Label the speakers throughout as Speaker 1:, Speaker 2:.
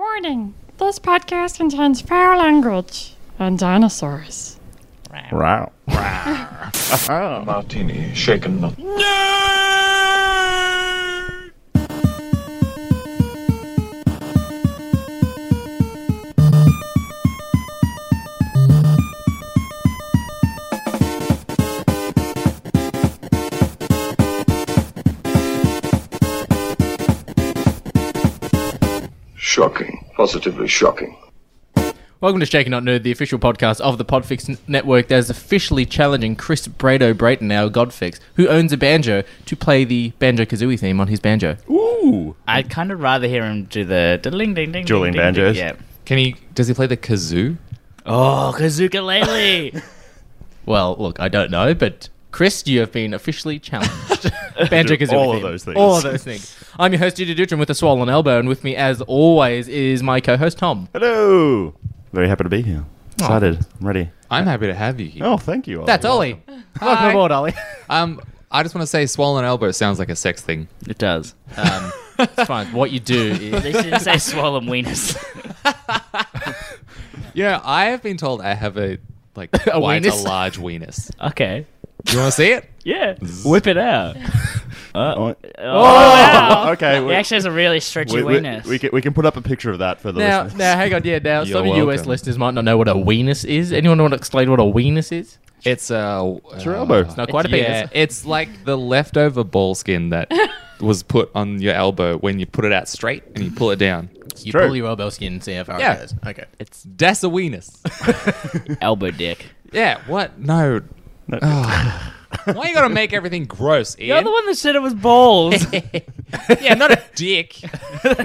Speaker 1: Warning this podcast contains foul language and dinosaurs.
Speaker 2: Wow.
Speaker 3: Oh.
Speaker 4: Martini, shaken not. Shocking. Positively shocking.
Speaker 5: Welcome to Shaken Not Nerd, the official podcast of the Podfix N- Network that is officially challenging Chris Brado Brayton, our Godfix, who owns a banjo, to play the Banjo Kazooie theme on his banjo.
Speaker 2: Ooh.
Speaker 6: I'd kind of rather hear him do the ding ding ding.
Speaker 2: Julian
Speaker 6: ding, ding,
Speaker 2: Banjos.
Speaker 6: Yeah.
Speaker 3: Can he? Does he play the kazoo?
Speaker 6: Oh, Kazuka Lele.
Speaker 5: Well, look, I don't know, but Chris, you have been officially challenged. banjo Kazooie.
Speaker 2: All of
Speaker 5: theme.
Speaker 2: those things.
Speaker 5: All of those things. I'm your host, Judy Dutrin, with a swollen elbow, and with me, as always, is my co host, Tom.
Speaker 2: Hello. Very happy to be here.
Speaker 3: Oh.
Speaker 2: Excited. I'm ready.
Speaker 3: I'm happy to have you here.
Speaker 2: Oh, thank you. Ollie.
Speaker 5: That's Ollie. Welcome aboard, Ollie.
Speaker 3: Um, I just want to say, swollen elbow sounds like a sex thing.
Speaker 6: it does.
Speaker 5: Um, it's fine. What you do is.
Speaker 6: They should say swollen wieners.
Speaker 3: You know, I have been told I have a like
Speaker 5: A
Speaker 3: quite
Speaker 5: weenus?
Speaker 3: a large weenus.
Speaker 6: okay.
Speaker 3: Do you want to see it?
Speaker 6: Yeah. Whip it out. Uh,
Speaker 2: Oh,
Speaker 6: wow.
Speaker 2: okay.
Speaker 6: He actually has a really stretchy
Speaker 2: we, we,
Speaker 6: weenus.
Speaker 2: we can, we can put up a picture of that for the
Speaker 5: Now,
Speaker 2: listeners.
Speaker 5: now, hang on. Yeah, now
Speaker 3: You're
Speaker 5: some US
Speaker 3: welcome.
Speaker 5: listeners might not know what a weenus is. Anyone want to explain what a weenus is?
Speaker 3: It's a. It's
Speaker 2: your elbow. It's
Speaker 5: not quite a penis.
Speaker 3: Yeah, it's like the leftover ball skin that was put on your elbow when you put it out straight and you pull it down.
Speaker 5: You
Speaker 2: True.
Speaker 5: pull your elbow skin and see how far
Speaker 3: Yeah.
Speaker 5: it goes. Okay.
Speaker 3: It's that's a weenus.
Speaker 6: Elbow dick.
Speaker 3: yeah. What? No.
Speaker 2: No.
Speaker 3: Ah. Why you gotta make everything gross, Ian?
Speaker 6: You're the one that said it was balls.
Speaker 3: yeah, not a dick.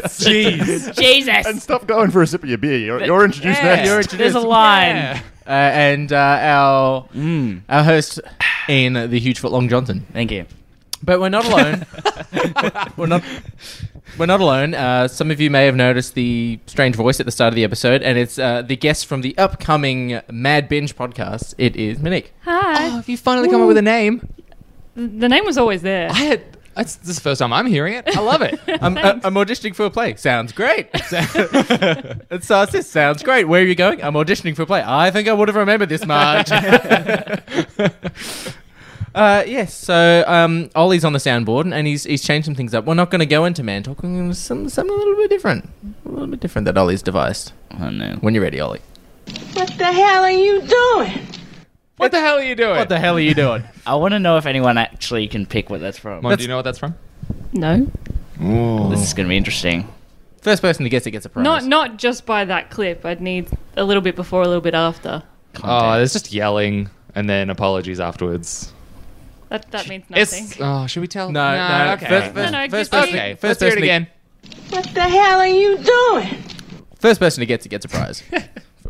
Speaker 3: Jeez.
Speaker 2: and
Speaker 6: Jesus.
Speaker 2: stop going for a sip of your beer. You're, you're introduced
Speaker 3: Yeah.
Speaker 2: next.
Speaker 3: You're
Speaker 6: There's a line.
Speaker 3: Yeah.
Speaker 5: Uh, and uh, our
Speaker 3: Mm.
Speaker 5: our host Ian, the huge footlong Johnson.
Speaker 6: Thank you.
Speaker 5: But we're not alone. we're not we're not alone. Uh, some of you may have noticed the strange voice at the start of the episode, and it's uh, the guest from the upcoming Mad Binge podcast. It is Monique.
Speaker 1: Hi.
Speaker 3: Oh, have you finally come up with a name?
Speaker 1: The name was always there.
Speaker 3: I had. That's this is the first time I'm hearing it. I love it.
Speaker 5: I'm, uh, I'm auditioning for a play. Sounds great. and so I said, sounds great. Where are you going? I'm auditioning for a play. I think I would have remembered this, Marge. Uh, yes, so um, Ollie's on the soundboard and he's, he's changed some things up. We're not going to go into man talk. We're going to some something a little bit different, a little bit different that Ollie's devised.
Speaker 6: Oh, no.
Speaker 5: When you're ready, Ollie.
Speaker 7: What the hell are you doing?
Speaker 3: What the hell are you doing?
Speaker 5: What the hell are you doing?
Speaker 6: I want to know if anyone actually can pick what that's from.
Speaker 3: Mom,
Speaker 5: That's-
Speaker 3: do you know what that's from?
Speaker 1: No.
Speaker 6: This is going to be interesting.
Speaker 5: First person to guess it gets a prize.
Speaker 1: Not not just by that clip. I'd need a little bit before, a little bit after.
Speaker 3: Oh, there's just yelling and then apologies afterwards.
Speaker 1: That that means nothing.
Speaker 3: It's. Oh, should we tell?
Speaker 5: no, no,
Speaker 3: okay.
Speaker 5: First, first,
Speaker 1: No, no, just
Speaker 5: first person,
Speaker 1: say-
Speaker 3: okay.
Speaker 5: first
Speaker 3: First, let's
Speaker 5: person
Speaker 3: hear it
Speaker 5: to-
Speaker 3: again.
Speaker 7: What the hell are you doing?
Speaker 5: First person to gets it gets a prize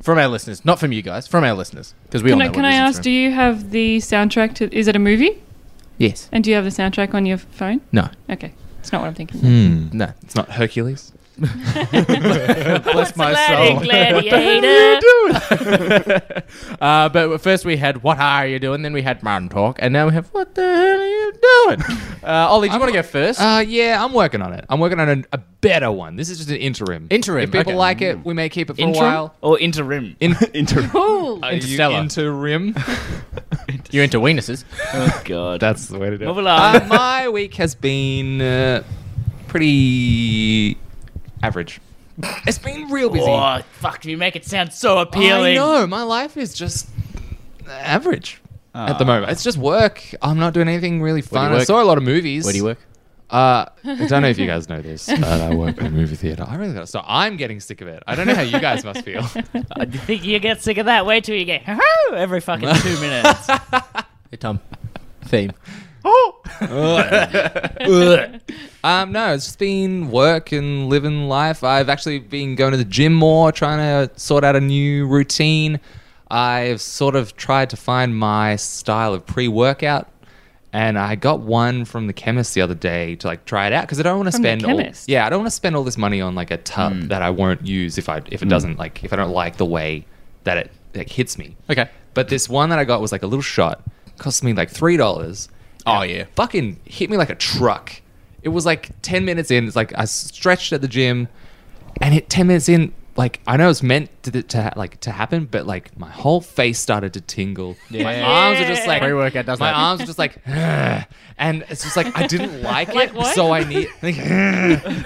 Speaker 5: from our listeners, not from you guys, from our listeners because we
Speaker 1: Can
Speaker 5: all
Speaker 1: I,
Speaker 5: know
Speaker 1: can
Speaker 5: what
Speaker 1: I
Speaker 5: it is it's
Speaker 1: ask?
Speaker 5: from.
Speaker 1: Do you have the soundtrack to? Is it a movie?
Speaker 5: Yes.
Speaker 1: And do you have the soundtrack on your phone?
Speaker 5: No. Hmm.
Speaker 1: Okay, it's not what I'm thinking.
Speaker 5: No.
Speaker 3: It's not Hercules.
Speaker 5: Bless my
Speaker 6: Gladi-
Speaker 5: soul.
Speaker 6: Gladiator.
Speaker 5: Uh, but first we had what are you doing? Then we had man talk, and now we have what the hell are you doing? Uh, Ollie, do you want to go first?
Speaker 3: Uh, yeah, I'm working on it. I'm working on a, a better one. This is just an interim.
Speaker 5: Interim,
Speaker 3: If people
Speaker 5: okay.
Speaker 3: like it, we may keep it for
Speaker 6: Interim
Speaker 3: a while.
Speaker 6: or interim?
Speaker 3: In-
Speaker 2: Inter-
Speaker 1: Cool.
Speaker 3: are
Speaker 5: Interstellar.
Speaker 3: you into rim?
Speaker 5: You're into weenuses.
Speaker 6: Oh God.
Speaker 3: That's the way to do
Speaker 6: Move
Speaker 3: it.
Speaker 6: along.
Speaker 3: Uh, my week has been uh, pretty average. It's been real busy.
Speaker 6: Oh, fuck, you make it sound so
Speaker 3: I
Speaker 6: appealing.
Speaker 3: know. My life is just average
Speaker 5: Ah.
Speaker 3: at the moment. It's just work. I'm not doing anything really fun. I
Speaker 5: work?
Speaker 3: saw a lot of movies.
Speaker 5: Where do you work?
Speaker 3: Uh, I don't know if you guys know this, but I work in a movie theater. I really don't. So I'm getting sick of it. I don't know how you guys must feel.
Speaker 6: I think you get sick of that. Wait till you get "Hoo-hoo" every fucking two minutes.
Speaker 5: Hey Tom. Theme.
Speaker 3: Um, no, it's just been work and living life. I've actually been going to the gym more, trying to sort out a new routine. I've sort of tried to find my style of pre-workout, and I got one from the chemist the other day to like try it out because I don't want to
Speaker 1: From the
Speaker 3: spend all,
Speaker 1: chemist? Hmm.
Speaker 3: yeah, I don't want to spend all this money on like a tub that I won't use if I if it doesn't like if I don't like the way that it like hits me.
Speaker 5: Okay.
Speaker 3: But this one that I got was like a little shot, cost me like three dollars.
Speaker 5: Oh, yeah.
Speaker 3: fucking hit me like a truck. It was like ten minutes in. It's like I stretched at the gym, and it 10 minutes in like i know it's meant to, to ha- like to happen but like my whole face started to tingle my
Speaker 5: Yeah.
Speaker 3: arms are just like
Speaker 5: Pre-workout does
Speaker 3: my
Speaker 5: that.
Speaker 3: arms are just like and it's just like i didn't like,
Speaker 6: Like
Speaker 3: it
Speaker 6: what?
Speaker 3: so i need like,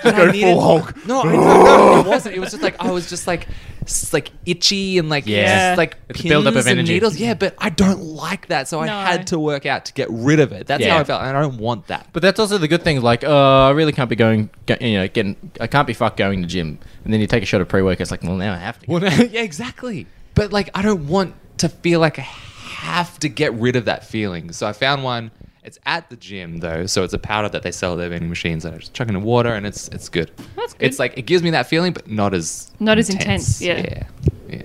Speaker 3: but
Speaker 2: Go
Speaker 3: I needed-
Speaker 2: full Hulk.
Speaker 3: no, I, no, no, it wasn't. It was just like I was just like, s- like itchy and like
Speaker 5: Yeah.
Speaker 3: just, like
Speaker 5: It's a
Speaker 3: pins
Speaker 5: buildup of
Speaker 3: and
Speaker 5: energy.
Speaker 3: needles. Yeah, but I don't like that, so I
Speaker 6: No.
Speaker 3: had to work out to get rid of it. That's
Speaker 5: Yeah.
Speaker 3: how I felt, and I don't want that.
Speaker 5: But that's also the good thing. Like, oh, I really can't be going. go- You know, getting I can't be fucked going to gym. And then you take a shot of pre-workout. It's like, well, now I have to. go.
Speaker 3: Well, no, yeah, exactly. But like, I don't want to feel like I have to get rid of that feeling. So I found one. It's at the gym though, so it's a powder that they sell at their vending machines. And I just chuck it in water, and it's it's good.
Speaker 6: That's good.
Speaker 3: It's like it gives me that feeling, but not as
Speaker 1: Not as intense, yeah.
Speaker 3: yeah. yeah.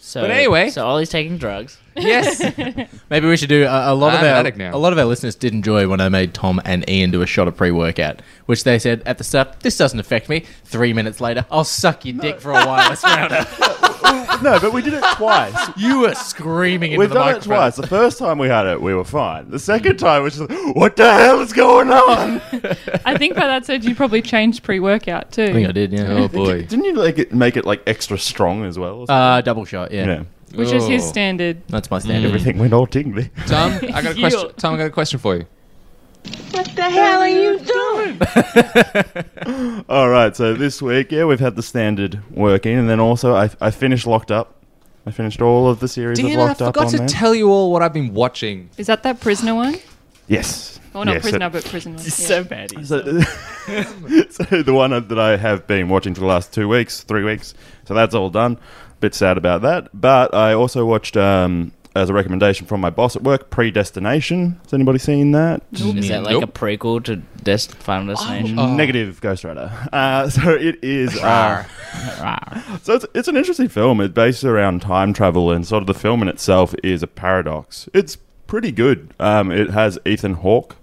Speaker 6: So,
Speaker 3: But anyway.
Speaker 6: so Ollie's taking drugs.
Speaker 3: Yes.
Speaker 5: Maybe we should do a, a lot
Speaker 3: I'm an
Speaker 5: of
Speaker 3: addict
Speaker 5: our
Speaker 3: now.
Speaker 5: a lot of our listeners did enjoy when I made Tom and Ian do a shot of pre-workout, which they said at the start, this doesn't affect me. Three minutes later, I'll suck your dick for a while. I swear to-
Speaker 2: no, but we did it twice.
Speaker 5: you were screaming into
Speaker 2: We've
Speaker 5: the
Speaker 2: done it
Speaker 5: microphone.
Speaker 2: twice. The first time we had it, we were fine. The second time, was just like, what the hell is going on?
Speaker 8: I think by that stage you probably changed pre-workout too.
Speaker 5: I think I did. Yeah.
Speaker 3: oh boy.
Speaker 2: Didn't you like it, make it like extra strong as well? or something?
Speaker 5: Uh, double shot. Yeah.
Speaker 2: yeah.
Speaker 8: Which is his
Speaker 3: Oh.
Speaker 8: standard.
Speaker 5: That's my
Speaker 3: Mm.
Speaker 5: standard.
Speaker 2: Everything went all tingly.
Speaker 3: Tom, I got a question. Tom, I got a question for you.
Speaker 7: What the hell are you doing?
Speaker 2: all right, so this week, yeah, we've had the standard working, and then also I, I finished Locked Up. I finished all of the series of
Speaker 3: Dan, I
Speaker 2: Locked Up
Speaker 3: forgot
Speaker 2: on
Speaker 3: to
Speaker 2: there.
Speaker 3: tell you all what I've been watching.
Speaker 8: Is that that prisoner one?
Speaker 2: yes.
Speaker 3: Oh,
Speaker 8: Well, not
Speaker 2: Yes, it-
Speaker 8: prisoner, but prisoner. Yeah.
Speaker 6: So bad.
Speaker 2: So, so the one that I have been watching for the last two weeks, three weeks. So that's all done. Bit sad about that. But I also watched, um, as a recommendation from my boss at work, Predestination. Has anybody seen that?
Speaker 6: Is that like
Speaker 3: Nope. Oh.
Speaker 6: a prequel to Des- Final Destination?
Speaker 2: Negative Ghost Rider. Uh, so it is. Uh, so it's, it's an interesting film. It's based around time travel, and sort of the film in itself is a paradox. It's pretty good. Um, it has Ethan Hawke.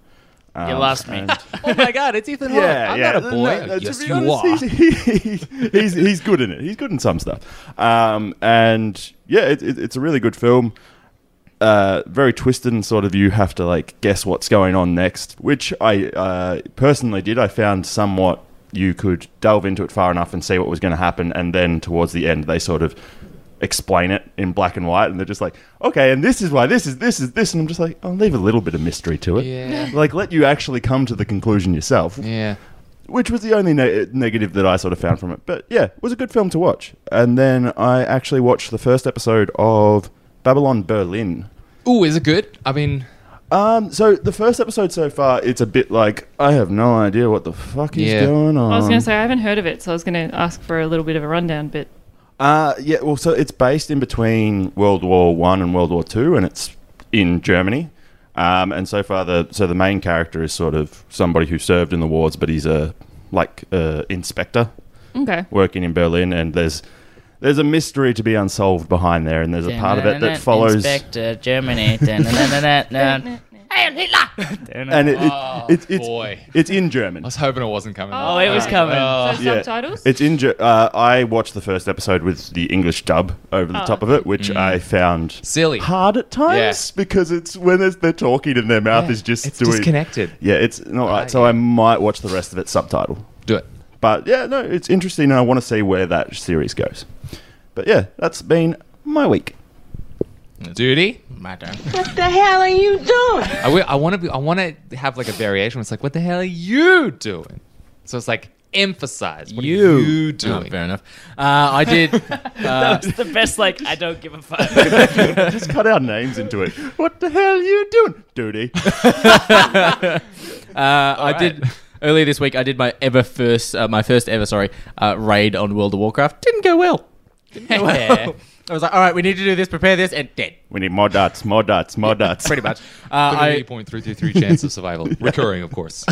Speaker 2: Um,
Speaker 6: you lost me.
Speaker 2: and-
Speaker 3: Oh my god, it's Ethan Hawke.
Speaker 2: yeah,
Speaker 3: I'm
Speaker 2: yeah.
Speaker 3: not a boy.
Speaker 2: No, no, to
Speaker 3: yes,
Speaker 2: be
Speaker 3: you
Speaker 2: honest,
Speaker 3: are.
Speaker 2: He's, he- he's, he's good in it. He's good in some stuff. Um, and yeah, it, it, it's a really good film. Uh, very twisted and sort of you have to like guess what's going on next, which I uh, personally did. I found somewhat you could delve into it far enough and see what was going to happen, and then towards the end they sort of explain it in black and white, and they're just like, okay, and this is why this is this is this, and I'm just like, I'll leave a little bit of mystery to it.
Speaker 3: Yeah.
Speaker 2: Like let you actually come to the conclusion yourself
Speaker 3: Yeah.
Speaker 2: which was the only ne- negative that I sort of found from it. But yeah, it was a good film to watch. And then I actually watched the first episode of Babylon Berlin.
Speaker 3: Ooh, is it good? I mean,
Speaker 2: Um, so the first episode so far, it's a bit like I have no idea what the fuck is
Speaker 3: Yeah.
Speaker 2: going on.
Speaker 8: I was going to say I haven't heard of it, so I was going to ask for a little bit of a rundown. But
Speaker 2: Uh, yeah, well, so it's based in between World War One and World War Two, and it's in Germany. Um, and so far, the so the main character is sort of somebody who served in the wars, but he's a like uh, inspector
Speaker 8: okay,
Speaker 2: working in Berlin, and there's there's a mystery to be unsolved behind there, and there's a part of it that follows,
Speaker 6: Inspector Germany. Dun-dun-dun-dun-dun.
Speaker 2: and it, it, it's it's
Speaker 3: Oh, boy.
Speaker 2: it's in German.
Speaker 3: I was hoping it wasn't coming.
Speaker 6: oh, it was coming.
Speaker 8: so
Speaker 3: Oh.
Speaker 8: subtitles.
Speaker 2: It's in. Ger- Uh, I watched the first episode with the English dub over the
Speaker 8: Oh,
Speaker 2: top of it, which I found
Speaker 3: Mm. Silly.
Speaker 2: hard at times because it's when it's- they're talking and their mouth
Speaker 3: Yeah,
Speaker 2: is just
Speaker 3: it's
Speaker 2: doing.
Speaker 3: disconnected.
Speaker 2: Yeah, it's not right. so I might watch the rest of it subtitle.
Speaker 3: Do it.
Speaker 2: But yeah, no, it's interesting, and I want to see where that series goes. But yeah, that's been my week.
Speaker 3: Duty.
Speaker 5: My turn.
Speaker 7: What the hell are you doing?
Speaker 3: I, wi- I want to be. I want to have like a variation. Where it's like, what the hell are you doing? So it's like emphasize. What
Speaker 5: You.
Speaker 3: are you
Speaker 5: Oh,
Speaker 3: doing?
Speaker 5: fair enough. Uh, I did. Uh,
Speaker 6: It's the best, like, I don't give a fuck.
Speaker 2: Just cut our names into it. What the hell are you doing, duty?
Speaker 5: Uh, I did earlier this week. I did my ever first, uh, my first ever, sorry, uh, raid on World of Warcraft. Didn't go well. Didn't go well. I was like, all right, we need to do this, prepare this, and dead.
Speaker 2: We need more dots, more dots, more dots.
Speaker 5: Pretty much. Uh, I,
Speaker 3: 38.333 chance of survival, recurring, of course.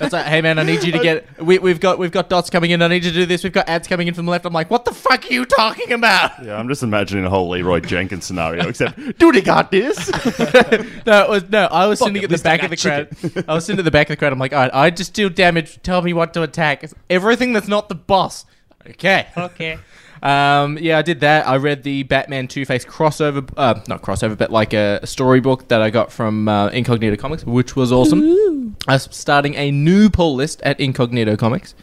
Speaker 5: it's like, hey man, I need you to get. We, we've got we've got dots coming in. I need you to do this. We've got ads coming in from the left. I'm like, what the fuck are you talking about?
Speaker 2: Yeah, I'm just imagining a whole Leroy Jenkins scenario, except duty got this.
Speaker 5: No, it was no. I was sitting at
Speaker 3: it, at
Speaker 5: the
Speaker 3: least I
Speaker 5: back of
Speaker 3: got
Speaker 5: the crowd. I was sitting at the back of the crowd. I'm like, all right, I just deal damage. Tell me what to attack. It's everything that's not the boss. Okay.
Speaker 6: okay.
Speaker 5: Um, yeah, I did that. I read the Batman Two Face crossover, uh, not crossover, but like a storybook that I got from uh, Incognito Comics, which was awesome. I'm starting a new pull list at Incognito Comics.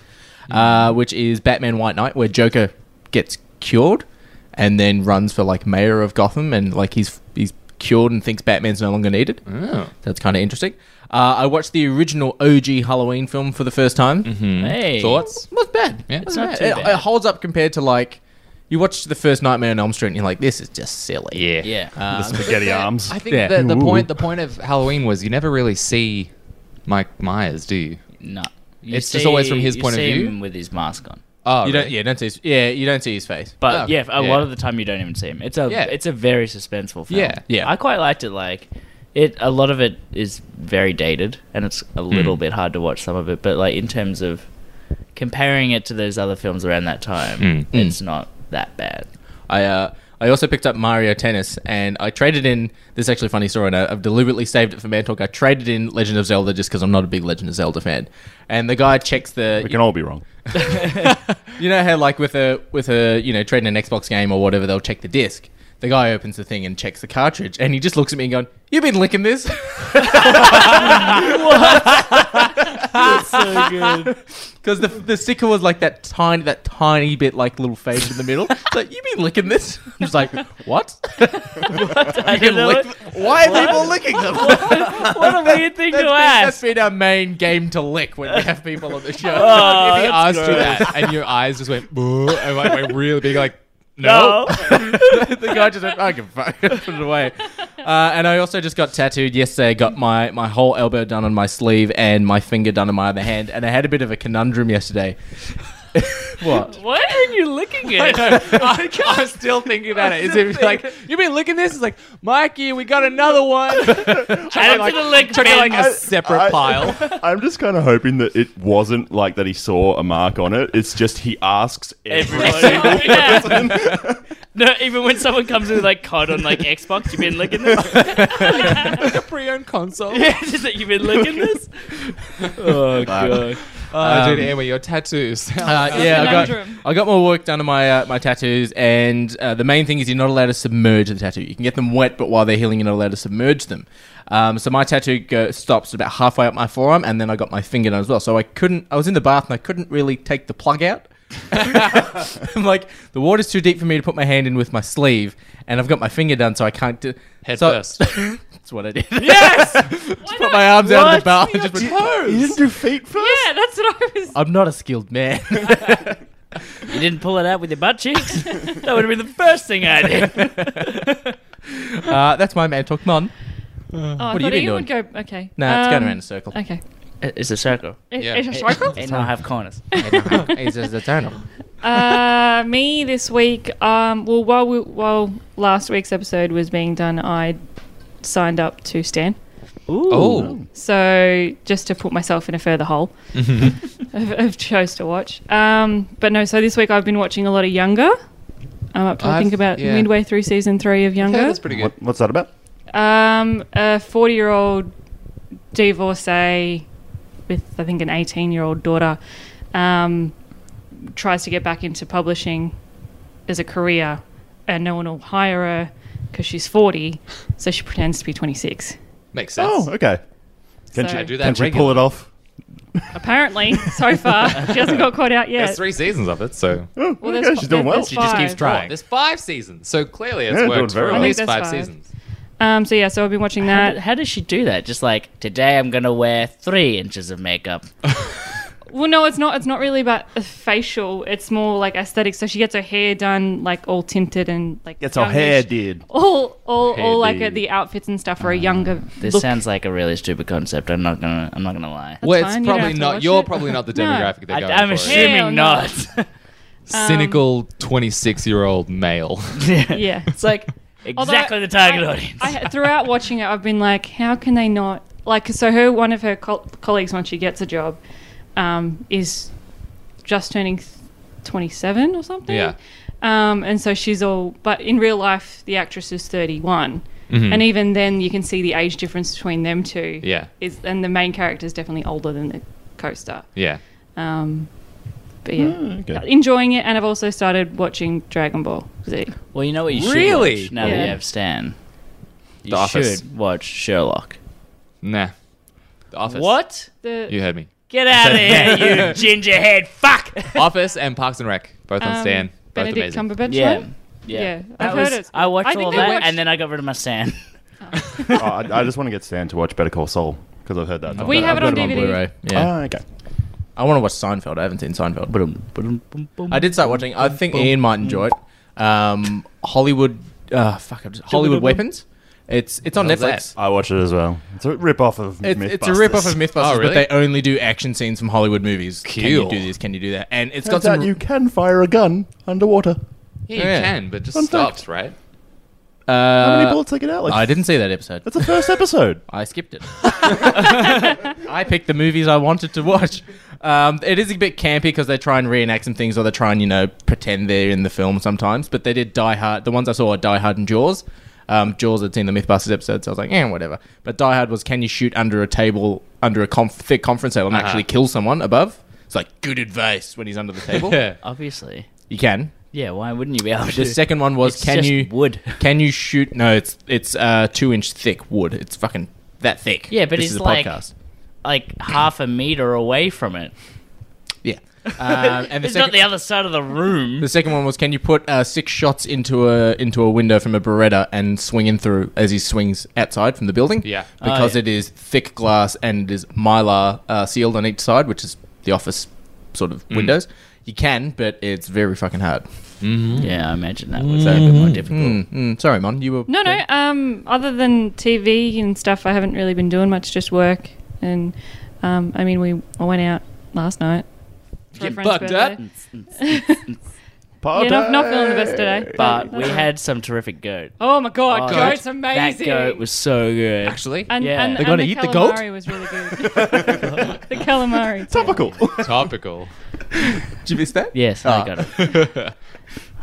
Speaker 5: uh, which is Batman White Knight, where Joker gets cured and then runs for like mayor of Gotham, and like he's he's cured and thinks Batman's no longer needed.
Speaker 3: Oh.
Speaker 5: That's kind of interesting. Uh, I watched the original OG Halloween film for the first time.
Speaker 3: Hmm.
Speaker 6: Hey.
Speaker 3: Thoughts?
Speaker 5: Not bad.
Speaker 3: Yeah.
Speaker 5: Wasn't
Speaker 6: It's not
Speaker 5: bad.
Speaker 6: too
Speaker 5: It,
Speaker 6: bad.
Speaker 5: it holds up compared to like you watch the first Nightmare on Elm Street and you're like, this is just silly.
Speaker 3: Yeah.
Speaker 6: Yeah. Um,
Speaker 5: Uh,
Speaker 2: Spaghetti arms.
Speaker 3: I think
Speaker 5: Yeah.
Speaker 3: the, the
Speaker 2: Ooh.
Speaker 3: point the point of Halloween was you never really see Mike Myers, do you?
Speaker 6: no. You
Speaker 3: It's just always from his
Speaker 6: you
Speaker 3: point of
Speaker 6: see
Speaker 3: view?
Speaker 6: him with his mask on.
Speaker 3: Oh,
Speaker 5: you don't.
Speaker 3: right.
Speaker 5: Yeah, don't see. His, yeah, you don't see his face.
Speaker 6: But
Speaker 3: Oh, okay.
Speaker 6: yeah, a
Speaker 3: Yeah.
Speaker 6: lot of the time you don't even see him. It's a
Speaker 3: Yeah.
Speaker 6: it's a very suspenseful film.
Speaker 3: Yeah.
Speaker 5: Yeah.
Speaker 6: I quite liked it. Like it, a lot of it is very dated, and it's
Speaker 3: Hmm.
Speaker 6: a little bit hard to watch some of it. But like in terms of comparing it to those other films around that time,
Speaker 3: Mm.
Speaker 6: it's not that bad.
Speaker 5: I uh, I also picked up Mario Tennis and I traded in. This is actually a funny story, and I, I've deliberately saved it for Man Talk. I traded in Legend of Zelda just because I'm not a big Legend of Zelda fan. And the guy checks the.
Speaker 2: we can all be wrong.
Speaker 5: You know how like with a with a you know trading an Xbox game or whatever, they'll check the disc. The guy opens the thing and checks the cartridge, and he just looks at me and going, "You've been licking this."
Speaker 6: so good.
Speaker 5: Because the, the sticker was like that tiny, that tiny bit, like little fade in the middle. It's like, you been licking this? I'm just like, what?
Speaker 6: I don't know
Speaker 5: Lick- Why
Speaker 6: what,
Speaker 5: are people licking them?
Speaker 6: what a weird thing
Speaker 5: That's
Speaker 6: to
Speaker 5: been, that's
Speaker 6: ask.
Speaker 5: been our main game to lick when we have people on the show. If
Speaker 6: Oh,
Speaker 5: you
Speaker 6: that's
Speaker 5: asked you that, and your eyes just went, "Boo," and like, went really big, like,
Speaker 6: No.
Speaker 5: no. the guy just went, I can fuck it, put it away. Uh, and I also just got tattooed yesterday. I Got my, my whole elbow done on my sleeve and my finger done on my other hand. And I had a bit of a conundrum yesterday. what?
Speaker 6: Why are you licking
Speaker 5: I
Speaker 6: it?
Speaker 5: know. I, I'm still thinking about it. Is it like you've been looking this? It's like Mikey, we got another one.
Speaker 6: Add it to the lick bin.
Speaker 5: separate
Speaker 2: I- I'm just kind of hoping that it wasn't like that he saw a mark on it. It's just he asks everyone.
Speaker 8: Oh,
Speaker 6: Everyone. Yeah. no, even when someone comes in with like COD on like Xbox, you've been licking this.
Speaker 5: a pre-owned console.
Speaker 6: Yeah, just that you've been licking this. Oh god.
Speaker 3: Oh, dude,
Speaker 5: Um,
Speaker 3: anyway, your tattoos.
Speaker 5: Uh, yeah, I got,
Speaker 8: Conundrum.
Speaker 5: I got more work done on my uh, my tattoos, and uh, the main thing is you're not allowed to submerge the tattoo. You can get them wet, but while they're healing, you're not allowed to submerge them. Um, so my tattoo go, stops about halfway up my forearm, and then I got my finger done as well. So I couldn't. I was in the bath, and I couldn't really take the plug out. I'm like, the water's too deep for me to put my hand in with my sleeve, and I've got my finger done, so I can't do.
Speaker 3: Head
Speaker 5: so-
Speaker 3: first.
Speaker 5: That's what I did. Yes, just put my arms out of the bath and just went.
Speaker 2: You didn't do feet first.
Speaker 8: Yeah, that's what I was.
Speaker 5: I'm not a skilled man.
Speaker 6: You didn't pull it out with your butt cheeks? that would have been the first thing I did.
Speaker 5: uh, that's my man talk, Mon.
Speaker 8: Oh, I
Speaker 5: What have you
Speaker 8: thought
Speaker 5: been
Speaker 8: Ian would go. Okay.
Speaker 5: No, it's going
Speaker 8: Um,
Speaker 5: around in a circle.
Speaker 8: Okay.
Speaker 6: It's a circle.
Speaker 8: It-
Speaker 3: Yeah.
Speaker 8: It's a struggle.
Speaker 6: And now have corners.
Speaker 5: It's just a tunnel.
Speaker 8: uh, me this week. Um, well, while we, while last week's episode was being done, I signed up to Stan.
Speaker 3: oh,
Speaker 8: So just to put myself in a further hole of, of shows to watch. Um, but no, so this week I've been watching a lot of Younger. I'm up to I
Speaker 3: I've-
Speaker 8: think about
Speaker 3: yeah.
Speaker 8: midway through season three of
Speaker 3: yeah,
Speaker 8: Younger.
Speaker 3: that's pretty good.
Speaker 2: What, what's that about?
Speaker 8: Um, a 40 year old divorcee with, I think, an 18 year old daughter um, tries to get back into publishing as a career, and no one will hire her because she's 40, so she pretends to be 26.
Speaker 3: Makes sense.
Speaker 2: Oh, okay. Can
Speaker 8: So-
Speaker 2: she
Speaker 8: I do
Speaker 3: that
Speaker 2: Can she pull it
Speaker 3: regularly.
Speaker 2: off?
Speaker 8: Apparently, so far, she hasn't got caught out
Speaker 3: There's
Speaker 8: yet.
Speaker 3: three seasons of it, so
Speaker 2: Oh,
Speaker 8: Well,
Speaker 2: okay,
Speaker 8: there's-
Speaker 2: she's doing
Speaker 8: there's-
Speaker 2: well.
Speaker 8: there's She just keeps five.
Speaker 3: Right. There's five seasons, so clearly it's
Speaker 2: Yeah, doing
Speaker 3: worked
Speaker 2: very
Speaker 3: for
Speaker 2: well.
Speaker 3: at
Speaker 2: I think
Speaker 3: least
Speaker 8: that's
Speaker 3: five,
Speaker 8: five.
Speaker 3: seasons.
Speaker 8: Um, so, yeah, so I've been watching
Speaker 6: How,
Speaker 8: that.
Speaker 6: did, how does she do that? Just like, today I'm going to wear three inches of makeup.
Speaker 8: Well, no, it's not. It's not really about a facial. It's more like aesthetic. So she gets her hair done like all tinted and like
Speaker 2: Gets her hair
Speaker 8: youngish.
Speaker 2: did.
Speaker 8: all all all like uh,
Speaker 2: Heavy.
Speaker 8: the outfits and stuff are a younger
Speaker 6: This
Speaker 8: look.
Speaker 6: sounds like a really stupid concept. I'm not going to I'm not going to lie.
Speaker 8: That's
Speaker 3: well,
Speaker 8: fine,
Speaker 3: it's
Speaker 8: you don't
Speaker 3: probably
Speaker 8: have to
Speaker 3: not.
Speaker 8: watch
Speaker 3: You're
Speaker 8: it.
Speaker 3: probably not the
Speaker 8: No.
Speaker 3: demographic they're
Speaker 6: I,
Speaker 3: going
Speaker 6: I'm
Speaker 3: for.
Speaker 8: Hell
Speaker 6: assuming
Speaker 8: no.
Speaker 6: not.
Speaker 3: Cynical 26 year old male.
Speaker 8: yeah.
Speaker 6: It's like
Speaker 8: Although
Speaker 6: exactly
Speaker 8: I-
Speaker 6: the target
Speaker 8: I-
Speaker 6: audience.
Speaker 8: I, throughout watching it, I've been like, how can they not like? So her one of her col- colleagues, when she gets a job, um, is just turning th- twenty-seven or something.
Speaker 3: Yeah.
Speaker 8: Um, and so she's all, but in real life, the actress is thirty-one,
Speaker 6: Mm-hmm.
Speaker 8: and even then, you can see the age difference between them two.
Speaker 3: Yeah.
Speaker 8: Is and the main character is definitely older than the co-star.
Speaker 3: yeah.
Speaker 8: Um, but yeah.
Speaker 6: Ah,
Speaker 2: Okay.
Speaker 8: enjoying it, and I've also started watching Dragon Ball Z.
Speaker 6: well, you know what you should
Speaker 3: Really?
Speaker 6: watch now that
Speaker 8: Yeah.
Speaker 6: you have Stan? You
Speaker 3: The Office.
Speaker 6: should watch Sherlock.
Speaker 3: Nah. The Office.
Speaker 6: What?
Speaker 8: The
Speaker 3: You heard me.
Speaker 6: Get out of here, you gingerhead fuck!
Speaker 3: Office and Parks and Rec, both on
Speaker 8: Um,
Speaker 3: Stan. Both
Speaker 8: Benedict
Speaker 3: amazing.
Speaker 8: Cumberbatch.
Speaker 6: Yeah.
Speaker 8: right?
Speaker 6: Yeah.
Speaker 8: Yeah,
Speaker 6: That
Speaker 8: I've
Speaker 6: was,
Speaker 8: heard it.
Speaker 6: I watched
Speaker 8: I think
Speaker 6: all
Speaker 8: I
Speaker 6: that
Speaker 8: watched-
Speaker 6: and then I got rid of my Stan.
Speaker 2: Oh, I, I just want to get Stan to watch Better Call Saul because I've heard that.
Speaker 8: We
Speaker 2: I've
Speaker 8: have it
Speaker 2: got
Speaker 8: on DVD.
Speaker 5: Blu-ray. Yeah.
Speaker 2: Ah, okay.
Speaker 5: Uh, I want to watch Seinfeld. I haven't seen Seinfeld. But I
Speaker 6: I
Speaker 5: did start watching. I think Ian might enjoy it. Um, Hollywood, uh, fuck, I'm just, Hollywood Weapons. It's it's on
Speaker 3: How's
Speaker 5: Netflix.
Speaker 2: I watched it as well. It's a rip off of
Speaker 5: It's,
Speaker 2: Mythbusters.
Speaker 5: it's a rip off of Mythbusters,
Speaker 3: Oh,
Speaker 5: but
Speaker 3: really?
Speaker 5: they only do action scenes from Hollywood movies.
Speaker 3: Cool.
Speaker 5: Can you do this? Can you do that? And it's got
Speaker 2: Turns
Speaker 5: some.
Speaker 2: out you can fire a gun underwater.
Speaker 3: Yeah, you
Speaker 5: Yeah.
Speaker 3: can, but just
Speaker 2: Fun fact.
Speaker 3: stops, right?
Speaker 5: uh,
Speaker 2: How many bullets they get out? Like
Speaker 5: I didn't see that episode.
Speaker 2: That's the first episode.
Speaker 5: I skipped it. I picked the movies I wanted to watch. Um, it is a bit campy because they try and reenact some things, or they try and you know pretend they're in the film sometimes. But they did Die Hard. The ones I saw are Die Hard and Jaws. Um, Jaws had seen the MythBusters episode, so I was like, yeah, whatever. But Die Hard was, can you shoot under a table, under a conf- thick conference table, and
Speaker 6: Uh-huh.
Speaker 5: actually kill someone above? It's like good advice when he's under the table.
Speaker 6: Obviously.
Speaker 5: You can.
Speaker 6: Yeah, why wouldn't you be able to?
Speaker 5: The second one was,
Speaker 6: It's
Speaker 5: can
Speaker 6: just
Speaker 5: you
Speaker 6: wood.
Speaker 5: Can you shoot? No, it's it's uh, two inch thick wood. It's fucking that thick.
Speaker 6: Yeah, but
Speaker 5: This
Speaker 6: it's
Speaker 5: is a
Speaker 6: like-
Speaker 5: podcast.
Speaker 6: Like half a meter away from it.
Speaker 5: Yeah. Um, and the
Speaker 6: It's
Speaker 5: second,
Speaker 6: not the other side of the room.
Speaker 5: the second one was can you put uh, six shots into a into a window from a Beretta and swing in through as he swings outside from the building?
Speaker 3: Yeah.
Speaker 6: Oh,
Speaker 5: Because
Speaker 6: yeah.
Speaker 5: it is thick glass and it is mylar uh, sealed on each side, which is the office sort of windows. You can, but it's very fucking hard. Hmm.
Speaker 6: Yeah, I imagine that was a bit more difficult.
Speaker 5: Mm, mm, sorry, Mon, you were
Speaker 8: No, no. Um, other than TV and stuff, I haven't really been doing much. Just work, and um, I mean, we I went out last night. for a friend's
Speaker 5: bugged up.
Speaker 8: birthday. Yeah, not, not feeling the best today.
Speaker 6: But we
Speaker 8: that's all right.
Speaker 6: had some terrific goat.
Speaker 8: Oh my god,
Speaker 6: Oh,
Speaker 8: goat's
Speaker 6: that-
Speaker 8: amazing.
Speaker 6: That goat was so good.
Speaker 3: Actually,
Speaker 8: And,
Speaker 6: Yeah.
Speaker 8: and,
Speaker 6: They're
Speaker 8: and
Speaker 5: gonna
Speaker 8: the
Speaker 5: eat the goat?
Speaker 8: calamari was really good. the calamari. too.
Speaker 2: Topical.
Speaker 3: topical.
Speaker 5: Did you miss that?
Speaker 6: Yes,
Speaker 5: Ah.
Speaker 6: I got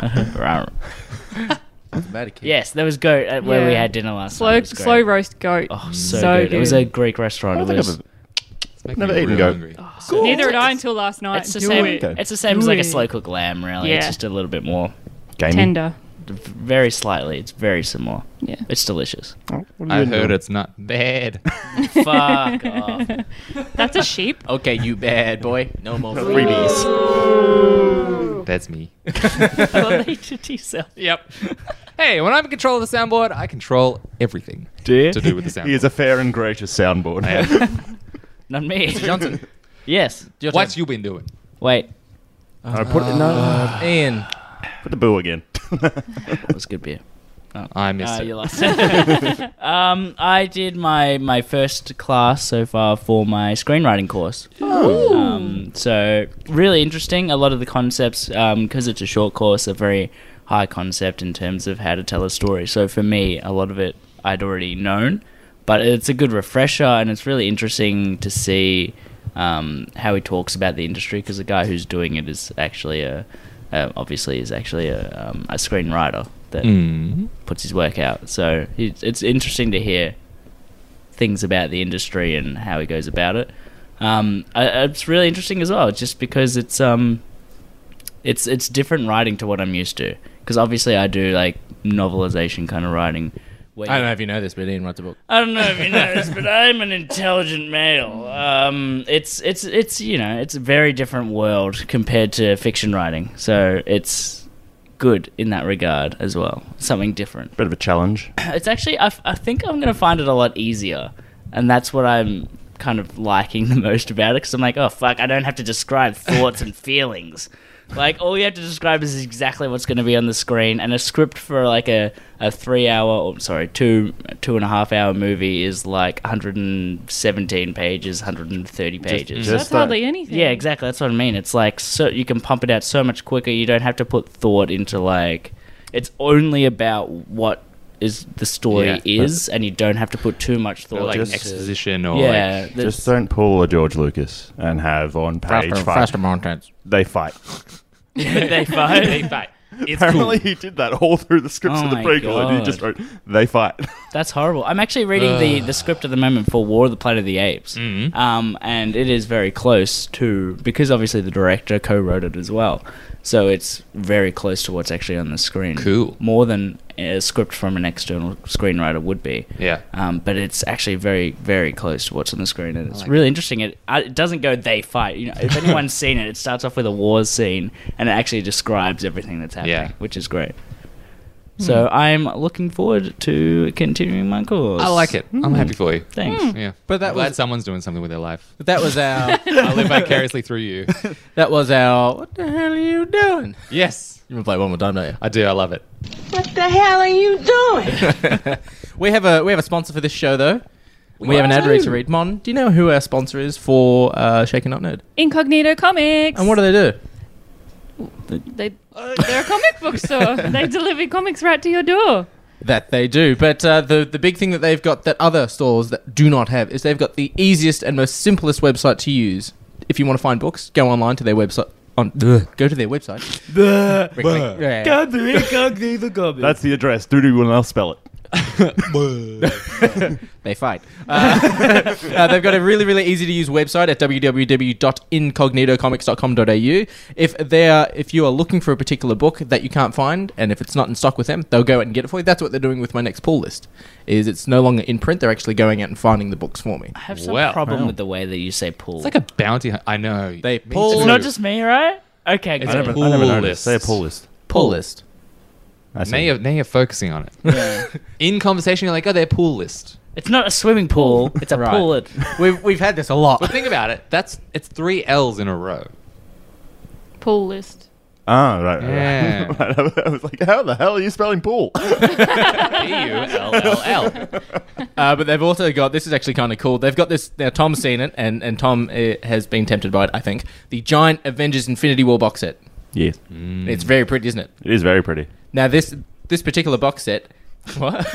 Speaker 6: it. yes, there was goat at where we
Speaker 8: Yeah.
Speaker 6: had dinner last night. It
Speaker 8: Slow,
Speaker 6: was great.
Speaker 8: slow roast goat.
Speaker 5: Mm.
Speaker 6: Oh, so,
Speaker 8: So
Speaker 6: good. It was
Speaker 8: good.
Speaker 6: a Greek restaurant.
Speaker 2: I
Speaker 6: It
Speaker 2: think
Speaker 6: was,
Speaker 2: I've never eaten goat.
Speaker 8: Neither had I until last night.
Speaker 6: it's the
Speaker 8: Do
Speaker 6: same.
Speaker 8: it.
Speaker 2: Okay.
Speaker 6: It's the same as like a
Speaker 8: Do it.
Speaker 6: slow cook lamb, really. It's
Speaker 8: Yeah.
Speaker 6: just a little bit more,
Speaker 2: Gaming.
Speaker 8: Tender.
Speaker 6: very slightly. It's very similar.
Speaker 8: Yeah.
Speaker 6: It's delicious.
Speaker 2: Oh, what are you
Speaker 3: I heard
Speaker 2: doing?
Speaker 3: it's not bad.
Speaker 6: Fuck off. Oh,
Speaker 8: That's a sheep.
Speaker 5: Okay, you bad boy. No more
Speaker 2: freebies.
Speaker 3: That's me.
Speaker 6: Related to yourself.
Speaker 3: Yep. hey, when I'm in control of the soundboard, I control everything.
Speaker 2: Dear.
Speaker 3: To do with the
Speaker 2: He is
Speaker 3: soundboard.
Speaker 2: a fair and gracious soundboard.
Speaker 6: Not me.
Speaker 5: Johnson,
Speaker 6: Yes.
Speaker 5: your
Speaker 3: What's
Speaker 5: turn.
Speaker 3: you been doing?
Speaker 6: Wait.
Speaker 2: I Uh, put, no,
Speaker 5: Ian?
Speaker 2: put the boo again.
Speaker 6: That was good beer.
Speaker 3: I missed
Speaker 6: Uh,
Speaker 3: it.
Speaker 6: you lost. um, I did my my first class so far for my screenwriting course.
Speaker 2: Oh.
Speaker 6: Um, so really interesting. A lot of the concepts, because it's a short course, are very high concept in terms of how to tell a story. So for me, a lot of it I'd already known, but it's a good refresher, and it's really interesting to see um, how he talks about the industry because the guy who's doing it is actually a. Uh, obviously, is actually a, um, a screenwriter that
Speaker 2: Hmm.
Speaker 3: Mm.
Speaker 6: puts his work out. So it's, it's interesting to hear things about the industry and how he goes about it. Um, I, it's really interesting as well, just because it's um, it's it's different writing to what I'm used to. Because obviously I do like novelization kind of writing. Where
Speaker 5: I don't know if you know this, but Ian writes a book.
Speaker 6: I don't know if you know this, but I'm an intelligent male. Um, it's it's it's you know it's a very different world compared to fiction writing, so it's good in that regard as well. Something different
Speaker 2: Bit of a challenge.
Speaker 6: it's actually I, f- I think i'm going to find it a lot easier and that's what i'm kind of liking the most about it because i'm like oh fuck i don't have to describe thoughts and feelings like all you have to describe is exactly what's going to be on the screen and a script for like a, a three hour or sorry two two and a half hour movie is like 117 pages 130 pages
Speaker 8: That's
Speaker 5: uh,
Speaker 2: Just that-
Speaker 8: hardly anything.
Speaker 6: yeah, exactly. That's what I mean. It's like so you can pump it out so much quicker. You don't have to put thought into like it's only about what is the story
Speaker 3: Yeah.
Speaker 6: is, and you don't have to put too much thought.
Speaker 3: like
Speaker 2: uh,
Speaker 6: into,
Speaker 3: exposition or
Speaker 6: yeah,
Speaker 3: like,
Speaker 6: that's-
Speaker 2: Just don't pull a George Lucas and have on page five.
Speaker 5: Montez.
Speaker 2: They fight.
Speaker 6: they fight. they fight.
Speaker 2: Apparently, he did that all through the scripts
Speaker 6: Oh
Speaker 2: of the
Speaker 6: my
Speaker 2: prequel, and he
Speaker 6: God.
Speaker 2: just wrote, "They fight."
Speaker 6: That's horrible. I'm actually reading the, the script at the moment for War of the Planet of the Apes.
Speaker 3: Mm-hmm.
Speaker 6: Um, and it is very close to, because obviously the director co wrote it as well. So it's very close to what's actually on the screen.
Speaker 3: Cool.
Speaker 6: More than a script from an external screenwriter would be.
Speaker 3: Yeah.
Speaker 6: Um, but it's actually very, very close to what's on the screen, and it's
Speaker 3: like
Speaker 6: really interesting. It uh, it doesn't go they fight. You know, if anyone's seen it, it starts off with a war scene, and it actually describes everything that's happening,
Speaker 3: Yeah.
Speaker 6: which is great. So I'm looking forward to continuing my course.
Speaker 3: I like it.
Speaker 8: Hmm.
Speaker 3: I'm happy for you.
Speaker 6: Thanks.
Speaker 3: Yeah.
Speaker 5: But that
Speaker 3: glad
Speaker 5: was-
Speaker 3: someone's doing something with their life.
Speaker 5: That was our.
Speaker 3: I live vicariously through you.
Speaker 5: that was our. What the hell are you doing?
Speaker 3: Yes.
Speaker 5: You want to play it one more time, don't you?
Speaker 3: I do. I love it.
Speaker 7: What the hell are you doing?
Speaker 5: We have a we have a sponsor for this show though. We have an ad read to read. Mon, do you know who our sponsor is for uh, Shaken Up Nerd?
Speaker 8: Incognito Comics.
Speaker 5: And what do they do?
Speaker 8: they? uh, They're a comic book store. They deliver comics right to your door.
Speaker 5: That they do. But uh, the the big thing that they've got that other stores that do not have is they've got the easiest and most simplest website to use. If you want to find books, go online to their website. On go to their website. Rick, Rick, yeah.
Speaker 2: That's the address. Do do and I'll spell it.
Speaker 5: They fight. Uh, uh, they've got a really, really easy to use website at www.incognitocomics.com.au. If they are, if you are looking for a particular book that you can't find, and if it's not in stock with them, they'll go out and get it for you. That's what they're doing with my next pull list. Is it's no longer in print; they're actually going out and finding the books for me.
Speaker 6: I have some
Speaker 3: Well,
Speaker 6: problem with the way that you say pull.
Speaker 3: It's like a bounty. hunt. I know.
Speaker 5: They
Speaker 3: Me
Speaker 5: pull-
Speaker 3: too.
Speaker 6: It's not just me, right? Okay,
Speaker 3: It's
Speaker 6: good.
Speaker 3: a
Speaker 2: I never
Speaker 3: pull
Speaker 2: noticed. Say a
Speaker 3: list.
Speaker 2: pull list.
Speaker 5: Pull list.
Speaker 2: I
Speaker 3: Now
Speaker 2: see.
Speaker 3: you're, now you're focusing on it. In conversation, you're like, oh, their pool list.
Speaker 6: It's not a swimming pool. It's a
Speaker 5: Right.
Speaker 6: pool. It.
Speaker 5: We've we've had this a lot.
Speaker 3: But think about it. That's it's three L's in a row.
Speaker 8: Pull list.
Speaker 2: Ah, right. right, right.
Speaker 3: Yeah.
Speaker 2: I was like, how the hell are you spelling pool?
Speaker 5: E
Speaker 3: P U L L L.
Speaker 5: Uh, but they've also got this is actually kind of cool. They've got this now. Tom's seen it, and and Tom uh, has been tempted by it. I think the giant Avengers Infinity War box set.
Speaker 2: yes.
Speaker 5: It's very pretty, isn't it?
Speaker 2: It is very pretty.
Speaker 5: Now this this particular box set, what?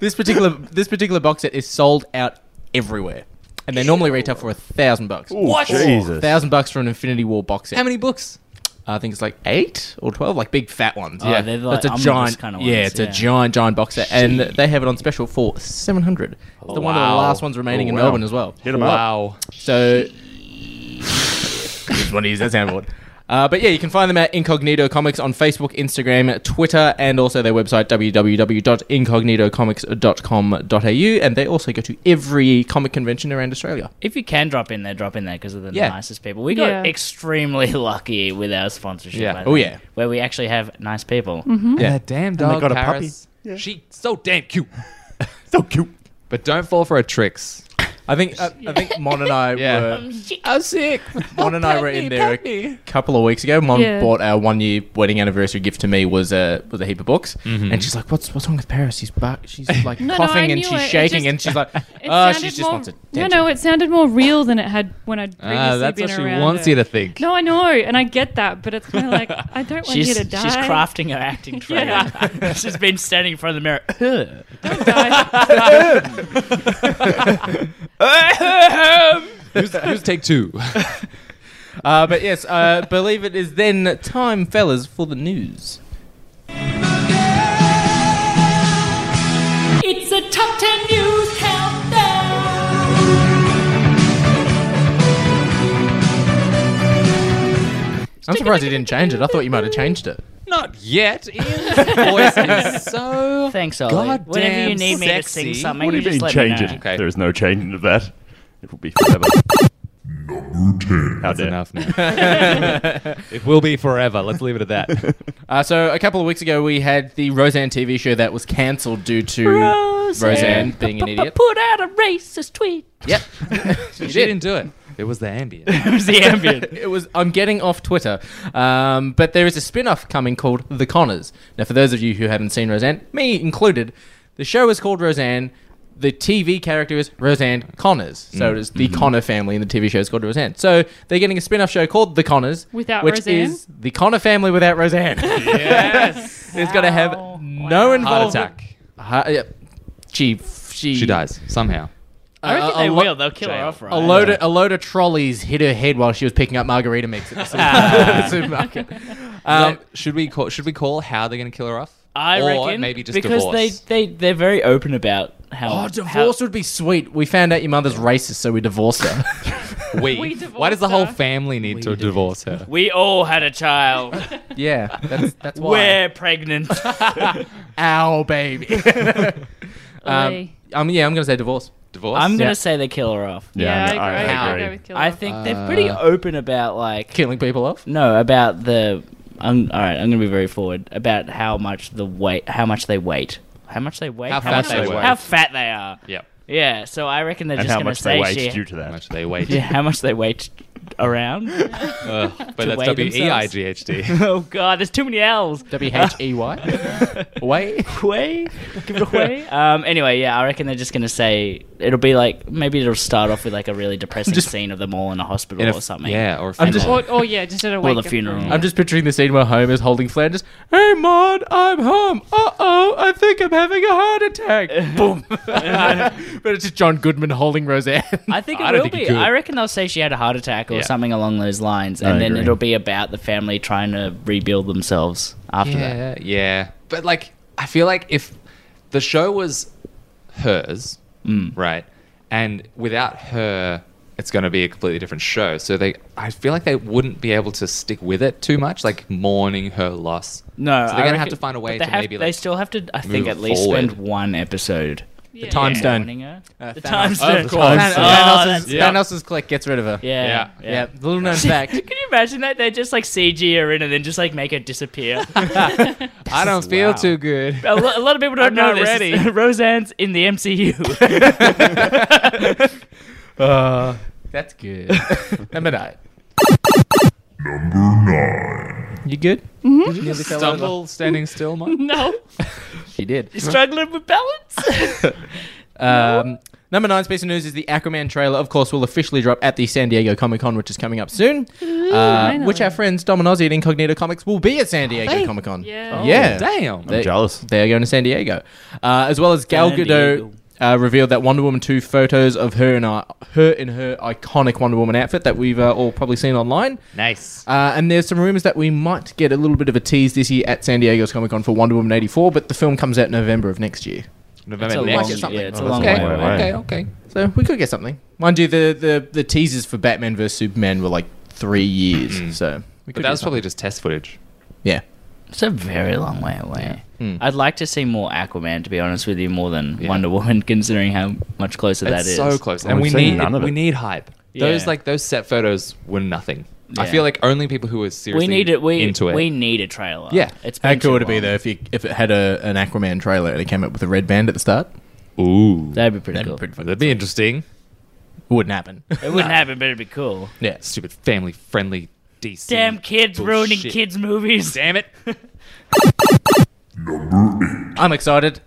Speaker 5: this particular this particular box set is sold out everywhere, and they normally retail for a thousand bucks.
Speaker 2: Ooh,
Speaker 3: What?
Speaker 2: Jesus.
Speaker 5: Thousand bucks for an Infinity War box set.
Speaker 3: How many books?
Speaker 5: I think it's like eight or twelve, like big fat ones.
Speaker 6: Oh,
Speaker 5: yeah,
Speaker 6: they're like
Speaker 5: that's a
Speaker 6: omnibus
Speaker 5: giant.
Speaker 6: kinda
Speaker 5: yeah,
Speaker 6: ones,
Speaker 5: it's
Speaker 6: yeah.
Speaker 5: a giant, giant box set, and they have it on special for seven hundred. It's the one of the
Speaker 3: Wow.
Speaker 5: last ones remaining
Speaker 2: Oh,
Speaker 5: in
Speaker 2: wow.
Speaker 5: Melbourne as well.
Speaker 2: Hit 'em up.
Speaker 3: wow.
Speaker 5: So, just want to use that soundboard. Uh, but yeah, you can find them at Incognito Comics on Facebook, Instagram, Twitter, and also their website www.incognitocomics.com.au. And they also go to every comic convention around Australia.
Speaker 6: If you can drop in there, drop in there because they're the
Speaker 5: Yeah.
Speaker 6: nicest people. We got
Speaker 8: Yeah.
Speaker 6: extremely lucky with our sponsorship.
Speaker 3: Yeah.
Speaker 6: I
Speaker 5: Oh,
Speaker 6: think,
Speaker 5: yeah.
Speaker 6: Where we actually have nice people.
Speaker 8: Mm-hmm.
Speaker 2: Mm.
Speaker 5: Yeah.
Speaker 3: That damn dog.
Speaker 2: got a
Speaker 3: Paris.
Speaker 2: puppy. Yeah.
Speaker 3: She so damn cute.
Speaker 2: So cute.
Speaker 3: But don't fall for her tricks.
Speaker 5: I think I, I think Mon and I
Speaker 3: Yeah.
Speaker 5: were
Speaker 8: Um,
Speaker 5: I'm sick. Mon and I were in there a couple of weeks ago. Mon
Speaker 8: Yeah.
Speaker 5: bought our one year wedding anniversary gift to me was a was a heap of books,
Speaker 3: Mm-hmm.
Speaker 5: and she's like, "What's what's wrong with Paris? She's bu- she's like
Speaker 8: No, no, I
Speaker 5: coughing and
Speaker 8: knew
Speaker 5: she's
Speaker 8: it. It
Speaker 5: shaking,
Speaker 8: just-
Speaker 5: and she's like,
Speaker 8: It
Speaker 5: oh,
Speaker 8: sounded
Speaker 5: she just
Speaker 8: more-
Speaker 5: wants attention."
Speaker 8: No, no, it sounded more real than it had when I'd previously
Speaker 3: Ah, that's
Speaker 8: been
Speaker 3: what she
Speaker 8: around.
Speaker 3: wants
Speaker 8: it.
Speaker 3: you to think.
Speaker 8: No, I know, and I get that, but it's kind of like I don't want
Speaker 6: She's,
Speaker 8: you to
Speaker 6: she's
Speaker 8: die.
Speaker 6: crafting her acting training. she's been standing in front of the mirror.
Speaker 8: Don't die.
Speaker 3: who's, who's take two?
Speaker 5: Uh, but yes, I believe it is then time, fellas, for the news.
Speaker 9: It's a top 10 news countdown.
Speaker 5: I'm surprised you didn't change it. I thought you might have changed it.
Speaker 3: Not yet. Ian's voice is so.
Speaker 6: Thanks, Ollie.
Speaker 3: Goddamn
Speaker 6: Whenever you need me to
Speaker 3: sexy.
Speaker 6: sing something,
Speaker 2: What do you
Speaker 6: just
Speaker 2: mean
Speaker 6: let me
Speaker 2: change it?
Speaker 6: know.
Speaker 3: Okay.
Speaker 2: There is no changing of that. It will be forever. Number 10. How
Speaker 3: That's
Speaker 2: dare.
Speaker 3: enough now. it will be forever. Let's leave it at that.
Speaker 5: Uh, so a couple of weeks ago, we had the Roseanne TV show that was cancelled due to Mm, Roseanne, being an idiot.
Speaker 9: Put out a racist tweet.
Speaker 5: Yep,
Speaker 3: she didn't do it. It was the ambient.
Speaker 6: It was the ambient.
Speaker 5: it was. I'm getting off Twitter, um, but there is a spin-off coming called The Connors. Now, for those of you who haven't seen Roseanne, me included, the show is called Roseanne. The TV character is Roseanne Connors, so it is the Connor family, and the TV show is called Roseanne. So they're getting a spin-off show called The Connors,
Speaker 8: Without
Speaker 5: which
Speaker 8: Roseanne?
Speaker 5: is the Connor family without Roseanne. Yes, it's going to have no
Speaker 3: Heart
Speaker 5: involvement.
Speaker 3: attack.
Speaker 5: Ha- yeah. She she
Speaker 3: She dies somehow.
Speaker 6: I reckon
Speaker 5: a- a
Speaker 6: they
Speaker 5: lo-
Speaker 6: will. They'll kill her
Speaker 3: jail.
Speaker 6: off, right?
Speaker 5: A load, of, a load of trolleys hit her head while she was picking up margarita mix at the supermarket. supermarket.
Speaker 3: Um,
Speaker 5: Um,
Speaker 3: should we call? Should we call how they're going to kill her off?
Speaker 6: I
Speaker 3: or
Speaker 6: reckon
Speaker 3: maybe just
Speaker 6: because
Speaker 3: divorce.
Speaker 6: they they they're very open about how
Speaker 5: oh, divorce would be sweet. We found out your mother's racist, so we divorced her.
Speaker 3: we.
Speaker 8: We
Speaker 3: Why does the
Speaker 8: divorced
Speaker 3: whole
Speaker 8: her.
Speaker 3: family need to divorce her?
Speaker 6: We all had a child.
Speaker 5: Yeah, that's that's why.
Speaker 6: We're pregnant.
Speaker 5: Our baby. um,
Speaker 8: Oi.
Speaker 5: um, yeah, I'm gonna say divorce.
Speaker 3: Divorce?
Speaker 6: I'm gonna
Speaker 5: Yeah.
Speaker 6: say they kill her off.
Speaker 8: yeah, I,
Speaker 2: no,
Speaker 8: agree. I,
Speaker 5: agree.
Speaker 8: go with Killer.
Speaker 6: I think they're pretty
Speaker 3: Uh,
Speaker 6: open about like
Speaker 5: Killing people off.
Speaker 6: no about the. I'm all right. I'm gonna be very forward about how much the weight, how much they weight, how much they weight,
Speaker 3: How fat
Speaker 6: much
Speaker 3: they weigh.
Speaker 6: how fat they are.
Speaker 3: Yep.
Speaker 6: Yeah, so I reckon they're
Speaker 2: and
Speaker 6: just
Speaker 2: how
Speaker 6: gonna
Speaker 2: much
Speaker 6: say
Speaker 2: they weigh
Speaker 6: she,
Speaker 2: due to
Speaker 3: How
Speaker 2: that.
Speaker 3: much they weigh.
Speaker 6: yeah, how much they weight around.
Speaker 3: Ugh, but
Speaker 6: To
Speaker 3: that's
Speaker 6: weigh
Speaker 3: W E I G H D.
Speaker 6: oh god, there's too many L's.
Speaker 5: W H E Y. Way.
Speaker 6: Quay? Give it a quay? um, anyway, yeah, I reckon they're just gonna say it'll be like maybe it'll start off with like a really depressing scene of them all in a hospital
Speaker 3: In a-
Speaker 6: or something.
Speaker 3: Yeah, or
Speaker 6: I'm
Speaker 3: funeral.
Speaker 8: or, or yeah, just at a
Speaker 6: Well,
Speaker 8: wake
Speaker 6: the
Speaker 8: up
Speaker 6: funeral.
Speaker 8: room.
Speaker 5: I'm just picturing the scene where Homer's holding Flanders. Hey, Maud, I'm home. Uh oh, I think I'm having a heart attack. Boom. but it's just John Goodman holding Roseanne.
Speaker 6: I think it
Speaker 3: I
Speaker 6: will
Speaker 3: don't think
Speaker 6: be.
Speaker 3: it could.
Speaker 6: I reckon they'll say she had a heart attack or
Speaker 3: Yeah.
Speaker 6: something along those lines, and
Speaker 2: I
Speaker 6: then
Speaker 2: agree.
Speaker 6: it'll be about the family trying to rebuild themselves after that.
Speaker 3: yeah, Yeah. But like I feel like if the show was hers,
Speaker 5: Mm.
Speaker 3: right? And without her it's going to be a completely different show. So they I feel like they wouldn't be able to stick with it too much like mourning her loss.
Speaker 6: No,
Speaker 3: So
Speaker 6: I
Speaker 3: they're going to
Speaker 6: reckon-
Speaker 3: have to find a
Speaker 6: but
Speaker 3: way
Speaker 6: they
Speaker 3: to
Speaker 6: have-
Speaker 3: maybe
Speaker 6: they
Speaker 3: like
Speaker 6: still have to. I think
Speaker 3: move
Speaker 6: at least
Speaker 3: forward.
Speaker 6: spend one episode.
Speaker 8: Yeah.
Speaker 5: Time stone.
Speaker 6: mourning her. the time stone.
Speaker 3: Of course.
Speaker 5: Thanos-
Speaker 6: Oh,
Speaker 5: Thanos'
Speaker 6: that's-
Speaker 3: Yeah.
Speaker 5: Thanos' click gets rid of her.
Speaker 6: Yeah.
Speaker 3: Yeah.
Speaker 6: yeah.
Speaker 5: Yeah, little known fact.
Speaker 6: Can you imagine that? They just like CG her in and then just like make her disappear.
Speaker 3: I don't feel too good.
Speaker 6: a, lo- a lot of people don't
Speaker 5: I'm not
Speaker 6: know this.
Speaker 5: ready.
Speaker 6: Roseanne's in the MCU.
Speaker 5: Uh, that's good. Number nine. Number nine. You good?
Speaker 3: Stumble standing still, Mike.
Speaker 8: no.
Speaker 5: She did.
Speaker 6: Struggling with balance.
Speaker 5: Um, number nine's piece of news is the Aquaman trailer, of course, will officially drop at the San Diego Comic Con, which is coming up soon. uh, which our friends Dominozzi at Incognito Comics will be at San Diego
Speaker 3: they?
Speaker 5: Comic Con.
Speaker 8: Yeah.
Speaker 5: yeah. Oh,
Speaker 3: Damn.
Speaker 5: They-
Speaker 2: jealous.
Speaker 5: They are going to San Diego. Uh, as well as Gal
Speaker 6: San
Speaker 5: Gadot
Speaker 6: Diego.
Speaker 5: uh, revealed that Wonder Woman 2 photos of her in, our, her in her iconic Wonder Woman outfit that we've uh, all probably seen online.
Speaker 3: Nice.
Speaker 5: Uh, and there's some rumors that we might get a little bit of a tease this year at San Diego's Comic Con for Wonder Woman 84, but the film comes out November of next year.
Speaker 6: It's a
Speaker 3: November
Speaker 6: long-
Speaker 3: next.
Speaker 6: yeah, it's a
Speaker 2: Oh,
Speaker 6: long
Speaker 2: that's
Speaker 6: way
Speaker 2: a long way
Speaker 6: away.
Speaker 3: Okay,
Speaker 2: away.
Speaker 3: okay.
Speaker 5: So we could get something. Mind you, the, the, the teasers for Batman vs. Superman were like three years, so we could get
Speaker 3: But that was
Speaker 5: something.
Speaker 3: probably just test footage.
Speaker 5: Yeah.
Speaker 6: It's a very long way away.
Speaker 5: Hmm.
Speaker 6: I'd like to see more Aquaman, to be honest with you, more than
Speaker 3: Yeah.
Speaker 6: Wonder Woman, considering how much closer that
Speaker 3: it's
Speaker 6: is.
Speaker 3: so close,
Speaker 2: Oh,
Speaker 3: and we
Speaker 2: we've seen
Speaker 3: need
Speaker 2: none of
Speaker 3: we
Speaker 2: it.
Speaker 3: need hype.
Speaker 6: Yeah.
Speaker 3: Those like those set photos were nothing. I
Speaker 6: Yeah.
Speaker 3: feel like only people who were
Speaker 6: We
Speaker 3: seriously
Speaker 6: need it. We
Speaker 3: into it.
Speaker 6: we need a trailer.
Speaker 3: Yeah.
Speaker 6: it's been
Speaker 5: How cool
Speaker 6: too
Speaker 5: would it be
Speaker 6: long.
Speaker 5: though if you, if it had a, an Aquaman trailer and it came up with a red band at the start?
Speaker 3: Ooh,
Speaker 6: That'd be pretty
Speaker 5: That'd be
Speaker 6: cool.
Speaker 5: pretty fucking
Speaker 3: that'd be interesting.
Speaker 5: Wouldn't happen.
Speaker 6: it wouldn't happen, but it'd be cool.
Speaker 5: yeah.
Speaker 3: Stupid family friendly DC.
Speaker 6: Damn kids ruining
Speaker 3: bullshit.
Speaker 6: kids movies. Damn it.
Speaker 5: I'm excited.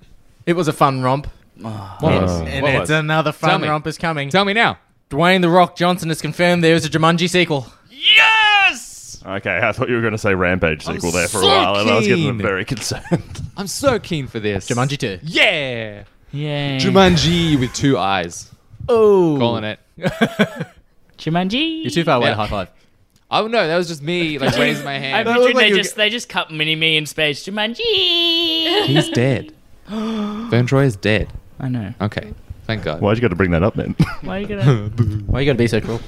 Speaker 5: It was a fun romp.
Speaker 3: What was?
Speaker 5: Oh. And
Speaker 3: what
Speaker 5: it's
Speaker 3: was?
Speaker 5: another
Speaker 3: Tell
Speaker 5: fun
Speaker 3: me.
Speaker 5: romp is coming.
Speaker 3: Tell me now.
Speaker 5: Dwayne The Rock Johnson has confirmed there is a Jumanji sequel.
Speaker 6: Yes.
Speaker 2: Okay, I thought you were going to say Rampage sequel there for a
Speaker 3: so
Speaker 2: while, and I was getting
Speaker 3: keen.
Speaker 2: very concerned.
Speaker 3: I'm so keen for this.
Speaker 5: Jumanji 2.
Speaker 3: Yeah.
Speaker 6: Yay.
Speaker 3: Jumanji with two eyes.
Speaker 5: Oh.
Speaker 3: Calling it.
Speaker 6: Jumanji.
Speaker 5: You're too far away
Speaker 3: Yeah.
Speaker 5: to high five.
Speaker 3: Oh no, that was just me like raising my
Speaker 6: I
Speaker 3: hand.
Speaker 5: That looked
Speaker 6: imagine
Speaker 5: like
Speaker 6: they
Speaker 5: you-
Speaker 6: just they just cut mini me in space. Jumanji.
Speaker 3: He's dead. Vern Troy is dead.
Speaker 6: I know.
Speaker 3: Okay. Thank God.
Speaker 2: Why'd you got to bring that up, man?
Speaker 6: Why are you gonna?
Speaker 5: Why you gotta be so cruel?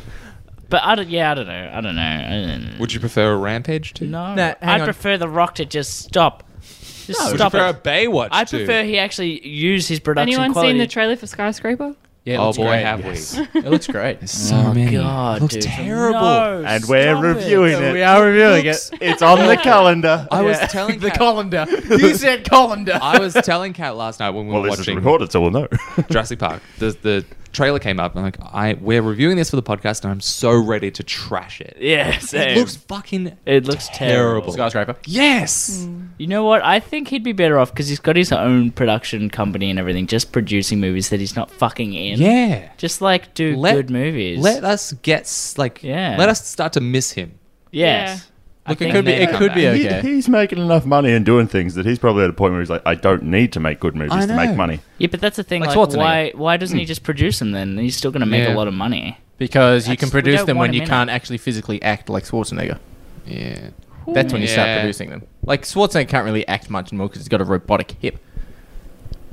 Speaker 6: but I don't. Yeah, I don't know. I don't know. I don't know.
Speaker 3: Would you prefer a rampage too?
Speaker 6: No,
Speaker 5: Nah, hang
Speaker 6: I'd
Speaker 5: on.
Speaker 6: prefer The Rock to just stop. Just
Speaker 3: Would
Speaker 6: stop
Speaker 3: you prefer
Speaker 6: it.
Speaker 3: a Baywatch
Speaker 6: I
Speaker 3: too?
Speaker 6: prefer he actually use his production
Speaker 8: Anyone
Speaker 6: quality.
Speaker 8: seen the trailer for Skyscraper?
Speaker 5: Yeah, it
Speaker 3: Oh
Speaker 5: looks
Speaker 3: boy,
Speaker 5: great.
Speaker 3: have we?
Speaker 5: It looks great.
Speaker 3: So
Speaker 6: Oh,
Speaker 3: many.
Speaker 6: God,
Speaker 3: looks
Speaker 6: dude.
Speaker 3: terrible.
Speaker 6: No,
Speaker 2: and we're
Speaker 6: stop it.
Speaker 2: reviewing it.
Speaker 5: we are reviewing it.
Speaker 2: It's on the calendar.
Speaker 3: I was telling
Speaker 5: the
Speaker 3: Kat-
Speaker 5: colander. You said colander.
Speaker 3: I was telling Kat last night when we
Speaker 2: well,
Speaker 3: were
Speaker 2: this is
Speaker 3: watching
Speaker 2: recorded, so we'll know.
Speaker 3: Jurassic Park. The the trailer came up. and I'm like, I we're reviewing this for the podcast, and I'm so ready to trash it.
Speaker 6: Yeah, same.
Speaker 3: It looks fucking.
Speaker 6: It looks terrible.
Speaker 5: Skyscraper.
Speaker 3: Yes.
Speaker 6: You know what? I think he'd be better off because he's got his own production company and everything, just producing movies that he's not fucking in.
Speaker 3: Yeah.
Speaker 6: Just like do
Speaker 3: Let-
Speaker 6: good movies.
Speaker 3: Let us get s- like.
Speaker 6: Yeah.
Speaker 3: Let us start to miss him.
Speaker 6: yes. I
Speaker 5: Look, it
Speaker 6: think
Speaker 5: could be.
Speaker 6: they-
Speaker 5: It could be
Speaker 2: He-
Speaker 5: okay.
Speaker 2: he's making enough money and doing things that he's probably at a point where he's like, I don't need to make good
Speaker 3: I
Speaker 2: movies to make
Speaker 3: know.
Speaker 2: money.
Speaker 6: Yeah, but that's the thing.
Speaker 5: Like
Speaker 6: Like,
Speaker 5: Schwarzenegger.
Speaker 6: why? Why doesn't he just produce them then? He's still going to make
Speaker 3: Yeah.
Speaker 6: a lot of money.
Speaker 5: Because you
Speaker 6: I
Speaker 5: can
Speaker 6: just- we
Speaker 5: produce
Speaker 6: don't
Speaker 5: them when
Speaker 6: want him
Speaker 5: you
Speaker 6: in it.
Speaker 5: can't actually physically act like Schwarzenegger.
Speaker 3: Yeah.
Speaker 5: That's when you start
Speaker 3: Yeah.
Speaker 5: producing them. Like Schwarzenegger can't really act much anymore because he's got a robotic hip.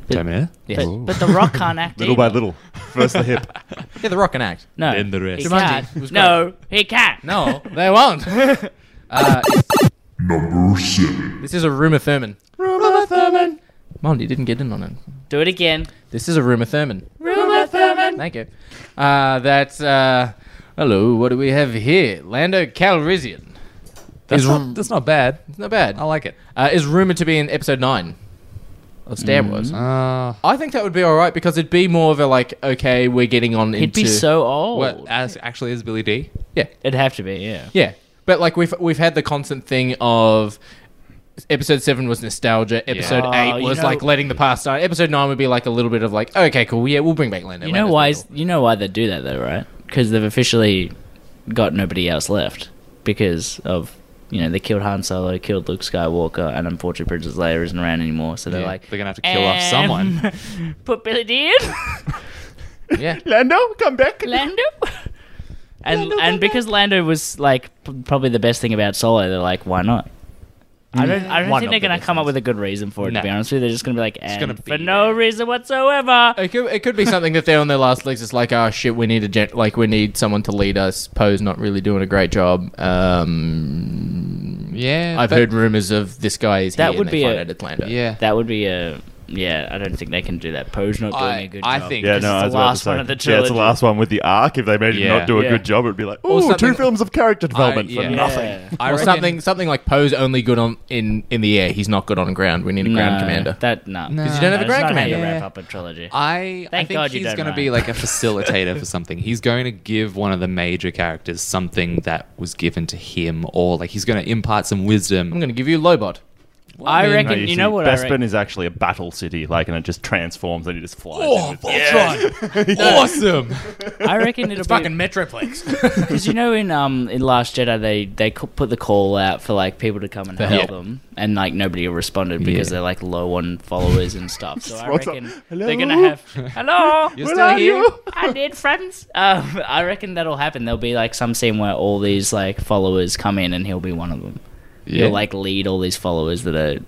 Speaker 6: But-
Speaker 3: Terminator.
Speaker 6: But, but the Rock can't act.
Speaker 2: Little by
Speaker 6: either.
Speaker 2: little. versus the hip.
Speaker 5: Yeah, the rock can act.
Speaker 6: No.
Speaker 10: Then the rest.
Speaker 6: He
Speaker 5: Jumanji
Speaker 6: can't.
Speaker 5: was great.
Speaker 6: No, he can't.
Speaker 5: No, they won't. uh,
Speaker 4: Number seven.
Speaker 5: this is a rumor Thurman.
Speaker 2: Uma Thurman.
Speaker 5: Mom, you didn't get in on it.
Speaker 6: Do it again.
Speaker 5: This is a rumor Thurman.
Speaker 1: Rumor Thurman.
Speaker 5: Thank you. Uh, that's uh, hello. What do we have here? Lando Calrissian.
Speaker 3: That's,
Speaker 5: is
Speaker 3: not, that's not bad.
Speaker 5: It's not bad.
Speaker 3: I like it.
Speaker 5: Uh, is rumored to be in episode nine of Star Wars.
Speaker 3: Uh,
Speaker 5: I think that would be all right because it'd be more of a like, okay, we're getting on into.
Speaker 6: He'd be so old.
Speaker 3: what as actually is Billy D?
Speaker 5: yeah,
Speaker 6: It'd have to be, yeah.
Speaker 5: yeah. But like we've we've had the constant thing of episode seven was nostalgia. Episode
Speaker 6: Oh,
Speaker 5: eight
Speaker 6: you
Speaker 5: was
Speaker 6: know-
Speaker 5: like letting the past die. Episode nine would be like a little bit of like, okay, cool, yeah, we'll bring back Lando.
Speaker 6: You know
Speaker 5: Lando's
Speaker 6: why?
Speaker 5: cool.
Speaker 6: You know why they do that though, right? Because they've officially got nobody else left because of you know they killed Han Solo, killed Luke Skywalker, and unfortunately Princess Leia isn't around anymore. So they're
Speaker 3: Yeah,
Speaker 6: like,
Speaker 3: they're gonna have to kill
Speaker 6: "Um,
Speaker 3: off someone.
Speaker 6: Put Billy D in,
Speaker 5: Yeah.
Speaker 2: Lando, come back.
Speaker 6: Lando. And, and because Lando was like p- probably the best thing about Solo, they're like, why not? Mm. I don't, I don't
Speaker 5: One
Speaker 6: think
Speaker 5: of
Speaker 6: they're
Speaker 5: the
Speaker 6: gonna
Speaker 5: best
Speaker 6: come up with a good reason for it.
Speaker 3: No.
Speaker 6: To be honest with you, they're just gonna be like, and
Speaker 3: gonna be
Speaker 6: for no reason whatsoever.
Speaker 5: It could, it could be something that they're on their last legs. It's like, oh shit, we need a gen- like we need someone to lead us. Poe's not really doing a great job. Um,
Speaker 3: Yeah,
Speaker 5: I've
Speaker 3: but-
Speaker 5: heard rumors of this guy is
Speaker 6: That
Speaker 5: here
Speaker 6: would
Speaker 5: and they
Speaker 6: be
Speaker 5: find
Speaker 6: a-
Speaker 5: out it's Lando.
Speaker 3: Yeah,
Speaker 6: That would be a yeah. I don't think they can do that. Poe's not doing
Speaker 3: I-
Speaker 6: a good
Speaker 3: I
Speaker 6: job.
Speaker 3: think-
Speaker 2: Yeah,
Speaker 6: Because
Speaker 2: no,
Speaker 6: it's
Speaker 2: I
Speaker 6: the
Speaker 2: was about to
Speaker 6: last
Speaker 2: say,
Speaker 6: one of the
Speaker 2: Yeah, it's
Speaker 6: trilogy.
Speaker 2: the last one with the arc. If they made it
Speaker 3: Yeah.
Speaker 2: not do a
Speaker 6: Yeah.
Speaker 2: good job, it'd be like, ooh, two
Speaker 3: something-
Speaker 2: films of character development for
Speaker 3: yeah.
Speaker 2: nothing.
Speaker 6: Yeah.
Speaker 3: I
Speaker 5: or
Speaker 3: reckon-
Speaker 5: something something like Poe's only good on in in the air. He's not good on ground. We need a ground
Speaker 6: No,
Speaker 5: commander.
Speaker 6: That no,
Speaker 3: No.
Speaker 6: because
Speaker 3: you don't
Speaker 5: have a ground
Speaker 6: How
Speaker 3: commander.
Speaker 6: you wrap up a trilogy.
Speaker 3: I, I
Speaker 6: Thank
Speaker 3: think
Speaker 6: God you
Speaker 3: he's
Speaker 6: don't
Speaker 3: going to
Speaker 6: mind.
Speaker 3: be like a facilitator for something. He's going to give one of the major characters something that was given to him, or like he's going to impart some wisdom.
Speaker 5: I'm going to give you Lobot.
Speaker 6: I
Speaker 3: mean,
Speaker 6: reckon.
Speaker 2: No,
Speaker 6: you
Speaker 2: see,
Speaker 6: know what I
Speaker 2: Bespin
Speaker 6: reckon?
Speaker 2: is actually a battle city, like, and it just transforms and it just flies.
Speaker 3: Oh,
Speaker 2: in with-
Speaker 3: Voltron!
Speaker 6: Oh,
Speaker 3: awesome!
Speaker 6: I reckon it'll be
Speaker 5: Metroplex.
Speaker 6: because you know in um in Last Jedi they they co- put the call out for like people to come and help
Speaker 3: help.
Speaker 6: them, and like nobody responded because
Speaker 5: Yeah.
Speaker 6: they're like low on followers and stuff. So I
Speaker 2: What's up?
Speaker 6: reckon
Speaker 2: Hello?
Speaker 6: they're gonna have hello.
Speaker 3: You're still
Speaker 2: are
Speaker 3: here?
Speaker 2: you?
Speaker 6: I did friends. Um, I reckon that'll happen. There'll be like some scene where all these like followers come in, and he'll be one of them.
Speaker 3: Yeah.
Speaker 6: He'll like lead all these followers that are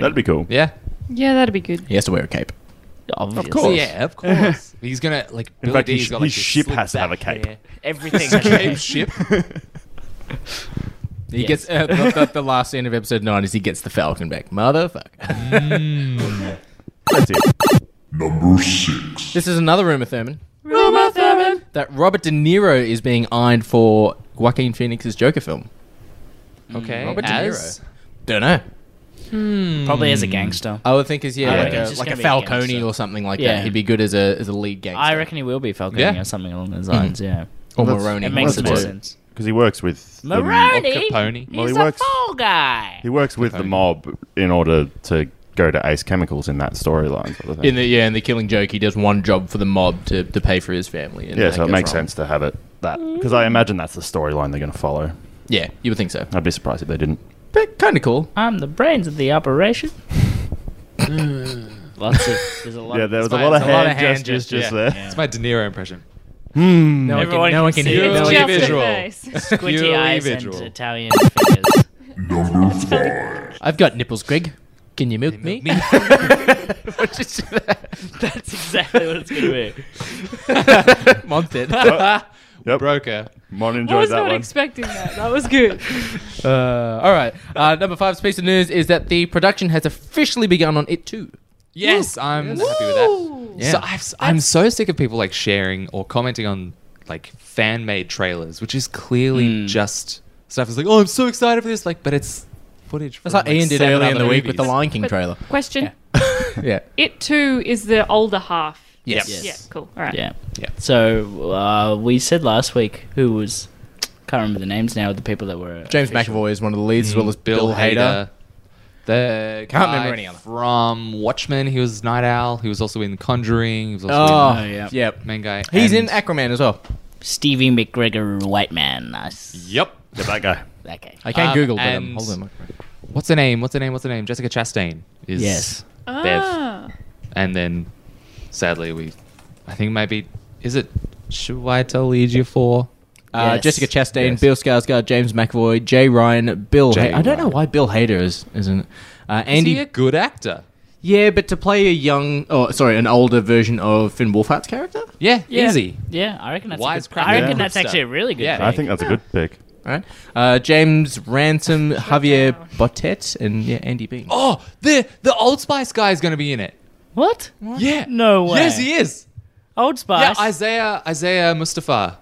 Speaker 2: That'd be cool.
Speaker 3: yeah.
Speaker 8: Yeah, that'd be good.
Speaker 5: he has to wear a cape.
Speaker 6: obviously.
Speaker 3: So, yeah, of course. he's going to, like,
Speaker 2: In
Speaker 3: Billy
Speaker 2: fact,
Speaker 3: D's
Speaker 2: his,
Speaker 3: got, like,
Speaker 2: his
Speaker 3: this
Speaker 2: ship
Speaker 3: slick
Speaker 2: has to have a
Speaker 3: back
Speaker 2: cape.
Speaker 6: Yeah. Everything. has-
Speaker 3: ship.
Speaker 5: He gets uh, the, the, the last scene of episode nine is he gets the Falcon back. Motherfucker.
Speaker 2: That's it.
Speaker 4: Number six.
Speaker 5: this is another rumor, Thurman.
Speaker 1: Rumor Thurman.
Speaker 5: that Robert De Niro is being eyed for Joaquin Phoenix's Joker film.
Speaker 3: Okay.
Speaker 5: Robert De
Speaker 3: as-
Speaker 5: Don't know.
Speaker 6: Probably as a gangster.
Speaker 5: I would think is yeah,
Speaker 6: I
Speaker 5: like
Speaker 6: reckon
Speaker 5: a,
Speaker 6: he's just
Speaker 5: like a
Speaker 6: gonna be a
Speaker 5: Falcone
Speaker 6: gangster.
Speaker 5: or something like
Speaker 6: Yeah.
Speaker 5: that. He'd be good as a as a lead gangster.
Speaker 6: I reckon he will be Falcone
Speaker 3: Yeah.
Speaker 6: or something along those
Speaker 5: Mm-hmm.
Speaker 6: lines. Yeah,
Speaker 5: or
Speaker 2: Well, that's-
Speaker 5: Maroney.
Speaker 6: it makes
Speaker 2: that's
Speaker 6: more
Speaker 2: what-
Speaker 6: sense.
Speaker 2: Because he works with. the-
Speaker 6: Maroney.
Speaker 3: Capone.
Speaker 6: He's
Speaker 2: Well, he
Speaker 6: a
Speaker 2: works-
Speaker 6: fall guy.
Speaker 2: He works with the mob in order to go to Ace Chemicals in that storyline. Sort of thing.
Speaker 5: in the yeah, in the Killing Joke, he does one job for the mob to, to pay for his family. And
Speaker 2: yeah,
Speaker 5: that
Speaker 2: so it
Speaker 5: goes
Speaker 2: makes
Speaker 5: wrong.
Speaker 2: sense to have it that because I imagine that's the storyline they're going to follow.
Speaker 5: Yeah, you would think so.
Speaker 2: I'd be surprised if they didn't.
Speaker 5: But kind of cool.
Speaker 6: I'm the brains of the operation. Lots of there's a lot.
Speaker 2: Yeah,
Speaker 6: of,
Speaker 2: there was a
Speaker 5: fine.
Speaker 2: lot of
Speaker 5: It's a lot
Speaker 2: hand
Speaker 5: of hand
Speaker 2: gestures just
Speaker 5: gestures,
Speaker 2: there. Hmm.
Speaker 3: It's my De Niro impression.
Speaker 5: No
Speaker 6: one can- Everyone no one can can see
Speaker 3: hear it. it.
Speaker 8: It's just a
Speaker 3: Purely visual.
Speaker 8: face.
Speaker 6: squinty
Speaker 3: Purely
Speaker 6: eyes
Speaker 3: visual.
Speaker 6: and Italian fingers.
Speaker 4: Number five.
Speaker 5: I've got nipples, Greg. Can you milk me? What'd you say that?
Speaker 6: That's exactly what it's gonna be.
Speaker 5: Mobbed it.
Speaker 2: Yep.
Speaker 3: Broker.
Speaker 2: Mon
Speaker 8: I
Speaker 2: enjoyed
Speaker 8: was
Speaker 2: that
Speaker 8: not
Speaker 2: one.
Speaker 8: expecting that. That was good.
Speaker 5: Uh, all right. Uh, number five's piece of news is that the production has officially begun on it too.
Speaker 3: Yes, I'm happy with that.
Speaker 5: Yeah.
Speaker 3: So I've, I'm so sick of people like sharing or commenting on like fan made trailers, which is clearly
Speaker 5: Hmm.
Speaker 3: just stuff. It's like, oh, I'm so excited for this, like, but it's footage. From,
Speaker 5: That's like Ian did
Speaker 3: seven
Speaker 5: earlier in the
Speaker 3: other
Speaker 5: week with the
Speaker 3: movies.
Speaker 5: Lion King
Speaker 8: But-
Speaker 5: trailer.
Speaker 8: Question.
Speaker 5: Yeah.
Speaker 8: It too is the older half.
Speaker 5: Yes.
Speaker 6: Yes.
Speaker 8: Yeah, cool. All right.
Speaker 6: Yeah.
Speaker 3: Yeah.
Speaker 6: So uh, we said last week who was can't remember the names now of the people that were
Speaker 5: James
Speaker 6: official.
Speaker 5: McAvoy is one of the leads, as well as Mm. Bill, Hader.
Speaker 3: The
Speaker 5: Can't
Speaker 3: guy
Speaker 5: remember any other.
Speaker 3: from Watchmen. He was Night Owl. He was also in The Conjuring. He was also
Speaker 5: Oh,
Speaker 6: Oh, yeah.
Speaker 5: yeah. Yep.
Speaker 3: in Main Guy.
Speaker 5: He's in
Speaker 3: and-
Speaker 5: Aquaman as well.
Speaker 6: Stevie McGregor White Man. Nice.
Speaker 3: Yep.
Speaker 2: Yeah, that guy.
Speaker 6: Okay.
Speaker 5: I can't
Speaker 3: Um,
Speaker 5: Google, but um,
Speaker 3: and-
Speaker 5: hold on.
Speaker 3: What's her name? What's her name? What's her name? Jessica Chastain is
Speaker 6: Yes.
Speaker 8: Ah.
Speaker 3: and then sadly we I think maybe is it Shwaita Legia for
Speaker 5: Uh,
Speaker 6: Yes.
Speaker 5: Jessica Chastain,
Speaker 3: Yes.
Speaker 5: Bill Skarsgård, James McAvoy, Jay Ryan, Bill.
Speaker 3: Jay
Speaker 5: Ha- I don't know
Speaker 3: Ryan.
Speaker 5: why Bill Hader is isn't. Uh, Andy.
Speaker 3: good actor.
Speaker 5: Yeah, but to play a young, oh, sorry, an older version of Finn Wolfhard's character.
Speaker 3: Yeah,
Speaker 6: Yeah.
Speaker 3: easy.
Speaker 6: Yeah, I reckon that's. A good,
Speaker 3: Wisecrack.
Speaker 6: I reckon
Speaker 2: Yeah.
Speaker 6: that's actually a really good.
Speaker 3: Yeah.
Speaker 2: I think that's a good pick.
Speaker 5: All right, uh, James Ransom, Javier Botet, and yeah, Andy Bean.
Speaker 3: Oh, the the Old Spice guy is going to be in it.
Speaker 6: What?
Speaker 3: Yeah.
Speaker 6: No way.
Speaker 3: Yes, he is.
Speaker 6: Old
Speaker 3: Yeah,
Speaker 6: Spice.
Speaker 3: Isaiah Isaiah Mustafa.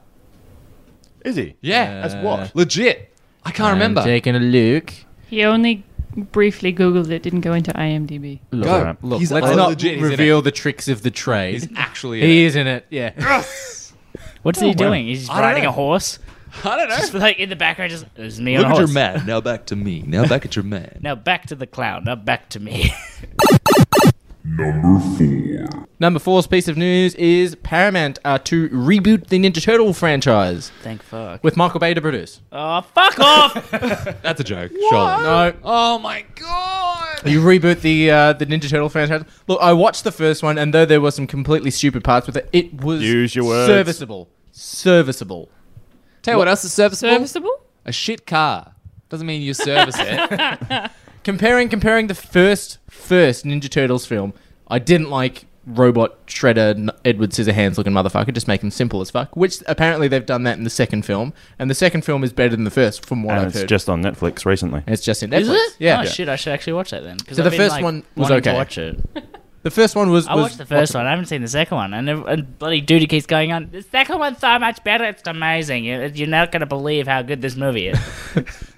Speaker 2: Is he?
Speaker 3: Yeah,
Speaker 5: Uh,
Speaker 2: That's what.
Speaker 3: legit. I can't remember.
Speaker 5: Taking a look.
Speaker 8: He only briefly Googled it, didn't go into IMDb.
Speaker 5: Look,
Speaker 3: Go.
Speaker 2: Alright.
Speaker 5: look,
Speaker 3: He's
Speaker 5: let's
Speaker 3: all
Speaker 5: not
Speaker 3: legit, he's in
Speaker 5: reveal the tricks of the
Speaker 3: He's
Speaker 5: trade.
Speaker 3: actually. in
Speaker 5: He
Speaker 3: it.
Speaker 5: is in it. Yeah.
Speaker 6: What's he doing? He's just
Speaker 3: I don't
Speaker 6: riding
Speaker 3: know.
Speaker 6: a horse.
Speaker 3: I don't know.
Speaker 6: Just like in the background, just it's me
Speaker 3: Look
Speaker 6: on a
Speaker 3: at your
Speaker 6: horse.
Speaker 3: man. Now back to me. Now back at your man.
Speaker 6: Now back to the clown. Now back to me.
Speaker 4: Number four.
Speaker 5: Number four's piece of news is Paramount are to reboot the Ninja Turtle franchise
Speaker 6: Thank fuck.
Speaker 5: with Michael Bay to produce.
Speaker 6: Oh fuck off!
Speaker 3: That's a joke. Surely.
Speaker 5: No,
Speaker 3: Oh my god.
Speaker 5: You reboot the uh, the Ninja Turtle franchise. Look, I watched the first one, and though there were some completely stupid parts with it, it was
Speaker 2: Use your words.
Speaker 5: serviceable. Serviceable.
Speaker 3: Tell you what else is serviceable.
Speaker 8: Serviceable?
Speaker 3: A shit car. Doesn't mean you service it.
Speaker 5: Comparing comparing the first first Ninja Turtles film, I didn't like robot shredder N- Edward Scissorhands looking motherfucker. Just make him simple as fuck. Which apparently they've done that in the second film, and the second film is better than the first, from what
Speaker 2: And
Speaker 5: I've
Speaker 2: it's
Speaker 5: heard.
Speaker 2: just on Netflix recently.
Speaker 5: And it's just in Netflix. Yeah.
Speaker 6: Oh shit! I should actually watch that then. 'cause
Speaker 5: So the
Speaker 6: I've been,
Speaker 5: first
Speaker 6: like,
Speaker 5: one was
Speaker 6: wanting to
Speaker 5: okay.
Speaker 6: Watch it.
Speaker 5: The first one was.
Speaker 6: I
Speaker 5: was
Speaker 6: watched the first one. I haven't seen the second one. And, ev- and bloody duty keeps going on. The second one's so much better. It's amazing. You- You're not going to believe how good this movie is.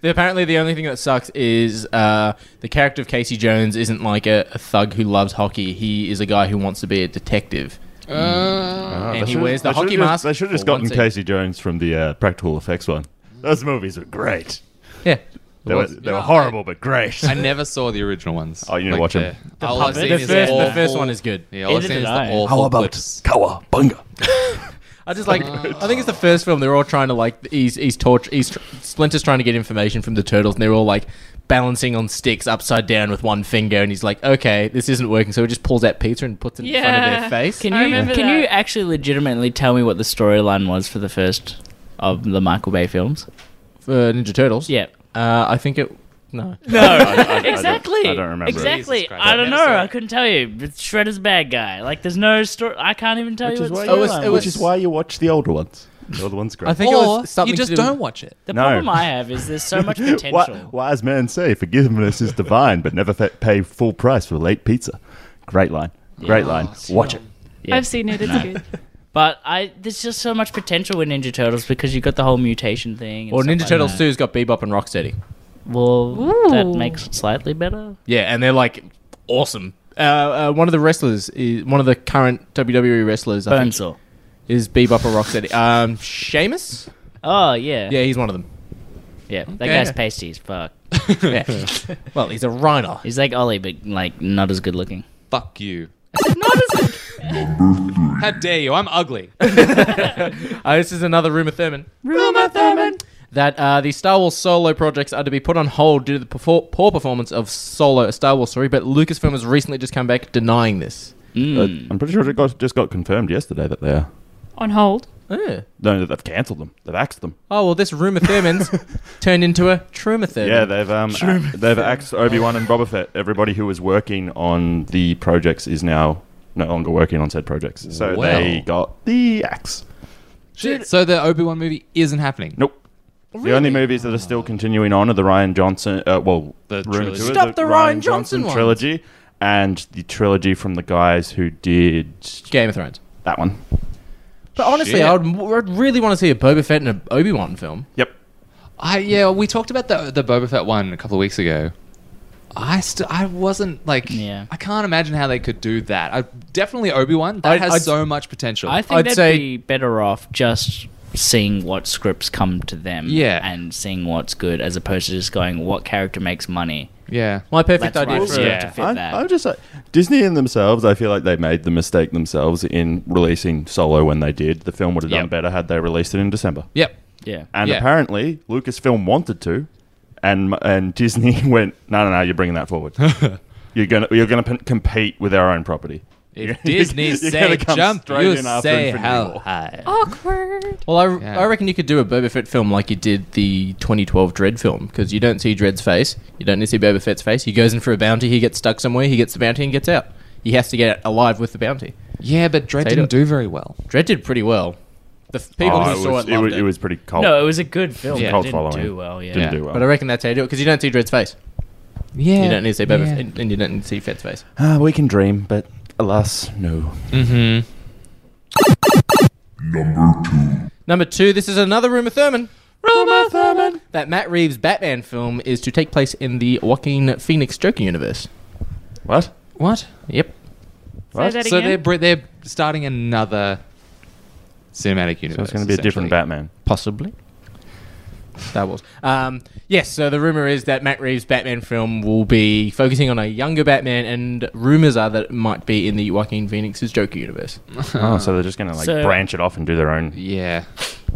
Speaker 5: The- Apparently, the only thing that sucks is uh, the character of Casey Jones isn't like a, a thug who loves hockey. He is a guy who wants to be a detective. Mm. and he wears the
Speaker 2: They should've
Speaker 5: hockey
Speaker 2: just-
Speaker 5: mask.
Speaker 2: They should have just
Speaker 5: for one
Speaker 2: gotten
Speaker 5: scene.
Speaker 2: Casey Jones from the uh, practical effects one. Those movies were great.
Speaker 5: Yeah.
Speaker 2: They were, they were horrible, but great.
Speaker 3: I never saw the original ones.
Speaker 2: Oh, you need to watch 'em.
Speaker 3: the- All I've
Speaker 6: puppet?
Speaker 3: seen
Speaker 5: The
Speaker 3: is
Speaker 5: first,
Speaker 3: awful,
Speaker 5: the first one is good.
Speaker 3: Yeah, all I've
Speaker 6: Neither
Speaker 3: seen is
Speaker 6: did
Speaker 3: the
Speaker 6: I.
Speaker 3: awful
Speaker 2: How about
Speaker 3: clips.
Speaker 2: Cowabunga?
Speaker 5: I just like. I think it's the first film. They're all trying to like. He's he's torch. He's tr- Splinter's trying to get information from the turtles, and they're all like balancing on sticks upside down with one finger. And he's like, "Okay, this isn't working." So he just pulls out pizza and puts it in front of
Speaker 8: Yeah.
Speaker 5: their face.
Speaker 8: I remember
Speaker 6: can you
Speaker 8: that.
Speaker 6: actually legitimately tell me what the storyline was for the first of the Michael Bay films?
Speaker 5: For Ninja Turtles.
Speaker 6: Yeah.
Speaker 5: Uh, I think it. No.
Speaker 6: Exactly.
Speaker 2: I don't remember.
Speaker 6: Exactly.
Speaker 3: Jesus Christ.
Speaker 6: I don't
Speaker 3: Never saw
Speaker 6: know.
Speaker 3: it.
Speaker 6: I couldn't tell you. It's Shredder's bad guy. Like, there's no story. I can't even tell
Speaker 2: Which
Speaker 6: you
Speaker 2: is,
Speaker 6: what
Speaker 2: why
Speaker 6: the
Speaker 2: you,
Speaker 5: was-
Speaker 6: storyline
Speaker 5: Oh, it
Speaker 6: was.
Speaker 2: which is why you watch the older ones. The older ones are great.
Speaker 5: I think it
Speaker 3: Or
Speaker 5: was something
Speaker 3: you just
Speaker 5: to do
Speaker 3: don't
Speaker 5: with-
Speaker 3: watch it.
Speaker 6: The
Speaker 2: No.
Speaker 6: problem I have is there's so much potential.
Speaker 2: Why, wise men say forgiveness is divine, but never fa- pay full price for late pizza. Great line. Great line.
Speaker 5: Oh,
Speaker 2: Watch it.
Speaker 6: Yeah.
Speaker 8: I've seen it, it's good.
Speaker 6: But I there's just so much potential in Ninja Turtles because you've got the whole mutation thing. and
Speaker 5: Or
Speaker 6: stuff
Speaker 5: Ninja
Speaker 6: like
Speaker 5: Turtles
Speaker 6: that.
Speaker 5: 2's got Bebop and Rocksteady.
Speaker 6: Well, that
Speaker 8: Ooh.
Speaker 6: makes it slightly better.
Speaker 5: Yeah, and they're like awesome. Uh, uh, one of the wrestlers is one of the current WWE wrestlers. I think,
Speaker 6: Bonesaw.
Speaker 5: is Bebop or Rocksteady. Um, Sheamus.
Speaker 6: Oh yeah, yeah.
Speaker 5: Yeah, he's one of them.
Speaker 6: That guy's
Speaker 5: Yeah.
Speaker 6: pasty as fuck.
Speaker 5: Yeah. well, he's a rhino.
Speaker 6: He's like Ollie, but like not as good looking.
Speaker 3: Fuck you.
Speaker 4: Number three.
Speaker 3: How dare you? I'm ugly.
Speaker 5: Uh, this is another rumor, Thurman.
Speaker 8: Rumor Thurman.
Speaker 5: That uh, the Star Wars solo projects are to be put on hold due to the perfor- poor performance of Solo, a Star Wars story. But Lucasfilm has recently just come back denying this. Hmm.
Speaker 2: Uh, I'm pretty sure it got, just got confirmed yesterday that they are.
Speaker 8: On hold.
Speaker 5: Yeah.
Speaker 2: No, that they've cancelled them. They've axed them.
Speaker 5: Oh well, this rumor Thurman's turned into a Truma Thurman.
Speaker 2: Yeah, they've um, a- they've axed Obi Wan and Boba Fett. Everybody who was working on the projects is now no longer working on said projects. So
Speaker 3: Wow.
Speaker 2: they got the axe.
Speaker 3: Shit. So the Obi Wan movie isn't happening.
Speaker 2: Nope. The only movies that are still continuing on are the Ryan Johnson. Uh, well, the
Speaker 3: trilogy.
Speaker 5: Stop the Ryan Johnson ones.
Speaker 2: trilogy, and the trilogy from the guys who did
Speaker 5: Game of Thrones.
Speaker 2: that one.
Speaker 5: But honestly,
Speaker 3: Shit.
Speaker 5: I would, I'd really want to see a Boba Fett and an Obi Wan film.
Speaker 2: Yep.
Speaker 3: I yeah, we talked about the the Boba Fett one a couple of weeks ago. I still I wasn't like
Speaker 6: Yeah.
Speaker 3: I can't imagine how they could do that. I definitely Obi Wan that
Speaker 5: I'd-
Speaker 3: has
Speaker 5: I'd-
Speaker 3: so much potential.
Speaker 6: I think
Speaker 5: I'd
Speaker 6: they'd
Speaker 5: say-
Speaker 6: be better off just seeing what scripts come to them.
Speaker 3: Yeah.
Speaker 6: and seeing what's good as opposed to just going what character makes money.
Speaker 3: yeah.
Speaker 5: My perfect
Speaker 6: Let's
Speaker 5: idea
Speaker 6: write
Speaker 5: for
Speaker 6: a
Speaker 5: a-
Speaker 6: script to fit
Speaker 2: I'm,
Speaker 6: that.
Speaker 2: I'm just like Disney in themselves. I feel like they made the mistake themselves in releasing Solo when they did. The film would have done
Speaker 3: Yep.
Speaker 2: better had they released it in December.
Speaker 3: Yep.
Speaker 6: yeah,
Speaker 2: And
Speaker 3: Yeah.
Speaker 2: apparently, Lucasfilm wanted to, and and Disney went, no, no, no, you're bringing that forward. you're gonna you're gonna p- compete with our own property.
Speaker 5: If Disney
Speaker 2: You're
Speaker 5: say
Speaker 2: gonna come
Speaker 5: jump,
Speaker 2: straight
Speaker 5: you
Speaker 2: in after
Speaker 5: say
Speaker 2: Infinity
Speaker 5: how
Speaker 2: War.
Speaker 6: Uh,
Speaker 5: high.
Speaker 1: Awkward.
Speaker 5: Well, I,
Speaker 3: Yeah.
Speaker 5: I reckon you could do a Boba Fett film like you did the 2012 Dread film because you don't see Dread's face, you don't see Boba Fett's face. He goes in for a bounty, he gets stuck somewhere, he gets the bounty and gets out. He has to get alive with the bounty.
Speaker 3: Yeah, but Dread
Speaker 5: Say
Speaker 3: didn't
Speaker 5: it.
Speaker 3: do very well.
Speaker 5: Dread did pretty well. The f- people
Speaker 2: Oh,
Speaker 5: who
Speaker 2: it
Speaker 5: saw
Speaker 2: was,
Speaker 5: it loved
Speaker 2: was, it was pretty cold.
Speaker 6: No, oh, it was a good film.
Speaker 3: Yeah.
Speaker 6: Yeah,
Speaker 2: Cult
Speaker 6: didn't
Speaker 2: following.
Speaker 6: do well. Yeah.
Speaker 2: Didn't
Speaker 3: Yeah.
Speaker 2: do well.
Speaker 5: But I reckon that's how you do it because you don't see Dread's face.
Speaker 3: Yeah,
Speaker 5: You don't need to see Boba Fett, and, and you don't need to see Fett's face.
Speaker 2: Ah, we can dream, but alas, no.
Speaker 3: Mm-hmm.
Speaker 4: Number two.
Speaker 5: Number two, this is another rumor Thurman. Rumor Thurman that Matt Reeves' Batman film is to take place in the Joaquin Phoenix Joker universe.
Speaker 2: What?
Speaker 3: What?
Speaker 5: Yep.
Speaker 8: Say
Speaker 2: Right.
Speaker 8: that
Speaker 3: So
Speaker 8: again.
Speaker 3: they're br- they're starting another cinematic universe.
Speaker 2: So it's going to be a different
Speaker 3: essentially.
Speaker 2: Batman.
Speaker 5: Possibly. Star Wars. Um, yes, so the rumor is that Matt Reeves' Batman film will be focusing on a younger Batman, and rumors are that it might be in the Joaquin Phoenix's Joker universe.
Speaker 2: oh, so they're just going to like
Speaker 6: So-
Speaker 2: branch it off and do their own.
Speaker 3: Yeah.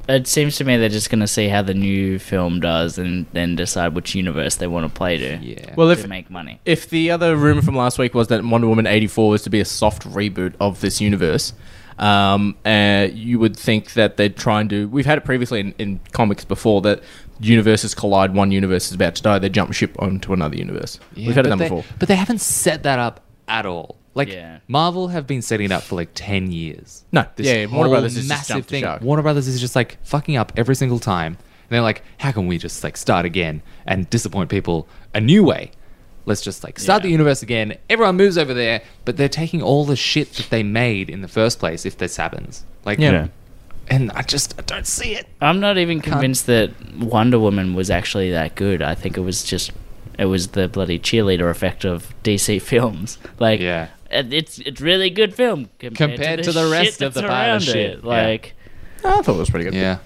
Speaker 6: It seems to me they're just going to see how the new film does and then decide which universe they want to play to.
Speaker 3: Yeah.
Speaker 5: Well,
Speaker 6: to
Speaker 5: if
Speaker 6: make money.
Speaker 5: if the other rumor from last week was that Wonder Woman 84 was to be a soft reboot of this universe, um, uh, you would think that they'd try and do. We've had it previously in, in comics before that universes collide, one universe is about to die, they jump ship onto another universe.
Speaker 3: Yeah,
Speaker 5: We've had it
Speaker 3: but
Speaker 5: done
Speaker 3: they-
Speaker 5: before.
Speaker 3: But they haven't set that up at all. Like
Speaker 6: Yeah.
Speaker 3: Marvel have been setting it up for like ten years.
Speaker 5: No, yeah, yeah, Warner
Speaker 3: whole
Speaker 5: Brothers has just jumped the shark.
Speaker 3: Warner Brothers is just like fucking up every single time. And they're like, how can we just like start again and disappoint people a new way? Let's just like start
Speaker 6: Yeah.
Speaker 3: the universe again. Everyone moves over there, but they're taking all the shit that they made in the first place. If this happens, like,
Speaker 5: Yeah.
Speaker 2: Yeah.
Speaker 3: and I just I don't see it.
Speaker 6: I'm not even convinced that Wonder Woman was actually that good. I think it was just it was the bloody cheerleader effect of DC films. Like
Speaker 3: Yeah.
Speaker 6: it- it's it's really good film compared,
Speaker 3: Compared
Speaker 6: to,
Speaker 3: to the rest
Speaker 6: shit
Speaker 3: of the
Speaker 6: that's
Speaker 3: pile
Speaker 6: around
Speaker 3: of shit.
Speaker 6: It.
Speaker 3: Yeah.
Speaker 6: Like
Speaker 5: I thought it was pretty good.
Speaker 3: Yeah,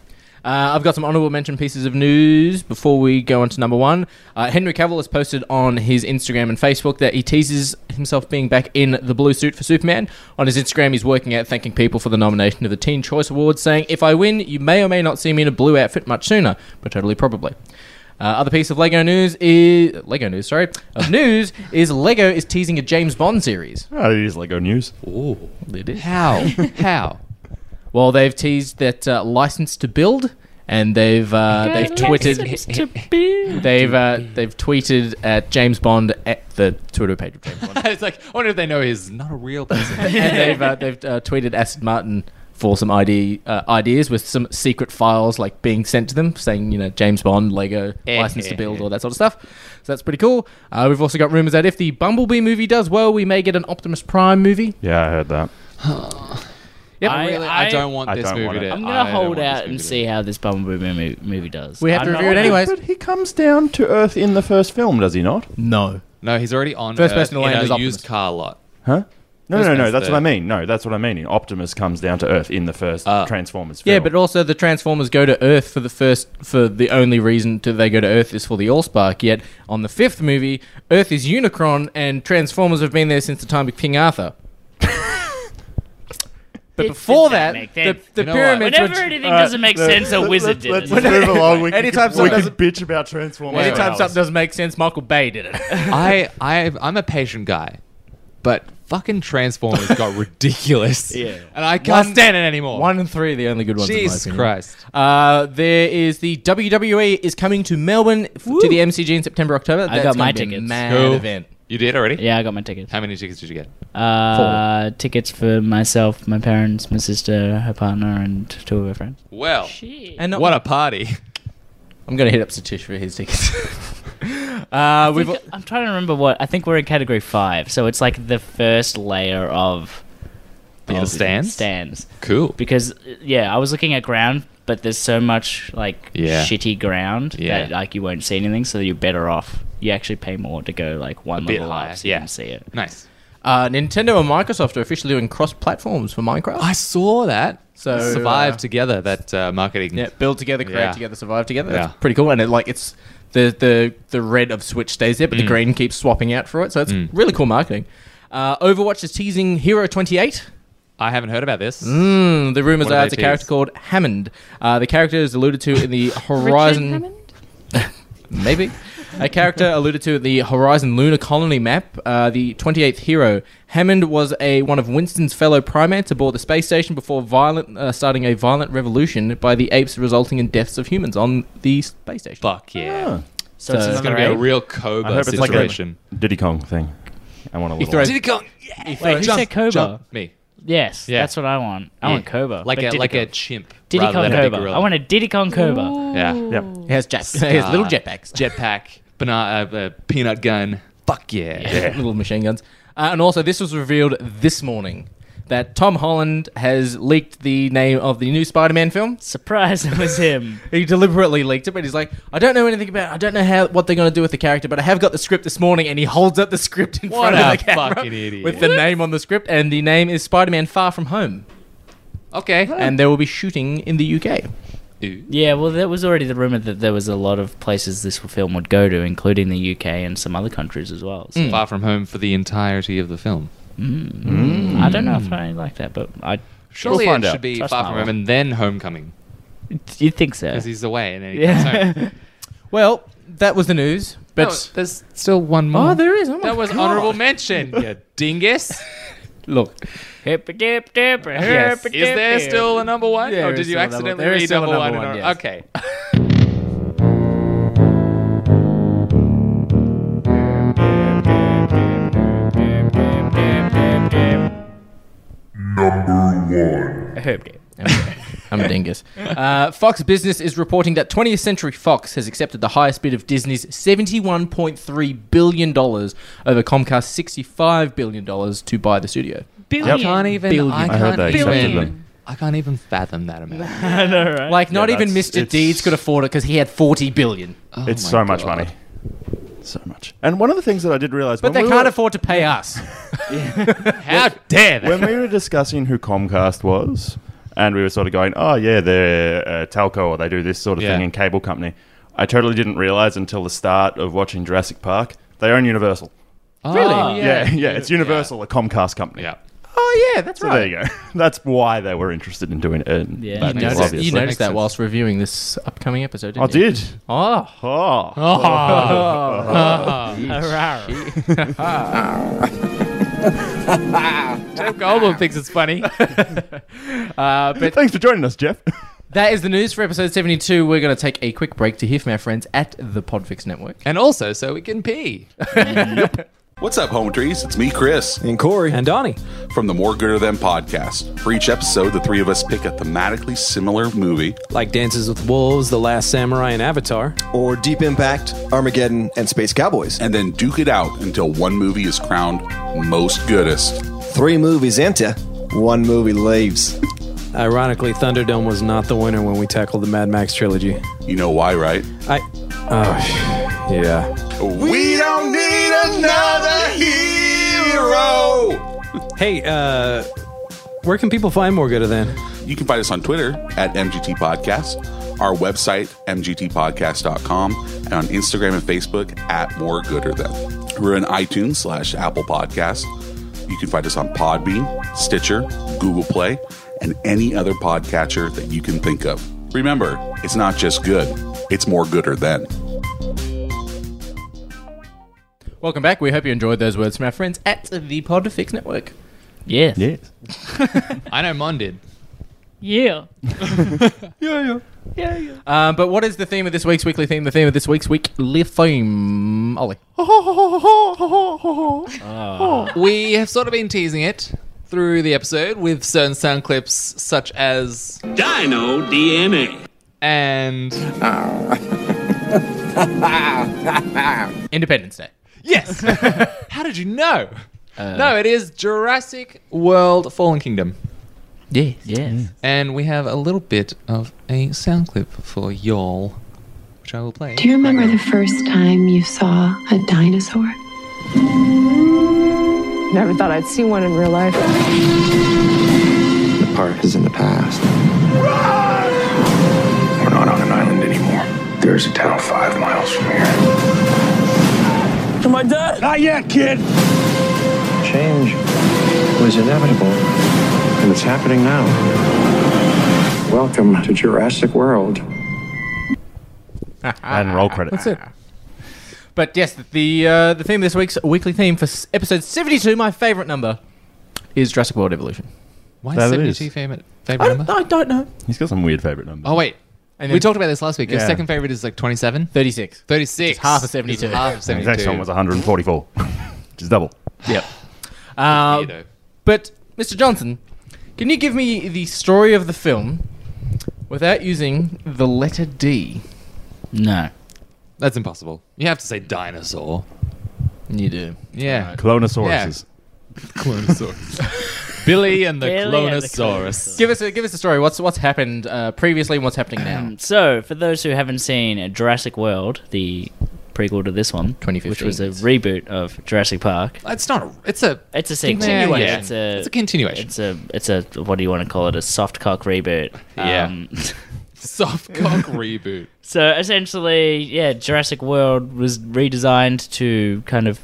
Speaker 5: Uh, I've got some honorable mention pieces of news before we go on to number one. Uh, Henry Cavill has posted on his Instagram and Facebook that he teases himself being back in the blue suit for Superman. On his Instagram, he's working out thanking people for the nomination of the Teen Choice Awards, saying, If I win, you may or may not see me in a blue outfit much sooner, but totally probably. Uh, other piece of Lego news is Lego news, sorry, of news is Lego is teasing a James Bond series.
Speaker 2: Oh, it is Lego news.
Speaker 3: how? how?
Speaker 5: Well, they've teased that uh, license to build, and they've uh, they've tweeted They've uh, they've tweeted at James Bond at the Twitter page of James Bond,
Speaker 3: it's like I wonder if they know he's not a real person.
Speaker 5: and they've uh, they've uh, tweeted Acid Martin for some ID uh, ideas with some secret files like being sent to them, saying you know James Bond, Lego,
Speaker 3: Eh,
Speaker 5: license to
Speaker 3: eh,
Speaker 5: build,
Speaker 3: eh.
Speaker 5: all that sort of stuff. So that's pretty cool. Uh, we've also got rumors that if the Bumblebee movie does well, we may get an Optimus Prime movie.
Speaker 2: Yeah, I heard that.
Speaker 5: Yep.
Speaker 6: I-
Speaker 3: Really, I, don't want
Speaker 2: I
Speaker 3: this
Speaker 2: don't
Speaker 3: movie
Speaker 2: want it.
Speaker 3: to.
Speaker 6: I'm
Speaker 3: I
Speaker 6: gonna
Speaker 3: don't want
Speaker 6: hold
Speaker 3: this
Speaker 6: out
Speaker 3: movie
Speaker 6: and
Speaker 3: to-
Speaker 6: see how this Bumblebee movie, movie does.
Speaker 5: we have to
Speaker 6: I'm not-
Speaker 5: review it anyways.
Speaker 2: But he comes down to Earth in the first film, does he not?
Speaker 5: No.
Speaker 3: No, he's already on
Speaker 5: First
Speaker 3: Earth
Speaker 5: person to
Speaker 3: in
Speaker 5: land
Speaker 3: a
Speaker 5: is Optimus.
Speaker 3: used car lot.
Speaker 2: Huh? No,
Speaker 3: First
Speaker 2: no,
Speaker 3: man's
Speaker 2: no. That's
Speaker 3: third.
Speaker 2: what I mean. No, that's what I mean. Optimus comes down to Earth in the first
Speaker 3: Ah.
Speaker 2: Transformers film.
Speaker 5: Yeah, but also the Transformers go to Earth for the first for the only reason to they go to Earth is for the Allspark. Yet on the fifth movie, Earth is Unicron, and Transformers have been there since the time of King Arthur. but
Speaker 6: It
Speaker 5: before that,
Speaker 6: doesn't make
Speaker 5: the,
Speaker 6: sense.
Speaker 5: the
Speaker 3: You know what?
Speaker 5: pyramids
Speaker 6: Whenever
Speaker 5: were.
Speaker 6: anything doesn't make sense, a wizard did
Speaker 2: Let's
Speaker 6: it.
Speaker 2: move along. We can,
Speaker 5: Anytime
Speaker 2: we
Speaker 5: something
Speaker 2: can
Speaker 5: doesn't-
Speaker 2: bitch about Transformers. for
Speaker 5: Anytime
Speaker 2: hours.
Speaker 5: something doesn't make sense, Michael Bay did it.
Speaker 3: I, I, I'm a patient guy, but fucking Transformers got ridiculous. Yeah, and I can't
Speaker 5: One-
Speaker 3: stand it anymore.
Speaker 5: One and three are the only good ones. in my
Speaker 3: Jesus
Speaker 5: opinion.
Speaker 3: Christ.
Speaker 5: Uh, there is the WWE is coming to Melbourne f- to the MCG in September October. That's
Speaker 6: got my
Speaker 5: gonna be a
Speaker 6: tickets.
Speaker 5: Mad
Speaker 3: Cool.
Speaker 5: event.
Speaker 3: You did already?
Speaker 6: yeah, I got my tickets.
Speaker 3: How many tickets did you get?
Speaker 6: Uh, tickets for myself, my parents, my sister, her partner, and two of her friends.
Speaker 3: Well,
Speaker 5: And not
Speaker 3: what a party.
Speaker 5: I'm gonna hit up Satish for his tickets. uh, we've
Speaker 6: think- I'm trying to remember what I think we're in category five, so it's like the first layer of
Speaker 3: The
Speaker 6: of
Speaker 3: stands?
Speaker 6: stands.
Speaker 3: Cool.
Speaker 6: Because yeah, I was looking at ground, but there's so much like
Speaker 3: Yeah.
Speaker 6: shitty ground
Speaker 3: Yeah.
Speaker 6: that like you won't see anything, so you're better off. You actually pay more to go like one
Speaker 3: bit
Speaker 6: level
Speaker 3: higher,
Speaker 6: up, so you
Speaker 3: yeah.
Speaker 6: can see it.
Speaker 3: Nice.
Speaker 5: uh, Nintendo and Microsoft are officially doing cross platforms for Minecraft.
Speaker 3: I saw that.
Speaker 5: So,
Speaker 3: survive
Speaker 5: uh,
Speaker 3: together that uh, marketing.
Speaker 5: yeah, build together, create
Speaker 3: Yeah.
Speaker 5: together, survive together.
Speaker 3: Yeah.
Speaker 5: That's pretty cool. And it like it's the the the red of Switch stays there, but
Speaker 3: Mm.
Speaker 5: the green keeps swapping out for it. So it's really cool marketing. Uh, Overwatch is teasing Hero 28.
Speaker 3: I haven't heard about this.
Speaker 5: Mm, the rumors
Speaker 3: What do
Speaker 5: are
Speaker 3: they
Speaker 5: it's a
Speaker 3: tease?
Speaker 5: character called Hammond. Uh, the character is alluded to in the Horizon.
Speaker 1: Richard Hammond?
Speaker 5: Maybe. A character alluded to in the Horizon Lunar Colony map, uh, the 28th hero. Hammond was a one of Winston's fellow primates aboard the space station before violent, uh, starting a violent revolution by the apes, resulting in deaths of humans on the space station.
Speaker 3: Fuck yeah.
Speaker 6: So, it's
Speaker 5: So-
Speaker 6: another
Speaker 3: It's gonna be a
Speaker 6: ape.
Speaker 3: real
Speaker 2: I
Speaker 3: Cobra
Speaker 2: hope it's like a
Speaker 3: situation.
Speaker 2: Diddy Kong thing. I want a little.
Speaker 5: throws-
Speaker 3: Diddy Kong.
Speaker 6: Wait, who
Speaker 3: Jump,
Speaker 6: said Cobra?
Speaker 3: jump. Me.
Speaker 6: Yes,
Speaker 3: Yeah.
Speaker 6: that's what I want. I
Speaker 3: Yeah.
Speaker 6: want Cobra.
Speaker 3: Like
Speaker 6: but
Speaker 3: a
Speaker 6: Diddy
Speaker 3: like a
Speaker 6: Kong.
Speaker 3: chimp.
Speaker 6: Diddy
Speaker 3: rather
Speaker 6: Kong
Speaker 3: than a big
Speaker 6: Cobra.
Speaker 3: gorilla.
Speaker 6: I want a Diddy Kong Cobra.
Speaker 3: Yeah.
Speaker 2: Yep.
Speaker 5: He has jet, he has little
Speaker 3: Uh,
Speaker 5: jetpacks,
Speaker 3: Jetpack. Banana. Uh, uh, peanut gun. Fuck yeah.
Speaker 5: little machine guns. Uh, and also, this was revealed this morning that Tom Holland has leaked the name of the new Spider-Man film.
Speaker 6: Surprise, it was him.
Speaker 5: He deliberately leaked it, but he's like, I don't know anything about. It. I don't know how what they're going to do with the character, but I have got the script this morning, and he holds up the script in
Speaker 3: What
Speaker 5: front
Speaker 3: a
Speaker 5: of the camera
Speaker 3: fucking idiot.
Speaker 5: with the name on the script, and the name is Spider-Man: Far From Home,
Speaker 3: Okay.
Speaker 5: and they will be shooting in the UK.
Speaker 3: Ooh.
Speaker 6: Yeah, well, there was already the rumor that there was a lot of places this film would go to, including the UK and some other countries as well. So
Speaker 3: Far from home for the entirety of the film. Mm.
Speaker 6: I don't know if I like that, but I
Speaker 3: Surely
Speaker 2: find
Speaker 3: it
Speaker 2: out.
Speaker 3: should be
Speaker 6: Trust
Speaker 3: far
Speaker 6: my
Speaker 3: from
Speaker 6: luck.
Speaker 3: home and then homecoming
Speaker 6: you think so.
Speaker 3: because he's away and then he comes home.
Speaker 6: Yeah.
Speaker 5: Well, that was the news,
Speaker 3: But
Speaker 5: but
Speaker 3: there's still one more.
Speaker 5: oh, there is. Oh my
Speaker 3: that was
Speaker 5: God.
Speaker 3: honorable mention. you dingus.
Speaker 5: Look,
Speaker 3: Yes. Is there still a number one?
Speaker 5: There
Speaker 3: or
Speaker 5: is
Speaker 3: did you
Speaker 5: still a number-
Speaker 3: accidentally
Speaker 5: there is
Speaker 3: read
Speaker 5: still a
Speaker 3: number, one?
Speaker 5: number one,
Speaker 3: in a-
Speaker 5: yes.
Speaker 3: Okay.
Speaker 4: Number one.
Speaker 5: I'm a dingus. Uh, Fox Business is reporting that 20th Century Fox has accepted the highest bid of Disney's $71.3 billion over Comcast's $65 billion to buy the studio.
Speaker 8: Billion.
Speaker 3: even.
Speaker 5: Billion.
Speaker 3: I
Speaker 2: I heard
Speaker 3: can't
Speaker 2: they
Speaker 3: even.
Speaker 2: accepted them.
Speaker 3: I can't even fathom that amount.
Speaker 5: Like, not even
Speaker 2: that's-
Speaker 5: Mr.
Speaker 2: it's-
Speaker 5: Deeds could afford it because he had $40 billion.
Speaker 3: Oh
Speaker 2: it's
Speaker 3: my
Speaker 2: so much
Speaker 3: God.
Speaker 2: money. So much. And one of the things that I did realize,
Speaker 5: But
Speaker 2: when
Speaker 5: they
Speaker 2: we
Speaker 5: can't
Speaker 2: were,
Speaker 5: afford to pay us.
Speaker 3: How dare they?
Speaker 2: when we were discussing who Comcast was, and we were sort of going, "Oh yeah, they're uh, telco or they do this sort of
Speaker 3: Yeah.
Speaker 2: thing in cable company," I totally didn't realize until the start of watching Jurassic Park they own Universal.
Speaker 3: Oh, really?
Speaker 2: Yeah, yeah, it's Universal, a Comcast company.
Speaker 3: Yeah.
Speaker 5: oh, yeah, that's
Speaker 2: So there you go. That's why they were interested in doing it. in
Speaker 6: Yeah.
Speaker 2: that deal,
Speaker 6: You
Speaker 3: noticed-
Speaker 5: Notice-
Speaker 2: obviously.
Speaker 5: you noticed
Speaker 3: Makes
Speaker 5: that
Speaker 3: sense.
Speaker 5: whilst reviewing this upcoming episode, didn't
Speaker 2: I
Speaker 5: you?
Speaker 2: did.
Speaker 5: Oh.
Speaker 2: Oh.
Speaker 3: Oh. Jeff Goldblum thinks it's funny.
Speaker 5: Uh, but
Speaker 2: Thanks for joining us, Jeff.
Speaker 5: that is the news for episode 72. We're going to take a quick break to hear from our friends at the Podfix Network.
Speaker 3: and also, so we can pee.
Speaker 10: What's up, home trees? It's me, Chris,
Speaker 11: And Corey. And Donnie.
Speaker 10: from the More Good or Them podcast. For each episode, the three of us pick a thematically similar movie.
Speaker 11: Like Dances with Wolves, The Last Samurai, and Avatar. Or Deep Impact, Armageddon, and Space Cowboys.
Speaker 10: and then duke it out until one movie is crowned most goodest.
Speaker 11: Three movies into, one movie leaves. Ironically, Thunderdome was not the winner when we tackled the Mad Max trilogy.
Speaker 10: You know why, right?
Speaker 11: I. Oh, yeah.
Speaker 10: We don't need another hero.
Speaker 11: Hey, uh, where can people find more good of then?
Speaker 10: You can find us on Twitter at MGT Podcast, our website, mgtpodcast.com, and on Instagram and Facebook at More Gooder Than. We're in iTunes slash Apple Podcast. You can find us on Podbean, Stitcher, Google Play, and any other podcatcher that you can think of. Remember, it's not just good, it's more gooder than.
Speaker 5: Welcome back. We hope you enjoyed those words from our friends at the Podfix Network.
Speaker 6: Yes.
Speaker 2: Yes.
Speaker 3: I know Mon did.
Speaker 8: Yeah.
Speaker 5: Um, but what is the theme of this week's weekly theme? The theme of this week's weekly theme, Ollie.
Speaker 3: We have sort of been teasing it through the episode with certain sound clips such as Dino DNA and
Speaker 5: Independence Day.
Speaker 3: yes. How did you know? no, it is Jurassic World Fallen Kingdom.
Speaker 5: Yes.
Speaker 6: Yes.
Speaker 3: And we have a little bit of a sound clip for y'all, which I will play.
Speaker 9: Do you remember the first time you saw a dinosaur?
Speaker 7: Never thought I'd see one in real life.
Speaker 11: The park is in the past.
Speaker 4: We're not on an island anymore. There's a town five miles from here. Am I dead? Not yet, kid.
Speaker 11: Change was inevitable, and it's happening now. Welcome to Jurassic World.
Speaker 2: and roll credits.
Speaker 3: it.
Speaker 5: But yes, the uh, the theme of this week's weekly theme for s- episode seventy two, my favorite number, is Jurassic World Evolution.
Speaker 3: Why
Speaker 2: That
Speaker 3: is
Speaker 2: it
Speaker 3: 72
Speaker 2: is.
Speaker 3: favorite,
Speaker 5: I
Speaker 3: favorite
Speaker 5: don't-
Speaker 3: number?
Speaker 5: I don't know.
Speaker 2: He's got some weird favorite numbers.
Speaker 3: Oh, wait.
Speaker 5: And
Speaker 3: we
Speaker 5: then-
Speaker 3: talked about this last week. Your
Speaker 2: Yeah.
Speaker 3: second favorite is like 27?
Speaker 5: 36.
Speaker 3: 36.
Speaker 5: It's half of 72.
Speaker 3: It's Half of
Speaker 2: The
Speaker 3: 72.
Speaker 2: next one was 144, which is double.
Speaker 5: Yep. Uh,
Speaker 6: Um,
Speaker 5: but Mr. Johnson, can you give me the story of the film without using the letter D?
Speaker 6: No.
Speaker 3: That's impossible. You have to say dinosaur.
Speaker 5: You do.
Speaker 3: Yeah.
Speaker 2: Clonosauruses.
Speaker 3: Clonosaurus. Billy and the
Speaker 6: Billy and the
Speaker 3: Clonosaurus.
Speaker 5: Give us a, give us a story. What's what's happened uh, previously and what's happening now?
Speaker 6: Um, so, for those who haven't seen Jurassic World, the prequel to this one,
Speaker 5: 2015.
Speaker 6: which was a reboot of Jurassic Park,
Speaker 3: It's not. A, it's a.
Speaker 6: it's a sequel.
Speaker 3: Continuation.
Speaker 6: Yeah, it's a
Speaker 3: It's a continuation.
Speaker 6: It's a it's a what do you want to call it? A soft cock reboot.
Speaker 3: Yeah.
Speaker 6: Um,
Speaker 3: Soft cock reboot.
Speaker 6: so essentially, yeah, Jurassic World was redesigned to kind of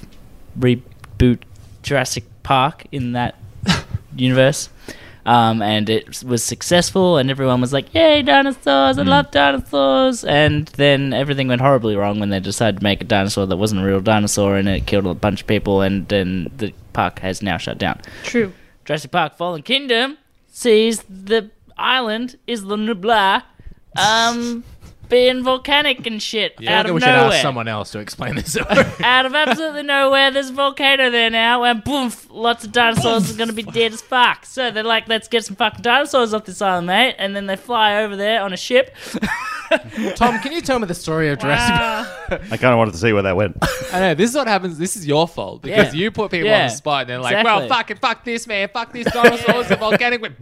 Speaker 6: reboot Jurassic Park in that universe. Um, and it was successful, and everyone was like, "Yay, dinosaurs! I love dinosaurs!" And then everything went horribly wrong when they decided to make a dinosaur that wasn't a real dinosaur, and it killed a bunch of people. And then the park has now shut down.
Speaker 8: True.
Speaker 6: Jurassic Park Fallen Kingdom sees the island Isla Nublar um, being volcanic and shit out
Speaker 5: I
Speaker 6: of
Speaker 5: we should
Speaker 6: nowhere.
Speaker 5: ask someone else to explain this.
Speaker 6: out of absolutely nowhere, there's a volcano there now, and boom, lots of dinosaurs are going to be dead as fuck. So they're like, let's get some fucking dinosaurs off this island, mate. And then they fly over there on a ship.
Speaker 5: Tom, can you tell me the story of Jurassic?
Speaker 2: I kind of wanted to see where that went.
Speaker 3: I know. This is what happens. This is your fault because
Speaker 6: Yeah.
Speaker 3: you put people on
Speaker 6: Yeah.
Speaker 3: the spot and they're like,
Speaker 6: Exactly.
Speaker 3: well, fuck it, fuck this, man. Fuck this dinosaurs. the volcanic. went-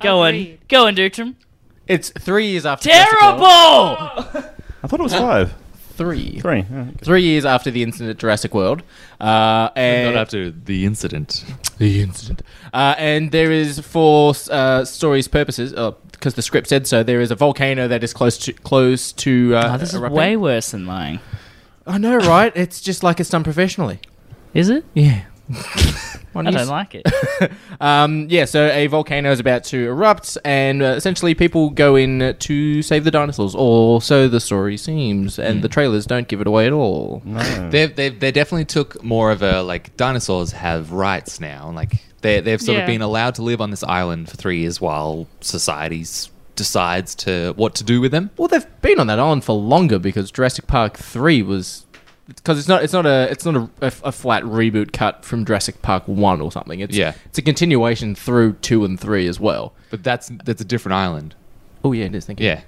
Speaker 6: Go on,
Speaker 8: Agreed.
Speaker 6: go on, Dutram.
Speaker 5: It's three years after Jurassic World.
Speaker 6: Terrible!
Speaker 2: I thought it was five.
Speaker 5: Three.
Speaker 2: Three. yeah.
Speaker 5: Three years after the incident at Jurassic World, uh, and
Speaker 3: Not after the incident.
Speaker 5: the incident, uh, and there is for uh, stories purposes because the script said so. There is a volcano that is close to close to. Uh,
Speaker 6: Oh, this is
Speaker 5: erupting.
Speaker 6: way worse than lying.
Speaker 5: I know, right? It's just like it's done professionally.
Speaker 6: Is it?
Speaker 5: Yeah.
Speaker 6: I don't like it.
Speaker 5: Um, yeah, so a volcano is about to erupt, and uh, essentially people go in to save the dinosaurs, or so the story seems, and
Speaker 6: Hmm.
Speaker 5: the trailers don't give it away at all.
Speaker 3: They've, they've, they definitely took more of a like dinosaurs have rights now and like they, they've sort of
Speaker 8: Yeah.
Speaker 3: been allowed to live on this island for three years while societies decides to what to do with them
Speaker 5: Well, they've been on that island for longer because Jurassic Park Three was because it's not it's not a it's not a, a, a flat reboot cut from Jurassic Park One or something. It's,
Speaker 3: Yeah.
Speaker 5: it's a continuation through two and three as well.
Speaker 3: but that's that's a different island
Speaker 5: Oh yeah, it is. Thank you.
Speaker 3: yeah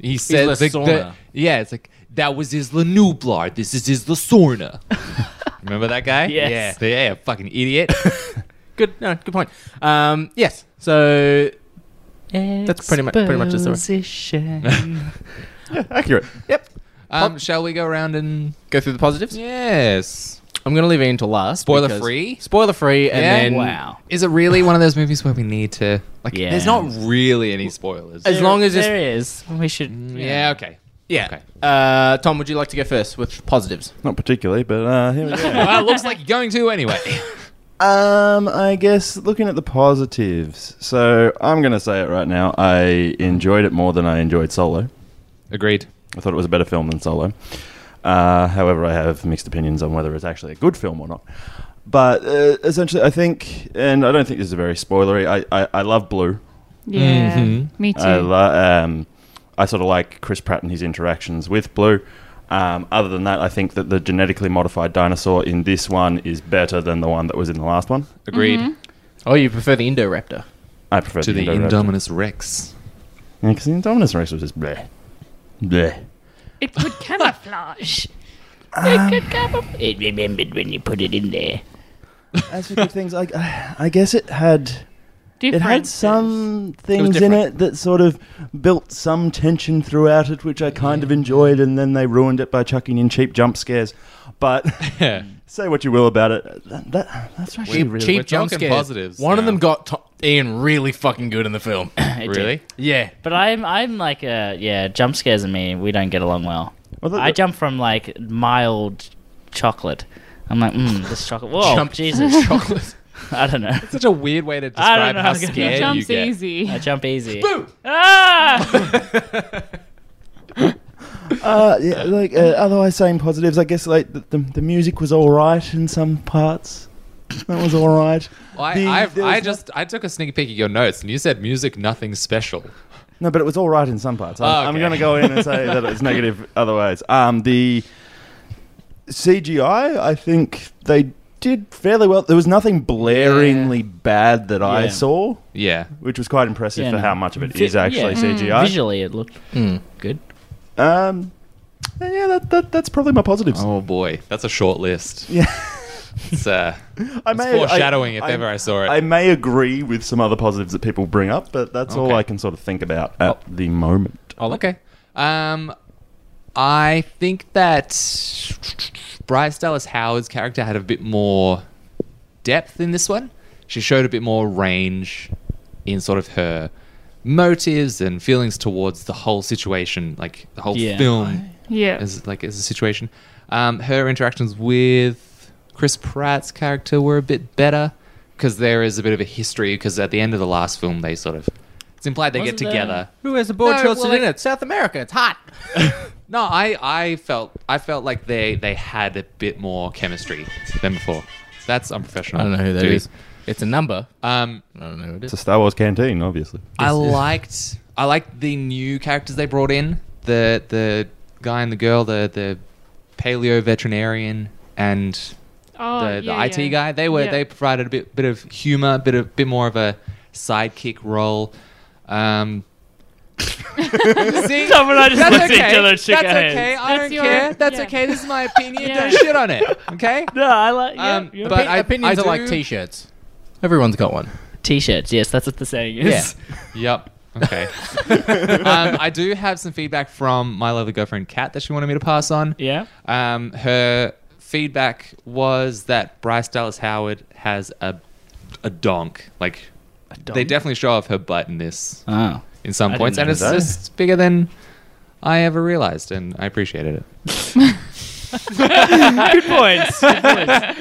Speaker 3: he said
Speaker 5: Isla
Speaker 3: the, the-
Speaker 5: Sorna.
Speaker 3: yeah it's like that was Isla Nublar this is Isla Sorna remember that guy
Speaker 6: Yes.
Speaker 3: yeah yeah fucking idiot
Speaker 5: Good. No, good point. Um, yes. So that's pretty much pretty much the story.
Speaker 2: Yeah, accurate.
Speaker 5: Yep.
Speaker 3: um, shall we go around and
Speaker 5: Go through the positives.
Speaker 3: yes
Speaker 5: I'm gonna leave it until last.
Speaker 3: Spoiler
Speaker 5: because-
Speaker 3: free?
Speaker 5: Spoiler free, and
Speaker 3: Yeah?
Speaker 5: then
Speaker 6: Wow.
Speaker 3: is it really one of those movies where we need to like
Speaker 6: Yeah.
Speaker 3: there's not really any spoilers
Speaker 5: As long as it's-
Speaker 6: there is, we should.
Speaker 3: yeah okay
Speaker 5: yeah.
Speaker 3: Okay.
Speaker 5: Uh, Tom, would you like to go first with positives?
Speaker 2: Not particularly, but uh, here we go.
Speaker 3: well, it looks like you're going to anyway.
Speaker 2: Um, I guess looking at the positives. So I'm going to say it right now. I enjoyed it more than I enjoyed Solo.
Speaker 3: Agreed.
Speaker 2: I thought it was a better film than Solo. Uh, however, I have mixed opinions on whether it's actually a good film or not. But uh, essentially, I think, and I don't think this is very spoilery. I, I, I love Blue.
Speaker 8: Yeah.
Speaker 6: Mm-hmm.
Speaker 3: Mhm.
Speaker 8: Me too.
Speaker 2: I, lo- um, I sort of like Chris Pratt and his interactions with Blue. Um, other than that, I think that the genetically modified dinosaur in this one is better than the one that was in the last one.
Speaker 3: Agreed.
Speaker 5: Oh, you prefer the Indoraptor?
Speaker 2: I prefer
Speaker 3: To the
Speaker 2: Indoraptor.
Speaker 3: Indominus Rex.
Speaker 2: Yeah, because the Indominus Rex was just bleh. Bleh.
Speaker 8: it could camouflage.
Speaker 6: It remembered when you put it in there.
Speaker 2: As for good things, I, I guess it had it had
Speaker 8: Differences.
Speaker 2: some things in
Speaker 5: different.
Speaker 2: it that sort of built some tension throughout it, which I kind of enjoyed, and then they ruined it by chucking in cheap jump scares. But
Speaker 3: Yeah.
Speaker 2: say what you will about it, that, that- that's actually
Speaker 5: Cheap,
Speaker 2: really
Speaker 5: cheap
Speaker 3: we're
Speaker 5: jump
Speaker 3: talking
Speaker 5: scares.
Speaker 3: positives
Speaker 5: One of
Speaker 3: now.
Speaker 5: them got to- Ian really fucking good in the film.
Speaker 6: It did.
Speaker 3: Really?
Speaker 5: yeah.
Speaker 6: But I'm I'm like uh yeah, jump scares and me, we don't get along well.
Speaker 2: Well, the-
Speaker 6: I
Speaker 2: the-
Speaker 6: jump from like mild chocolate. I'm like, mm, this chocolate. Whoa, Jesus.
Speaker 5: chocolate.
Speaker 6: I don't know.
Speaker 3: Such a weird way to
Speaker 6: I don't
Speaker 3: describe
Speaker 6: know,
Speaker 3: how
Speaker 6: I'm gonna-
Speaker 8: He
Speaker 3: scared you
Speaker 8: jumps
Speaker 3: get.
Speaker 8: easy.
Speaker 6: I jump easy.
Speaker 5: Boo!
Speaker 6: Ah!
Speaker 2: Uh, yeah, like uh, otherwise saying positives, I guess like the, the, the music was all right in some parts. That was all right.
Speaker 3: Well, I,
Speaker 2: The-
Speaker 3: I've,
Speaker 2: there
Speaker 3: I
Speaker 2: was
Speaker 3: just I took a sneak peek at your notes, and you said music, nothing special.
Speaker 2: No, but it was all right in some parts. I'm,
Speaker 3: Oh,
Speaker 2: I'm
Speaker 3: okay.
Speaker 2: going to go in and say that it's negative otherwise. Um, the CGI, I think they did fairly well. There was nothing blaringly bad that I
Speaker 6: Yeah.
Speaker 2: saw.
Speaker 3: Yeah.
Speaker 2: Which was quite impressive
Speaker 6: Yeah,
Speaker 2: for
Speaker 6: no.
Speaker 2: how much of it
Speaker 6: Vi-
Speaker 2: is actually
Speaker 6: yeah.
Speaker 2: CGI.
Speaker 6: mm,
Speaker 3: Mm,
Speaker 6: Visually, it looked Hmm, good.
Speaker 2: Um, yeah, that, that, that's probably my positives.
Speaker 3: Oh boy, that's a short list.
Speaker 2: Yeah.
Speaker 3: It's, uh,
Speaker 2: I
Speaker 3: it's
Speaker 2: may- I-
Speaker 3: foreshadowing if ever I saw it.
Speaker 2: I may agree with some other positives that people bring up, but that's all
Speaker 3: Okay. Oh.
Speaker 2: I can sort of think about at the moment.
Speaker 3: okay. Um, I think that Bryce Dallas Howard's character had a bit more depth in this one. She showed a bit more range in sort of her motives and feelings towards the whole situation, like the whole
Speaker 6: Yeah.
Speaker 3: film.
Speaker 8: Yeah.
Speaker 3: As like as a situation, um, her interactions with Chris Pratt's character were a bit better because there is a bit of a history. Because at the end of the last film, they sort of it's implied they
Speaker 5: Wasn't
Speaker 3: get
Speaker 5: there-
Speaker 3: together.
Speaker 5: Who has the board
Speaker 3: No,
Speaker 5: shorts
Speaker 3: well,
Speaker 5: in
Speaker 3: like-
Speaker 5: it? South America. It's hot.
Speaker 3: No, I, I felt I felt like they they had a bit more chemistry than before. That's unprofessional.
Speaker 5: I don't know who that
Speaker 3: Dude.
Speaker 5: is. It's a number.
Speaker 3: Um,
Speaker 5: I don't know who it
Speaker 2: It's
Speaker 5: is.
Speaker 2: a Star Wars canteen, obviously.
Speaker 3: I liked I liked the new characters they brought in. The the guy and the girl, the the paleo veterinarian and
Speaker 8: Oh,
Speaker 3: the, the
Speaker 8: yeah,
Speaker 3: IT
Speaker 8: yeah.
Speaker 3: guy. They were
Speaker 8: Yeah.
Speaker 3: they provided a bit bit of humor, bit of bit more of a sidekick role. Um See,
Speaker 6: Tom and I just
Speaker 3: that's
Speaker 6: looked at each
Speaker 3: okay.
Speaker 6: other and shook
Speaker 3: that's
Speaker 6: our
Speaker 3: okay.
Speaker 6: heads.
Speaker 3: I
Speaker 6: That's
Speaker 3: don't
Speaker 6: your-
Speaker 3: care. That's
Speaker 6: yeah.
Speaker 3: okay. This is my opinion.
Speaker 6: Yeah.
Speaker 3: Don't shit on it. Okay.
Speaker 6: No, I like. Yeah,
Speaker 3: Um,
Speaker 6: you're-
Speaker 3: but I,
Speaker 5: opinions
Speaker 3: I
Speaker 5: are like
Speaker 3: do-
Speaker 5: t-shirts. Everyone's got one.
Speaker 6: T-shirts. Yes, that's what the saying is.
Speaker 3: Yep. Okay. um, I do have some feedback from my lovely girlfriend Kat that she wanted me to pass on.
Speaker 6: Yeah.
Speaker 3: Um, her feedback was that Bryce Dallas Howard has a a donk. Like they
Speaker 6: donk?
Speaker 3: definitely show off her butt in this.
Speaker 6: Oh.
Speaker 3: In some
Speaker 6: I
Speaker 3: points,
Speaker 6: didn't
Speaker 3: and it's
Speaker 6: know that.
Speaker 3: just bigger than I ever realized, and I appreciated it.
Speaker 6: good points. Good points.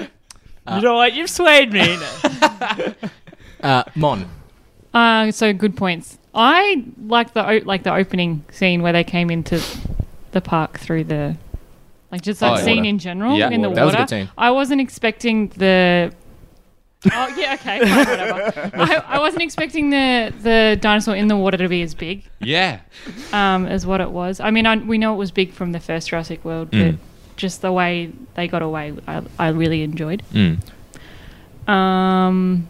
Speaker 6: you know what? You've swayed me.
Speaker 5: Uh, Mon.
Speaker 8: Uh, so good points. I like the o- like the opening scene where they came into the park through the like just
Speaker 5: Oh,
Speaker 8: that
Speaker 5: yeah.
Speaker 8: scene
Speaker 5: water.
Speaker 8: in general
Speaker 5: Yeah.
Speaker 8: in the
Speaker 5: Water.
Speaker 8: water.
Speaker 5: That was a good scene.
Speaker 8: I wasn't expecting the. oh yeah, okay, fine, whatever. I, I wasn't expecting the the dinosaur in the water to be as big
Speaker 3: Yeah.
Speaker 8: um, as what it was. I mean, I, we know it was big from the first Jurassic World, but
Speaker 3: Mm.
Speaker 8: just the way they got away, I, I really enjoyed.
Speaker 3: Mm.
Speaker 8: Um,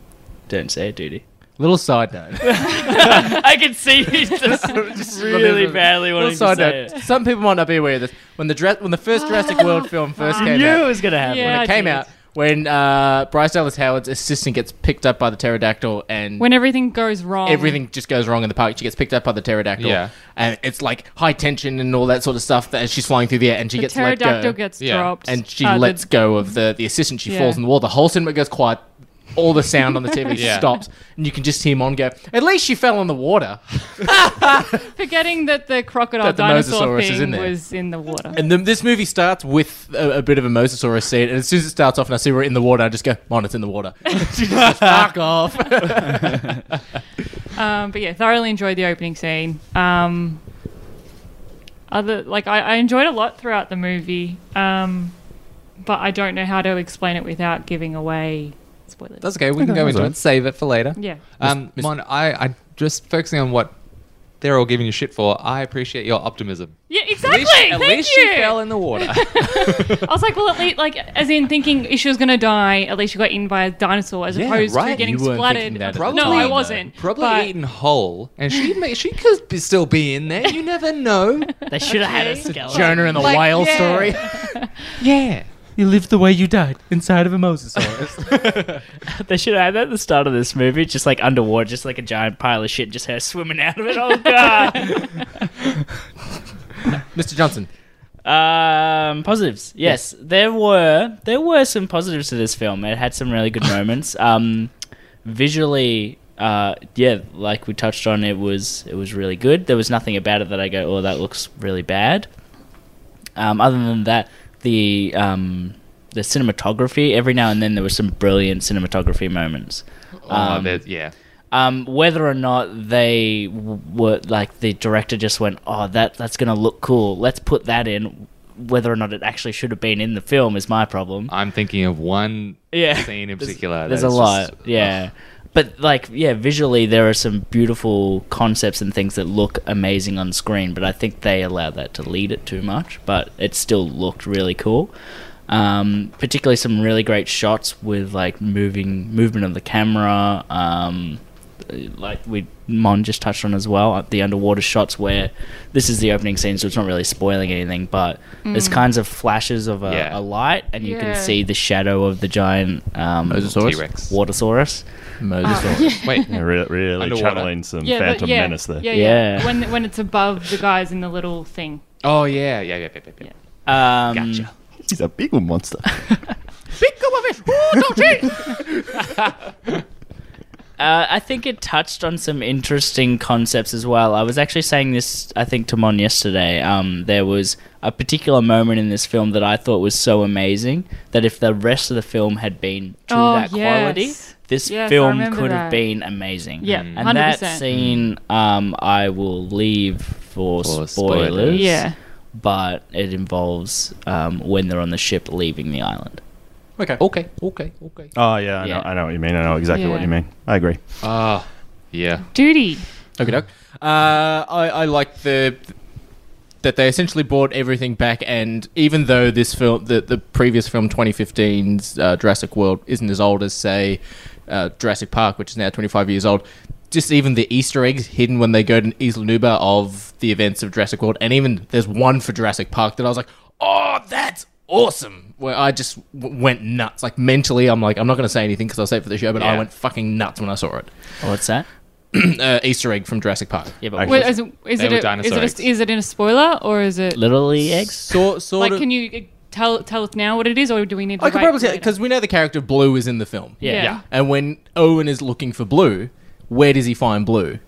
Speaker 6: Don't say it, Duty.
Speaker 5: Little side note.
Speaker 6: I can see you just, really badly
Speaker 5: Little
Speaker 6: wanting to
Speaker 5: side
Speaker 6: say
Speaker 5: note. Some people might not be aware of this. When the dress, when the first Jurassic World film first
Speaker 6: I
Speaker 5: came
Speaker 6: knew
Speaker 5: out,
Speaker 6: it was gonna happen.
Speaker 5: When
Speaker 6: Yeah, I
Speaker 5: it came
Speaker 6: did.
Speaker 5: out, when uh, Bryce Dallas Howard's assistant gets picked up by the pterodactyl, and
Speaker 8: when everything goes wrong,
Speaker 5: everything just goes wrong in the park. She gets picked up by the pterodactyl.
Speaker 3: Yeah.
Speaker 5: And it's like high tension and all that sort of stuff that as she's flying through the air and she
Speaker 8: the
Speaker 5: gets let
Speaker 8: pterodactyl
Speaker 5: go.
Speaker 8: gets
Speaker 3: Yeah.
Speaker 8: dropped,
Speaker 5: and she
Speaker 8: uh, the-
Speaker 5: lets go of the, the assistant. She
Speaker 8: Yeah.
Speaker 5: falls in the wall. The whole cinema goes quiet. All the sound on the TV
Speaker 3: Yeah.
Speaker 5: stops. And you can just hear Mon go, At least she fell in the water.
Speaker 8: forgetting that the crocodile
Speaker 5: That the
Speaker 8: dinosaur
Speaker 5: Mosasaurus is
Speaker 8: thing
Speaker 5: in there.
Speaker 8: was in the water.
Speaker 5: And then this movie starts with a, a bit of a Mosasaurus scene. And as soon as it starts off and I see we're in the water, I just go, Mon, it's in the water. she just goes, fuck off.
Speaker 8: Um, but yeah, thoroughly enjoyed the opening scene. Um, other like I, I enjoyed a lot throughout the movie, um, but I don't know how to explain it without giving away spoilers.
Speaker 3: That's okay. We can
Speaker 2: Okay,
Speaker 3: go
Speaker 2: that's
Speaker 3: into
Speaker 2: all
Speaker 3: it. Save it for later.
Speaker 8: Yeah.
Speaker 3: Um,
Speaker 5: Miss-
Speaker 3: Mon, I, I just focusing on what they're all giving you shit for. I appreciate your optimism.
Speaker 8: yeah, exactly.
Speaker 3: At least,
Speaker 8: Thank
Speaker 3: at least
Speaker 8: you.
Speaker 3: she fell in the water.
Speaker 8: I was like, well, at least like as in thinking if she was gonna die, at least she got eaten by a dinosaur as
Speaker 3: Yeah,
Speaker 8: opposed to
Speaker 3: right.
Speaker 8: getting
Speaker 5: You weren't thinking
Speaker 8: splattered.
Speaker 5: that at the
Speaker 8: no,
Speaker 5: time,
Speaker 8: I
Speaker 5: though.
Speaker 8: wasn't.
Speaker 3: Probably
Speaker 8: but-
Speaker 3: eaten whole, and she may, she could be still be in there. You never know.
Speaker 6: They should have had a skeleton.
Speaker 5: Jonah and the
Speaker 3: Like,
Speaker 5: whale
Speaker 3: yeah.
Speaker 5: story.
Speaker 3: Yeah.
Speaker 5: You lived the way you died inside of a Mosasaurus.
Speaker 6: They should have had that at the start of this movie, just like underwater, just like a giant pile of shit, just her swimming out of it. Oh god.
Speaker 5: Mr. Johnson.
Speaker 6: um, positives. Yes, there were there were some positives to this film. It had some really good moments. Um, visually, uh, yeah, like we touched on, it was it was really good. There was nothing about it that I go, oh, that looks really bad. Um, other than that, the um, the cinematography. Every now and then, there was some brilliant cinematography moments.
Speaker 3: Oh,
Speaker 6: Um,
Speaker 3: that- yeah.
Speaker 6: Um, whether or not they w- were like the director just went, oh, that that's gonna look cool. Let's put that in. Whether or not it actually should have been in the film is my problem.
Speaker 3: I'm thinking of one
Speaker 6: yeah.
Speaker 3: scene in particular.
Speaker 6: There's
Speaker 3: that
Speaker 6: a
Speaker 3: is
Speaker 6: lot,
Speaker 3: just- oh,
Speaker 6: yeah. But like, yeah, visually there are some beautiful concepts and things that look amazing on screen. But I think they allow that to lead it too much. But it still looked really cool. Um, particularly some really great shots with like moving movement of the camera. Um, like we Mon just touched on as well, uh, the underwater shots where this is the opening scene, so it's not really spoiling anything, but there's
Speaker 5: Mm.
Speaker 6: kinds of flashes of a,
Speaker 5: Yeah.
Speaker 6: a light, and you
Speaker 5: Yeah.
Speaker 6: can see the shadow of the giant um,
Speaker 5: Mosasaurus?
Speaker 3: T-Rex.
Speaker 6: Watersaurus.
Speaker 5: Mosasaurus. Oh, yeah.
Speaker 3: Wait,
Speaker 2: Yeah, really, really
Speaker 3: Underwater.
Speaker 2: channeling some
Speaker 8: Yeah, but
Speaker 2: Phantom
Speaker 8: yeah,
Speaker 2: Menace there.
Speaker 8: Yeah, yeah. When when it's above the guys in the little thing.
Speaker 3: Oh yeah, yeah, yeah, yeah, yeah. yeah.
Speaker 6: Um,
Speaker 3: gotcha.
Speaker 2: He's a big one monster.
Speaker 6: Uh, I think it touched on some interesting concepts as well. I was actually saying this, I think, to Mon yesterday. Um, there was a particular moment in this film that I thought was so amazing that if the rest of the film had been to
Speaker 8: Oh,
Speaker 6: that quality,
Speaker 8: yes.
Speaker 6: this
Speaker 8: Yes, I
Speaker 6: film
Speaker 8: remember
Speaker 6: could
Speaker 8: that.
Speaker 6: have been amazing.
Speaker 8: Yeah,
Speaker 3: Mm.
Speaker 6: and that
Speaker 8: 100%.
Speaker 6: scene um, I will leave for,
Speaker 3: For
Speaker 6: spoilers.
Speaker 3: spoilers.
Speaker 8: Yeah.
Speaker 6: But it involves um, when they're on the ship leaving the island.
Speaker 3: Okay. Okay. Okay. Okay.
Speaker 2: Oh yeah, I, Know, I know what you mean. I know exactly what
Speaker 8: Yeah.
Speaker 2: you mean. I agree.
Speaker 3: Ah, yeah.
Speaker 8: Duty.
Speaker 5: Okay, doke. Uh, I, I like the that they essentially brought everything back, and even though this film, the, the previous film, 2015's uh, Jurassic World, isn't as old as say uh, Jurassic Park, which is now 25 years old. Just even the Easter eggs hidden when they go to Isla Nuba of the events of Jurassic World, and even there's one for Jurassic Park that I was like, oh, that's awesome. Where I just w- went nuts. Like mentally, I'm like, I'm not going to say anything because I'll say it for the show, but I
Speaker 3: Yeah.
Speaker 5: went fucking nuts when I saw it.
Speaker 6: What's that?
Speaker 5: uh, Easter egg from Jurassic Park.
Speaker 6: Yeah,
Speaker 5: but
Speaker 8: Wait, is it, is,
Speaker 5: They
Speaker 8: it
Speaker 5: were
Speaker 8: a, is,
Speaker 5: dinosaur
Speaker 8: it
Speaker 5: eggs.
Speaker 8: a, is it in a spoiler or is it
Speaker 6: Literally eggs.
Speaker 5: Sort, sort
Speaker 8: like?
Speaker 5: of.
Speaker 8: Can you uh, tell tell us now what it is, or do we need? To
Speaker 5: I could
Speaker 8: wait
Speaker 5: probably
Speaker 8: till
Speaker 5: say
Speaker 8: later?
Speaker 5: because we know the character Blue is in the film.
Speaker 8: Yeah. Yeah.
Speaker 5: And when Owen is looking for Blue, where does he find Blue?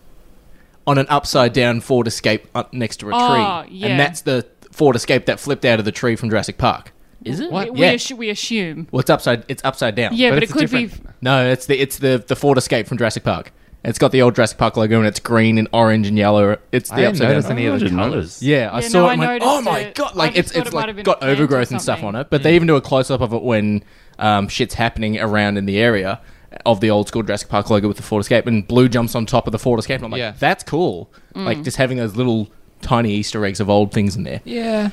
Speaker 5: On an upside down Ford Escape up next to a tree,
Speaker 8: Oh, yeah.
Speaker 5: and that's the Ford Escape that flipped out of the tree from Jurassic Park.
Speaker 6: Is it?
Speaker 8: We,
Speaker 5: Yeah.
Speaker 8: we, assu- we assume.
Speaker 5: Well, it's upside. It's upside down.
Speaker 8: Yeah, But but it it's a could be- different-
Speaker 5: No, it's the it's the the Ford Escape from Jurassic Park. It's got the old Jurassic Park logo, and it's green and orange and yellow. It's the
Speaker 3: I didn't
Speaker 5: upside
Speaker 3: notice
Speaker 5: down.
Speaker 3: any of the
Speaker 5: colors. Yeah, I
Speaker 8: Yeah,
Speaker 5: saw
Speaker 8: no,
Speaker 5: it.
Speaker 8: I
Speaker 5: And went,
Speaker 8: noticed
Speaker 5: oh my
Speaker 8: it.
Speaker 5: god! Like
Speaker 8: I just
Speaker 5: it's
Speaker 8: thought
Speaker 5: it's
Speaker 8: it might have
Speaker 5: like
Speaker 8: been
Speaker 5: got
Speaker 8: a plant or
Speaker 5: overgrowth and stuff
Speaker 8: something. Mm.
Speaker 5: on it. But they even do a close up of it when um, shit's happening around in the area of the old school Jurassic Park logo with the Ford Escape, and blue jumps on top of the Ford Escape. And I'm like,
Speaker 3: Yeah.
Speaker 5: that's cool. Like
Speaker 3: Mm.
Speaker 5: just having those little tiny Easter eggs of old things in there.
Speaker 3: Yeah.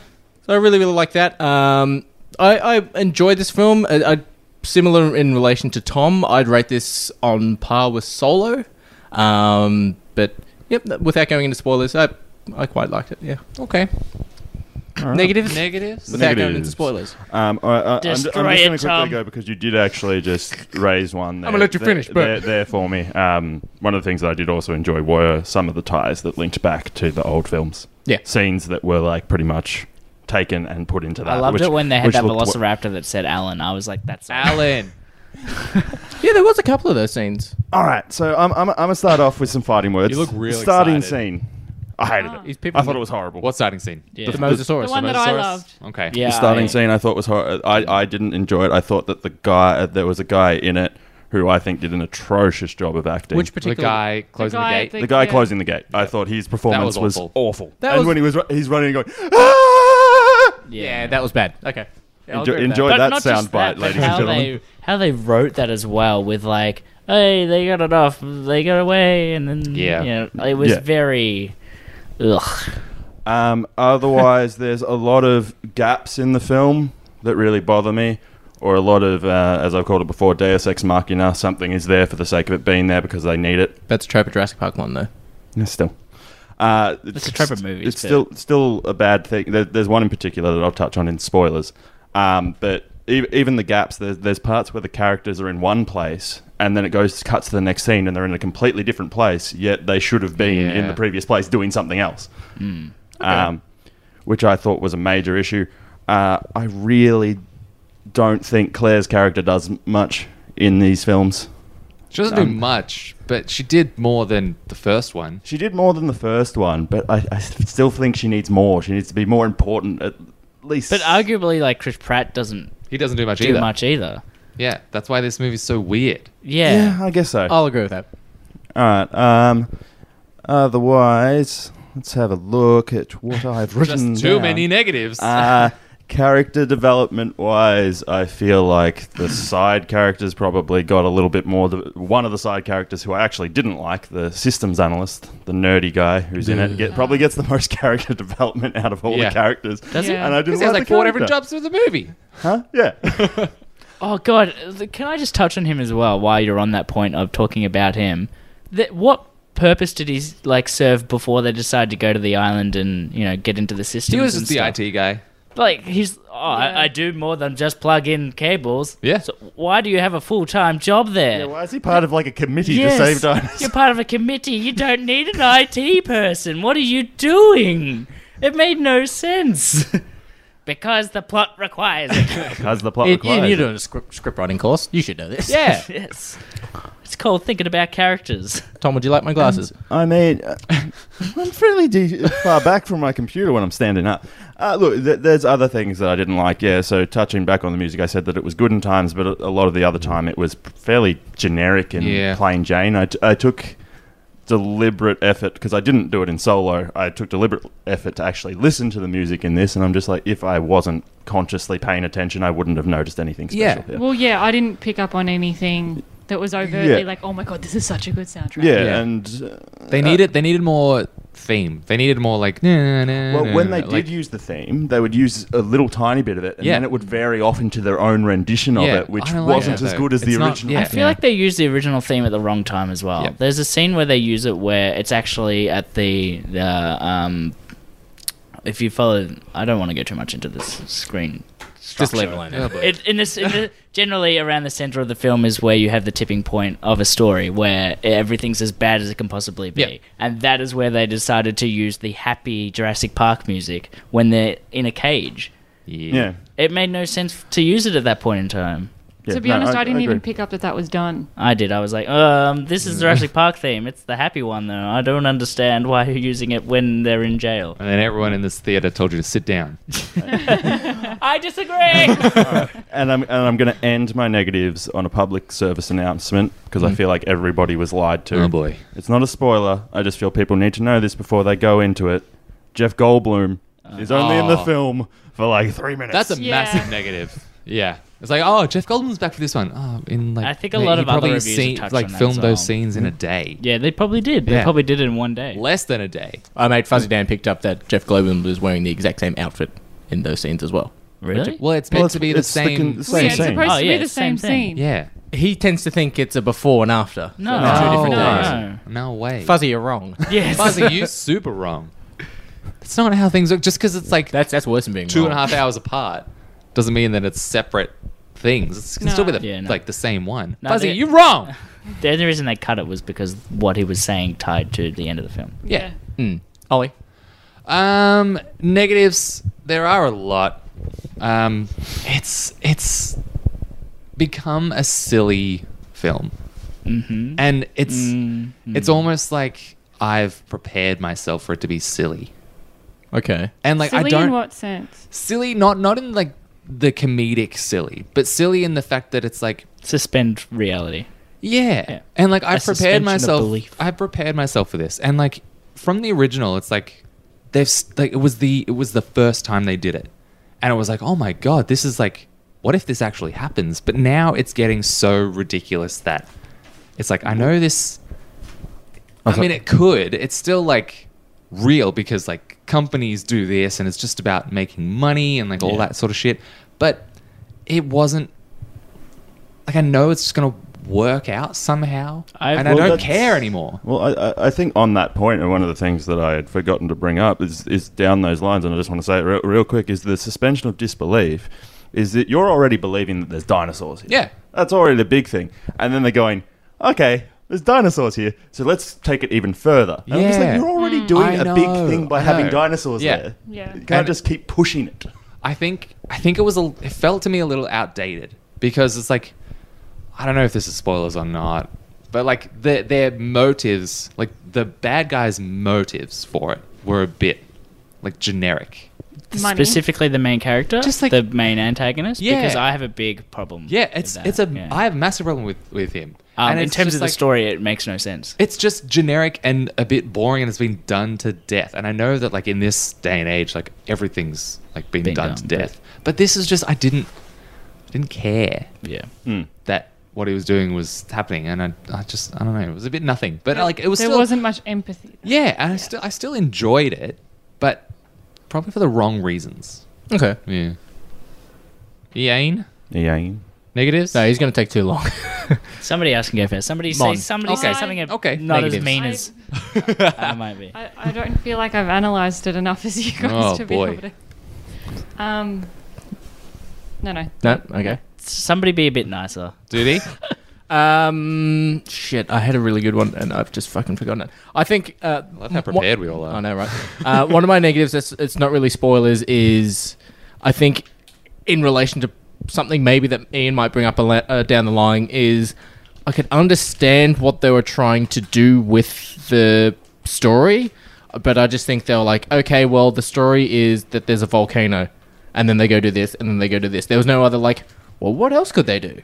Speaker 5: So I really, really like that. Um, I, I enjoyed this film. I, I, similar in relation to Tom, I'd rate this on par with Solo. Um, but yep, th- without going into spoilers, I, I quite liked it. Yeah.
Speaker 3: Okay.
Speaker 5: Negatives.
Speaker 3: Negatives?
Speaker 5: Without going into
Speaker 2: Negatives.
Speaker 5: spoilers.
Speaker 2: Um, all right, I, I'm, ju-
Speaker 6: Destroy
Speaker 2: I'm just
Speaker 6: it,
Speaker 2: going to quickly
Speaker 6: Tom.
Speaker 2: go because you did actually just raise one. There,
Speaker 5: I'ma let you
Speaker 2: there-
Speaker 5: finish, but-
Speaker 2: there, there for me. Um, one of the things that I did also enjoy were some of the ties that linked back to the old films.
Speaker 5: Yeah.
Speaker 2: scenes that were like pretty much taken and put into that.
Speaker 6: I loved
Speaker 2: which-
Speaker 6: it when they had
Speaker 2: which
Speaker 6: that
Speaker 2: looked wa-
Speaker 6: Velociraptor that said Alan. I was like, that's
Speaker 3: Alan.
Speaker 5: Yeah, there was a couple of those scenes.
Speaker 2: All right, so I'm, I'm, I'm gonna start off with some fighting words.
Speaker 3: You look really
Speaker 2: starting
Speaker 3: excited.
Speaker 2: scene. I hated it.
Speaker 5: He's
Speaker 2: I thought it was horrible.
Speaker 3: What starting scene?
Speaker 6: Yeah.
Speaker 5: The Mosasaurus.
Speaker 8: The one that I
Speaker 3: Mosasaurus?
Speaker 8: loved.
Speaker 3: Okay.
Speaker 6: Yeah.
Speaker 2: the starting
Speaker 6: I-
Speaker 2: scene I thought was hor- I I didn't enjoy it. I thought that the guy uh, there was a guy in it who I think did an atrocious job of acting.
Speaker 5: Which
Speaker 3: The
Speaker 5: particular
Speaker 3: guy closing the,
Speaker 8: guy
Speaker 3: gate.
Speaker 8: that-
Speaker 2: the guy
Speaker 8: yeah.
Speaker 2: closing the gate. I thought his performance was
Speaker 3: awful.
Speaker 2: awful.
Speaker 5: That
Speaker 2: and
Speaker 5: was-
Speaker 2: when he was ru- he's running and going, "Ah!"
Speaker 6: Yeah,
Speaker 5: Yeah, that was bad. Okay. Yeah, I'll
Speaker 2: enjoy,
Speaker 5: agree with that.
Speaker 2: enjoy
Speaker 6: But
Speaker 2: that
Speaker 6: not just
Speaker 2: soundbite,
Speaker 6: that, but
Speaker 2: ladies and
Speaker 6: how
Speaker 2: gentlemen.
Speaker 6: They, how they wrote that as well with like, hey, they got it off, they got away, and then
Speaker 3: Yeah.
Speaker 6: you know, it was
Speaker 2: Yeah.
Speaker 6: very, ugh.
Speaker 2: Um, otherwise, there's a lot of gaps in the film that really bother me, or a lot of, uh, as I've called it before, Deus ex machina. Something is there for the sake of it being there because they need it.
Speaker 5: That's a trope of Jurassic Park one though.
Speaker 2: Yeah, still. Uh, it's,
Speaker 6: a trope of movies,
Speaker 2: It's
Speaker 6: but-
Speaker 2: still still a bad thing. There, there's one in particular that I'll touch on in spoilers. Um, but e- even the gaps, there's, there's parts where the characters are in one place and then it goes cuts to the next scene and they're in a completely different place, yet they should have been in
Speaker 3: Yeah.
Speaker 2: the previous place doing something else, um, which I thought was a major issue. Uh, I really don't think Claire's character does m- much in these films.
Speaker 3: She doesn't do
Speaker 2: Um,
Speaker 3: much, but she did more than the first one.
Speaker 2: She did more than the first one, but I, I still think she needs more. She needs to be more important at least.
Speaker 6: But arguably, like Chris Pratt doesn't
Speaker 3: He doesn't do much
Speaker 6: do
Speaker 3: either.
Speaker 6: much either.
Speaker 3: Yeah, that's why this movie's so weird.
Speaker 6: Yeah,
Speaker 3: Oh.
Speaker 2: yeah, I guess so.
Speaker 5: I'll agree with that.
Speaker 2: All right. Um, otherwise, let's have a look at what I've written.
Speaker 3: too
Speaker 2: down.
Speaker 3: many negatives.
Speaker 2: Uh, character development wise, I feel like the side characters probably got a little bit more. The, one of the side characters who I actually didn't like, the systems analyst, the nerdy guy who's in it, get, probably gets the most character development out of all
Speaker 3: Yeah.
Speaker 2: the characters.
Speaker 6: Does he?
Speaker 2: And I didn't
Speaker 3: Because he has
Speaker 2: the
Speaker 3: like four different
Speaker 2: character.
Speaker 3: jobs through the movie.
Speaker 2: Huh? Yeah.
Speaker 6: Oh God, th- can I just touch on him as well? While you're on that point of talking about him, that what purpose did he s- like serve before they decided to go to the island and you know get into the system?
Speaker 3: He was just the IT guy.
Speaker 6: Like he's, oh, I, I do more than just plug in cables.
Speaker 3: Yeah.
Speaker 6: So why do you have a full time job there?
Speaker 2: Yeah, why is he part of like a committee
Speaker 6: Yes,
Speaker 2: to save dinosaurs?
Speaker 6: You're part of a committee. You don't need an IT person. What are you doing? It made no sense. because the plot requires it.
Speaker 2: Because the plot
Speaker 5: You-
Speaker 2: requires.
Speaker 5: You, are
Speaker 2: it.
Speaker 5: doing a script, script writing course. You should know this.
Speaker 6: yeah. yes. It's called thinking about characters.
Speaker 5: Tom, would you like my glasses?
Speaker 2: I mean, uh, I'm fairly de- far back from my computer when I'm standing up. Uh, look, th- there's other things that I didn't like. Yeah, so touching back on the music, I said that it was good in times, but a, a lot of the other time it was fairly generic and
Speaker 3: Yeah.
Speaker 2: plain Jane. I, t- I took deliberate effort because I didn't do it in solo. I took deliberate effort to actually listen to the music in this, and I'm just like, if I wasn't consciously paying attention, I wouldn't have noticed anything special.
Speaker 3: Yeah.
Speaker 2: here.
Speaker 8: Well, yeah, I didn't pick up on anything that was overtly
Speaker 2: Yeah.
Speaker 8: like, oh my god, this is such a good soundtrack.
Speaker 2: Yeah,
Speaker 3: Yeah.
Speaker 2: and uh,
Speaker 3: They needed they needed more theme. They needed more like nah, nah,
Speaker 2: Well,
Speaker 3: nah,
Speaker 2: when
Speaker 3: nah,
Speaker 2: they
Speaker 3: Mm-hmm. like-
Speaker 2: did use the theme, they would use a little tiny bit of it, and
Speaker 3: Yeah.
Speaker 2: then it would vary off into their own rendition of
Speaker 3: Yeah,
Speaker 2: it, which
Speaker 3: I don't like
Speaker 2: wasn't
Speaker 3: that,
Speaker 2: as
Speaker 3: though.
Speaker 2: good as
Speaker 3: It's
Speaker 2: the
Speaker 3: not-
Speaker 2: original.
Speaker 3: yeah.
Speaker 6: I feel like they used the original theme at the wrong time as well.
Speaker 3: Yeah.
Speaker 6: There's a scene where they use it where it's actually at the the um. If you follow, I don't want to go too much into this screen. Just leave it alone.
Speaker 3: Oh, boy.
Speaker 6: It, in this, in the, generally around the center of the film is where you have the tipping point of a story where everything's as bad as it can possibly be,
Speaker 3: Yeah.
Speaker 6: and that is where they decided to use the happy Jurassic Park music when they're in a cage.
Speaker 2: Yeah.
Speaker 6: It made no sense to use it at that point in time.
Speaker 2: Yeah,
Speaker 8: To be
Speaker 2: no,
Speaker 8: honest, I, didn't even
Speaker 2: agree.
Speaker 8: pick up that that was done.
Speaker 6: I did. I was like, um, this is Jurassic Park theme. It's the happy one, though. I don't understand why you're using it when they're in jail.
Speaker 3: and then everyone in this theater told you to sit down.
Speaker 6: I disagree.
Speaker 2: And I'm and I'm going to end my negatives on a public service announcement because I feel like everybody was lied to.
Speaker 3: Mm-hmm. Oh, boy.
Speaker 2: it's not a spoiler. I just feel people need to know this before they go into it. Jeff Goldblum is only in the
Speaker 3: Oh.
Speaker 2: film for like three minutes.
Speaker 3: That's a
Speaker 8: Yeah.
Speaker 3: massive negative. Yeah. It's like, oh, Jeff Goldblum's back for this one. Oh, in like
Speaker 6: I think a
Speaker 3: he
Speaker 6: lot of other
Speaker 3: probably
Speaker 6: reviews have
Speaker 3: seen-
Speaker 6: touched
Speaker 3: like
Speaker 6: on that
Speaker 3: filmed
Speaker 6: as well.
Speaker 3: those scenes in a day.
Speaker 6: yeah, they probably did. They
Speaker 3: Yeah.
Speaker 6: probably did it in one day.
Speaker 3: Less than a day.
Speaker 5: I made Fuzzy Dan picked up that Jeff Globin was wearing the exact same outfit in those scenes as well.
Speaker 6: Really?
Speaker 3: Well, it's meant
Speaker 2: Well,
Speaker 3: to be the
Speaker 2: it's con-
Speaker 3: same.
Speaker 2: the
Speaker 8: Well,
Speaker 2: same
Speaker 8: yeah, it's
Speaker 2: scene.
Speaker 8: supposed
Speaker 6: Oh,
Speaker 8: to
Speaker 6: yeah,
Speaker 8: be the
Speaker 6: it's
Speaker 8: same,
Speaker 6: same
Speaker 8: scene.
Speaker 6: thing.
Speaker 3: yeah.
Speaker 5: He tends to think it's a before and after.
Speaker 6: No.
Speaker 5: So it's two different
Speaker 8: No.
Speaker 5: days.
Speaker 3: no. no way.
Speaker 5: Fuzzy, you're wrong.
Speaker 6: Yes.
Speaker 3: Fuzzy, you super wrong. That's not how things look. Just because it's like
Speaker 5: That's that's worse than being
Speaker 3: two and a
Speaker 5: wrong.
Speaker 3: half hours apart doesn't mean that it's separate things. It's can
Speaker 8: No.
Speaker 3: still be the,
Speaker 6: Yeah, no.
Speaker 3: like the same one.
Speaker 6: No,
Speaker 3: Fuzzy,
Speaker 6: they-
Speaker 3: you're wrong.
Speaker 6: The only reason they cut it was because what he was saying tied to the end of the film.
Speaker 3: Yeah.
Speaker 5: Mm. Ollie.
Speaker 3: Um, negatives. There are a lot. Um, it's it's become a silly film,
Speaker 6: Mm-hmm.
Speaker 3: and it's
Speaker 6: Mm,
Speaker 3: it's almost like I've prepared myself for it to be silly,
Speaker 5: Okay.
Speaker 3: and like
Speaker 8: Silly
Speaker 3: I don't
Speaker 8: in what sense?
Speaker 3: silly not not in like the comedic silly, but silly in the fact that it's like
Speaker 6: Suspend reality.
Speaker 3: Yeah.
Speaker 6: Yeah.
Speaker 3: And like I
Speaker 6: A
Speaker 3: prepared
Speaker 6: suspension of
Speaker 3: myself
Speaker 6: belief.
Speaker 3: I prepared myself for this. And like from the original it's like they've s- like it was the it was the first time they did it. And it was like, "Oh my god, this is like what if this actually happens?" But now it's getting so ridiculous that it's like I know this I mean it could. It's still like real because like companies do this and it's just about making money and like all that sort of shit. But it wasn't like I know it's just gonna work out somehow,
Speaker 6: I-
Speaker 3: and
Speaker 6: well,
Speaker 3: I don't
Speaker 2: that's-
Speaker 3: care anymore.
Speaker 2: Well, I, I- I think on that point, and one of the things that I had forgotten to bring up is, is down those lines, and I just want to say it real, real quick is the suspension of disbelief is that you're already believing that there's dinosaurs here.
Speaker 3: Yeah.
Speaker 2: That's already the big thing. And then they're going, okay, there's dinosaurs here, so let's take it even further. And I'm just
Speaker 3: Yeah.
Speaker 2: like, you're already Mm,
Speaker 3: I
Speaker 2: doing a
Speaker 3: know,
Speaker 2: big thing by
Speaker 3: I
Speaker 2: having
Speaker 3: know.
Speaker 2: dinosaurs
Speaker 3: Yeah.
Speaker 2: there.
Speaker 8: Yeah.
Speaker 2: You can't
Speaker 3: And-
Speaker 2: just keep pushing it.
Speaker 3: I think I think it was a, it felt to me a little outdated because it's like I don't know if this is spoilers or not, but like their their motives, like the bad guys' motives for it were a bit like generic.
Speaker 8: Money.
Speaker 6: Specifically, the main character,
Speaker 3: Just like-
Speaker 6: the main antagonist.
Speaker 3: Yeah.
Speaker 6: Because I have a big problem.
Speaker 3: Yeah,
Speaker 6: with
Speaker 3: it's
Speaker 6: that.
Speaker 3: it's a I
Speaker 6: Yeah.
Speaker 3: have a massive problem with with him.
Speaker 6: Um,
Speaker 3: And
Speaker 6: in
Speaker 3: it's
Speaker 6: terms
Speaker 3: just
Speaker 6: of the
Speaker 3: like-
Speaker 6: story, it makes no sense.
Speaker 3: It's just generic and a bit boring, and it's been done to death. And I know that, like in this day and age, like everything's like been
Speaker 6: Being
Speaker 3: done,
Speaker 6: done,
Speaker 3: to death. But this is just I didn't, I didn't care.
Speaker 6: Yeah.
Speaker 2: Hmm.
Speaker 3: That what he was doing was happening, and I, I just I don't know. It was a bit nothing, but like it was
Speaker 1: there
Speaker 3: still
Speaker 1: wasn't much empathy.
Speaker 3: yeah. And I still I still enjoyed it, but probably for the wrong reasons.
Speaker 5: Okay.
Speaker 3: Yeah. Ian.
Speaker 2: Ian.
Speaker 3: Negatives?
Speaker 5: No, he's going to take too long.
Speaker 6: Somebody else can go first. Somebody
Speaker 5: Mon.
Speaker 6: say somebody
Speaker 5: Okay.
Speaker 6: say something.
Speaker 3: Okay.
Speaker 6: Not
Speaker 5: Negatives.
Speaker 6: as mean as I might be.
Speaker 1: I, I don't feel like I've analysed it enough as you guys
Speaker 6: Oh,
Speaker 1: to be
Speaker 6: boy.
Speaker 1: able to. Um, no, no.
Speaker 5: No. Okay.
Speaker 6: Somebody be a bit nicer.
Speaker 3: Did he?
Speaker 5: Um, shit, I had a really good one and I've just fucking forgotten it. I think. Uh,
Speaker 3: love how prepared we all are.
Speaker 5: I know, right? uh, one of my negatives, that's, it's not really spoilers, is I think in relation to something maybe that Ian might bring up a le- uh, down the line, is I could understand what they were trying to do with the story, but I just think they were like, okay, well, the story is that there's a volcano, and then they go do this, and then they go do this. There was no other, like, well, what else could they do?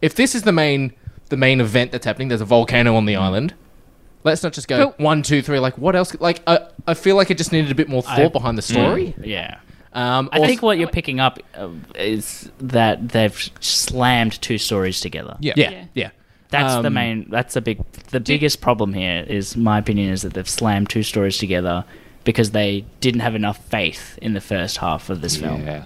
Speaker 5: If this is the main the main event that's happening, there's a volcano on the island. Let's not just go
Speaker 1: Cool.
Speaker 5: one, two, three. Like what else? Like I, I feel like it just needed a bit more thought
Speaker 6: I-
Speaker 5: behind the story.
Speaker 6: Mm, yeah.
Speaker 5: Um,
Speaker 6: I
Speaker 5: also-
Speaker 6: think what you're picking up uh, is that they've slammed two stories together.
Speaker 5: Yeah. Yeah. Yeah. Yeah.
Speaker 6: That's the
Speaker 5: Um,
Speaker 6: main. That's the big. The biggest problem here is my opinion is that they've slammed two stories together because they didn't have enough faith in the first half of this film.
Speaker 3: Yeah.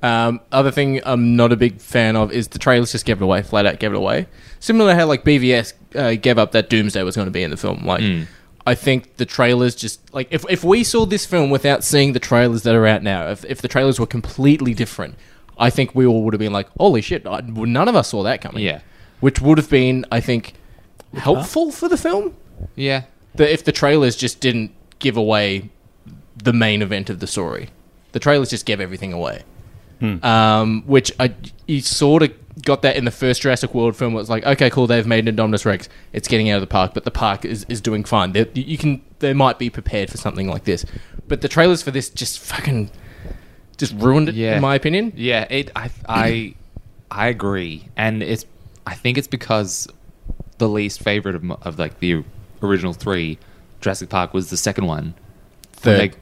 Speaker 5: Um, other thing I'm not a big fan of is the trailers just gave it away, flat out gave it away. Similar to how like BVS uh, gave up that Doomsday was going to be in the film. Like
Speaker 3: Hmm.
Speaker 5: I think the trailers just like if if we saw this film without seeing the trailers that are out now, if if the trailers were completely different, I think we all would have been like, holy shit, I, none of us saw that coming.
Speaker 3: Yeah.
Speaker 5: which would have been I think helpful for the film.
Speaker 3: Yeah.
Speaker 5: The, if the trailers just didn't give away the main event of the story, the trailers just gave everything away. Um, which I you sort of got that in the first Jurassic World film. Where it's like, okay, cool, they've made an Indominus Rex. It's getting out of the park, but the park is, is doing fine. They, you can they might be prepared for something like this, but the trailers for this just fucking just ruined it.
Speaker 3: Yeah.
Speaker 5: in my opinion.
Speaker 3: Yeah, it. I, I, I agree, and it's. I think it's because the least favorite of, m- of like the original three, Jurassic Park was the second one. When
Speaker 5: Third.
Speaker 3: they-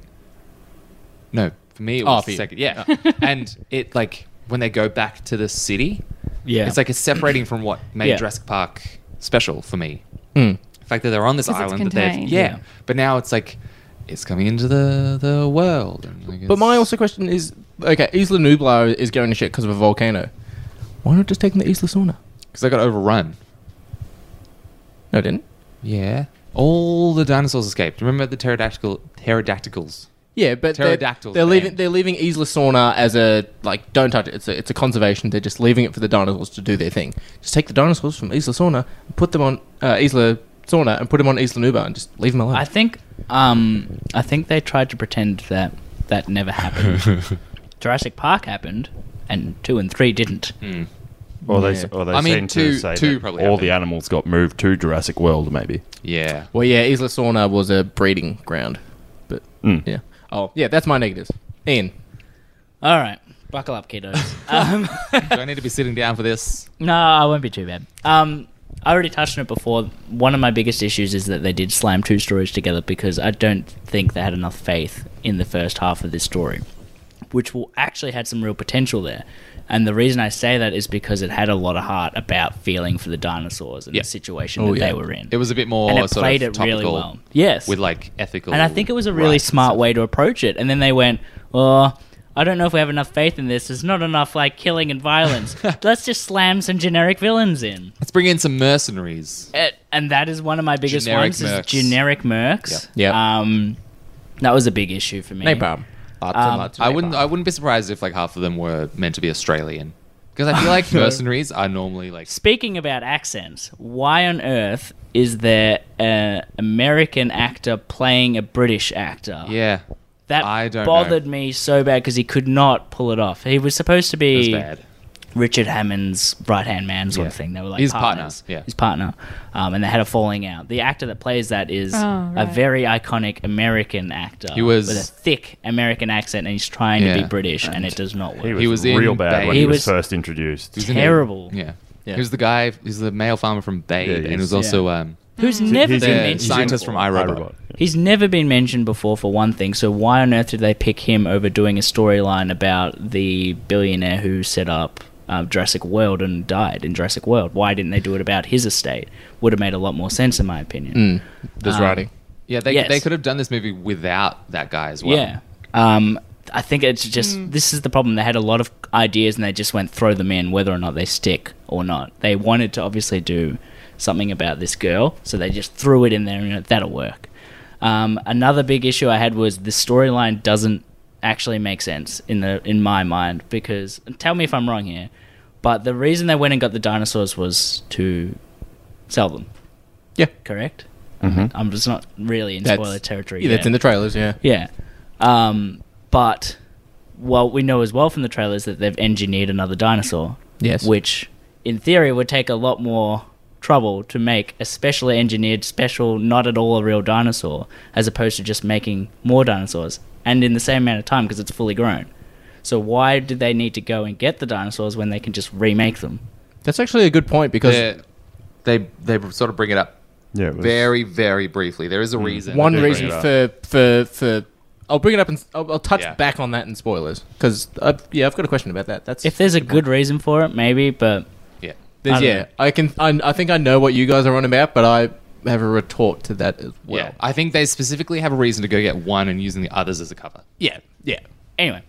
Speaker 3: no, for me it
Speaker 5: Oh,
Speaker 3: was
Speaker 5: for
Speaker 3: the
Speaker 5: you.
Speaker 3: second. Yeah, and it like when they go back to the city.
Speaker 6: Yeah.
Speaker 3: it's like it's separating from what made
Speaker 6: Yeah.
Speaker 3: Jurassic Park special for me.
Speaker 5: Mm.
Speaker 3: The fact that they're on this
Speaker 5: 'Cause it's
Speaker 3: island, that they've
Speaker 5: contained.
Speaker 3: yeah.
Speaker 5: Yeah.
Speaker 3: but now it's like it's coming into the the world. And like
Speaker 5: But my also question is, okay, Isla Nublar is going to shit because of a volcano. Why not just taking the Isla Sauna?
Speaker 3: because they got overrun.
Speaker 5: No, it didn't.
Speaker 3: Yeah. All the dinosaurs escaped. Remember the pterodactyl pterodactyls?
Speaker 5: Yeah, but they're,
Speaker 3: Pterodactyls,
Speaker 5: they're
Speaker 3: man.
Speaker 5: leaving. They're leaving Isla Sauna as a like. Don't touch it. It's a it's a conservation. They're just leaving it for the dinosaurs to do their thing. Just take the dinosaurs from Isla Sauna, and put them on uh, Isla Sauna, and put them on Isla Nuba, and just leave them alone.
Speaker 6: I think. Um, I think they tried to pretend that that never happened. Jurassic Park happened, and two and three didn't.
Speaker 5: Hmm.
Speaker 2: Or they, or they
Speaker 3: I mean,
Speaker 2: seem
Speaker 3: two-
Speaker 2: to say
Speaker 3: two
Speaker 2: that all
Speaker 3: probably
Speaker 2: the animals got moved to Jurassic World, maybe.
Speaker 3: Yeah.
Speaker 5: well, yeah, Isla Sauna was a breeding ground, but
Speaker 2: Mm.
Speaker 5: yeah. Oh, yeah, that's my negatives. Ian,
Speaker 6: All right, buckle up, kiddos. um,
Speaker 3: Do I need to be sitting down for this?
Speaker 6: No, I won't be too bad. Um, I already touched on it before. One of my biggest issues is that they did slam two stories together because I don't think they had enough faith in the first half of this story, which will actually had some real potential there. And the reason I say that is because it had a lot of heart about feeling for the dinosaurs and
Speaker 3: Yeah.
Speaker 6: the situation
Speaker 3: Oh,
Speaker 6: that
Speaker 3: yeah.
Speaker 6: they were in.
Speaker 3: It was a bit more
Speaker 6: and it
Speaker 3: sort
Speaker 6: played
Speaker 3: of
Speaker 6: it really
Speaker 3: topical
Speaker 6: well. Yes,
Speaker 3: With like ethical.
Speaker 6: and I think it was a really smart way to approach it. And then they went, "Oh, I don't know if we have enough faith in this. There's not enough like killing and violence. Let's just slam some generic villains in."
Speaker 3: Let's bring in some mercenaries.
Speaker 6: It, and that is one of my biggest
Speaker 3: Eh. Generic
Speaker 6: ones
Speaker 3: mercs.
Speaker 6: is generic mercs.
Speaker 5: Yep. Yep.
Speaker 6: Um, that was a big issue for me.
Speaker 5: napalm.
Speaker 6: Um,
Speaker 3: I wouldn't. I wouldn't be surprised if like half of them were meant to be Australian, because I feel like mercenaries are normally like.
Speaker 6: Speaking about accents, why on earth is there an American actor playing a British actor?
Speaker 3: Yeah.
Speaker 6: That
Speaker 3: I don't know.
Speaker 6: bothered me so bad because he could not pull it off. He was supposed to
Speaker 3: It was
Speaker 6: be
Speaker 3: bad.
Speaker 6: Richard Hammond's right hand man sort of
Speaker 3: Yeah.
Speaker 6: thing. They were like
Speaker 3: His partner,
Speaker 6: partners.
Speaker 3: yeah.
Speaker 6: his partner, um, and they had a falling out. The actor that plays that is
Speaker 1: Oh,
Speaker 6: a
Speaker 1: right.
Speaker 6: very iconic American actor.
Speaker 3: He was-
Speaker 6: with a thick American accent, and he's trying to
Speaker 3: Yeah.
Speaker 6: be British, and it does not work.
Speaker 2: He was,
Speaker 3: He was in
Speaker 2: real bad
Speaker 3: Bay-
Speaker 2: when
Speaker 6: He
Speaker 2: he was,
Speaker 6: was-
Speaker 2: first introduced.
Speaker 3: He was in it.
Speaker 6: terrible.
Speaker 3: Yeah. He was the guy. He's the male farmer from Babe,
Speaker 6: Yeah,
Speaker 3: and
Speaker 6: yes.
Speaker 3: he was also
Speaker 6: Yeah.
Speaker 3: um,
Speaker 6: Who's never
Speaker 3: the
Speaker 6: been mentioned.
Speaker 3: scientist from iRobot.
Speaker 6: He's never been mentioned before for one thing, so why on earth did they pick him over doing a storyline about the billionaire who set up uh, Jurassic World and died in Jurassic World? Why didn't they do it about his estate? Would have made a lot more sense, in my
Speaker 3: Hmm.
Speaker 6: opinion. Um,
Speaker 3: Yeah, they,
Speaker 6: yes.
Speaker 3: they could have done this movie without that guy as well.
Speaker 6: Yeah. Um, I think it's just
Speaker 3: Mm.
Speaker 6: this is the problem. They had a lot of ideas and they just went throw them in, whether or not they stick or not. They wanted to obviously do something about this girl, so they just threw it in there and went, that'll work. Um, another big issue I had was the storyline doesn't actually make sense in the in my mind because tell me if I'm wrong here, but the reason they went and got the dinosaurs was to sell them.
Speaker 3: Yeah,
Speaker 6: correct.
Speaker 5: Mhm.
Speaker 6: I'm just not really in
Speaker 5: That's-
Speaker 6: spoiler territory.
Speaker 5: yeah,
Speaker 6: yet.
Speaker 5: that's in the trailers, yeah.
Speaker 6: Yeah. Um, but what we know as well from the trailers that they've engineered another dinosaur.
Speaker 5: Yes.
Speaker 6: Which, in theory, would take a lot more trouble to make a specially engineered, special, not at all a real dinosaur, as opposed to just making more dinosaurs and in the same amount of time because it's fully grown. So why did they need to go and get the dinosaurs when they can just remake them?
Speaker 5: That's actually a good point because
Speaker 3: They're- they they sort of bring it up.
Speaker 2: Yeah,
Speaker 5: was-
Speaker 3: very very briefly. There is a
Speaker 5: Mm.
Speaker 3: reason.
Speaker 5: One
Speaker 3: they bring
Speaker 5: reason
Speaker 3: it up.
Speaker 5: for for for I'll bring it up and s- I'll, I'll touch
Speaker 3: Yeah.
Speaker 5: back on that in spoilers because yeah, I've got a question about that. That's
Speaker 6: If there's a good reason for it, maybe, but
Speaker 3: yeah,
Speaker 5: there's,
Speaker 6: I don't
Speaker 5: yeah.
Speaker 6: know.
Speaker 5: I can I, I think I know what you guys are on about, but I have a retort to that as well.
Speaker 3: Yeah, I think they specifically have a reason to go get one and using the others as a cover.
Speaker 5: Yeah, yeah.
Speaker 6: Anyway,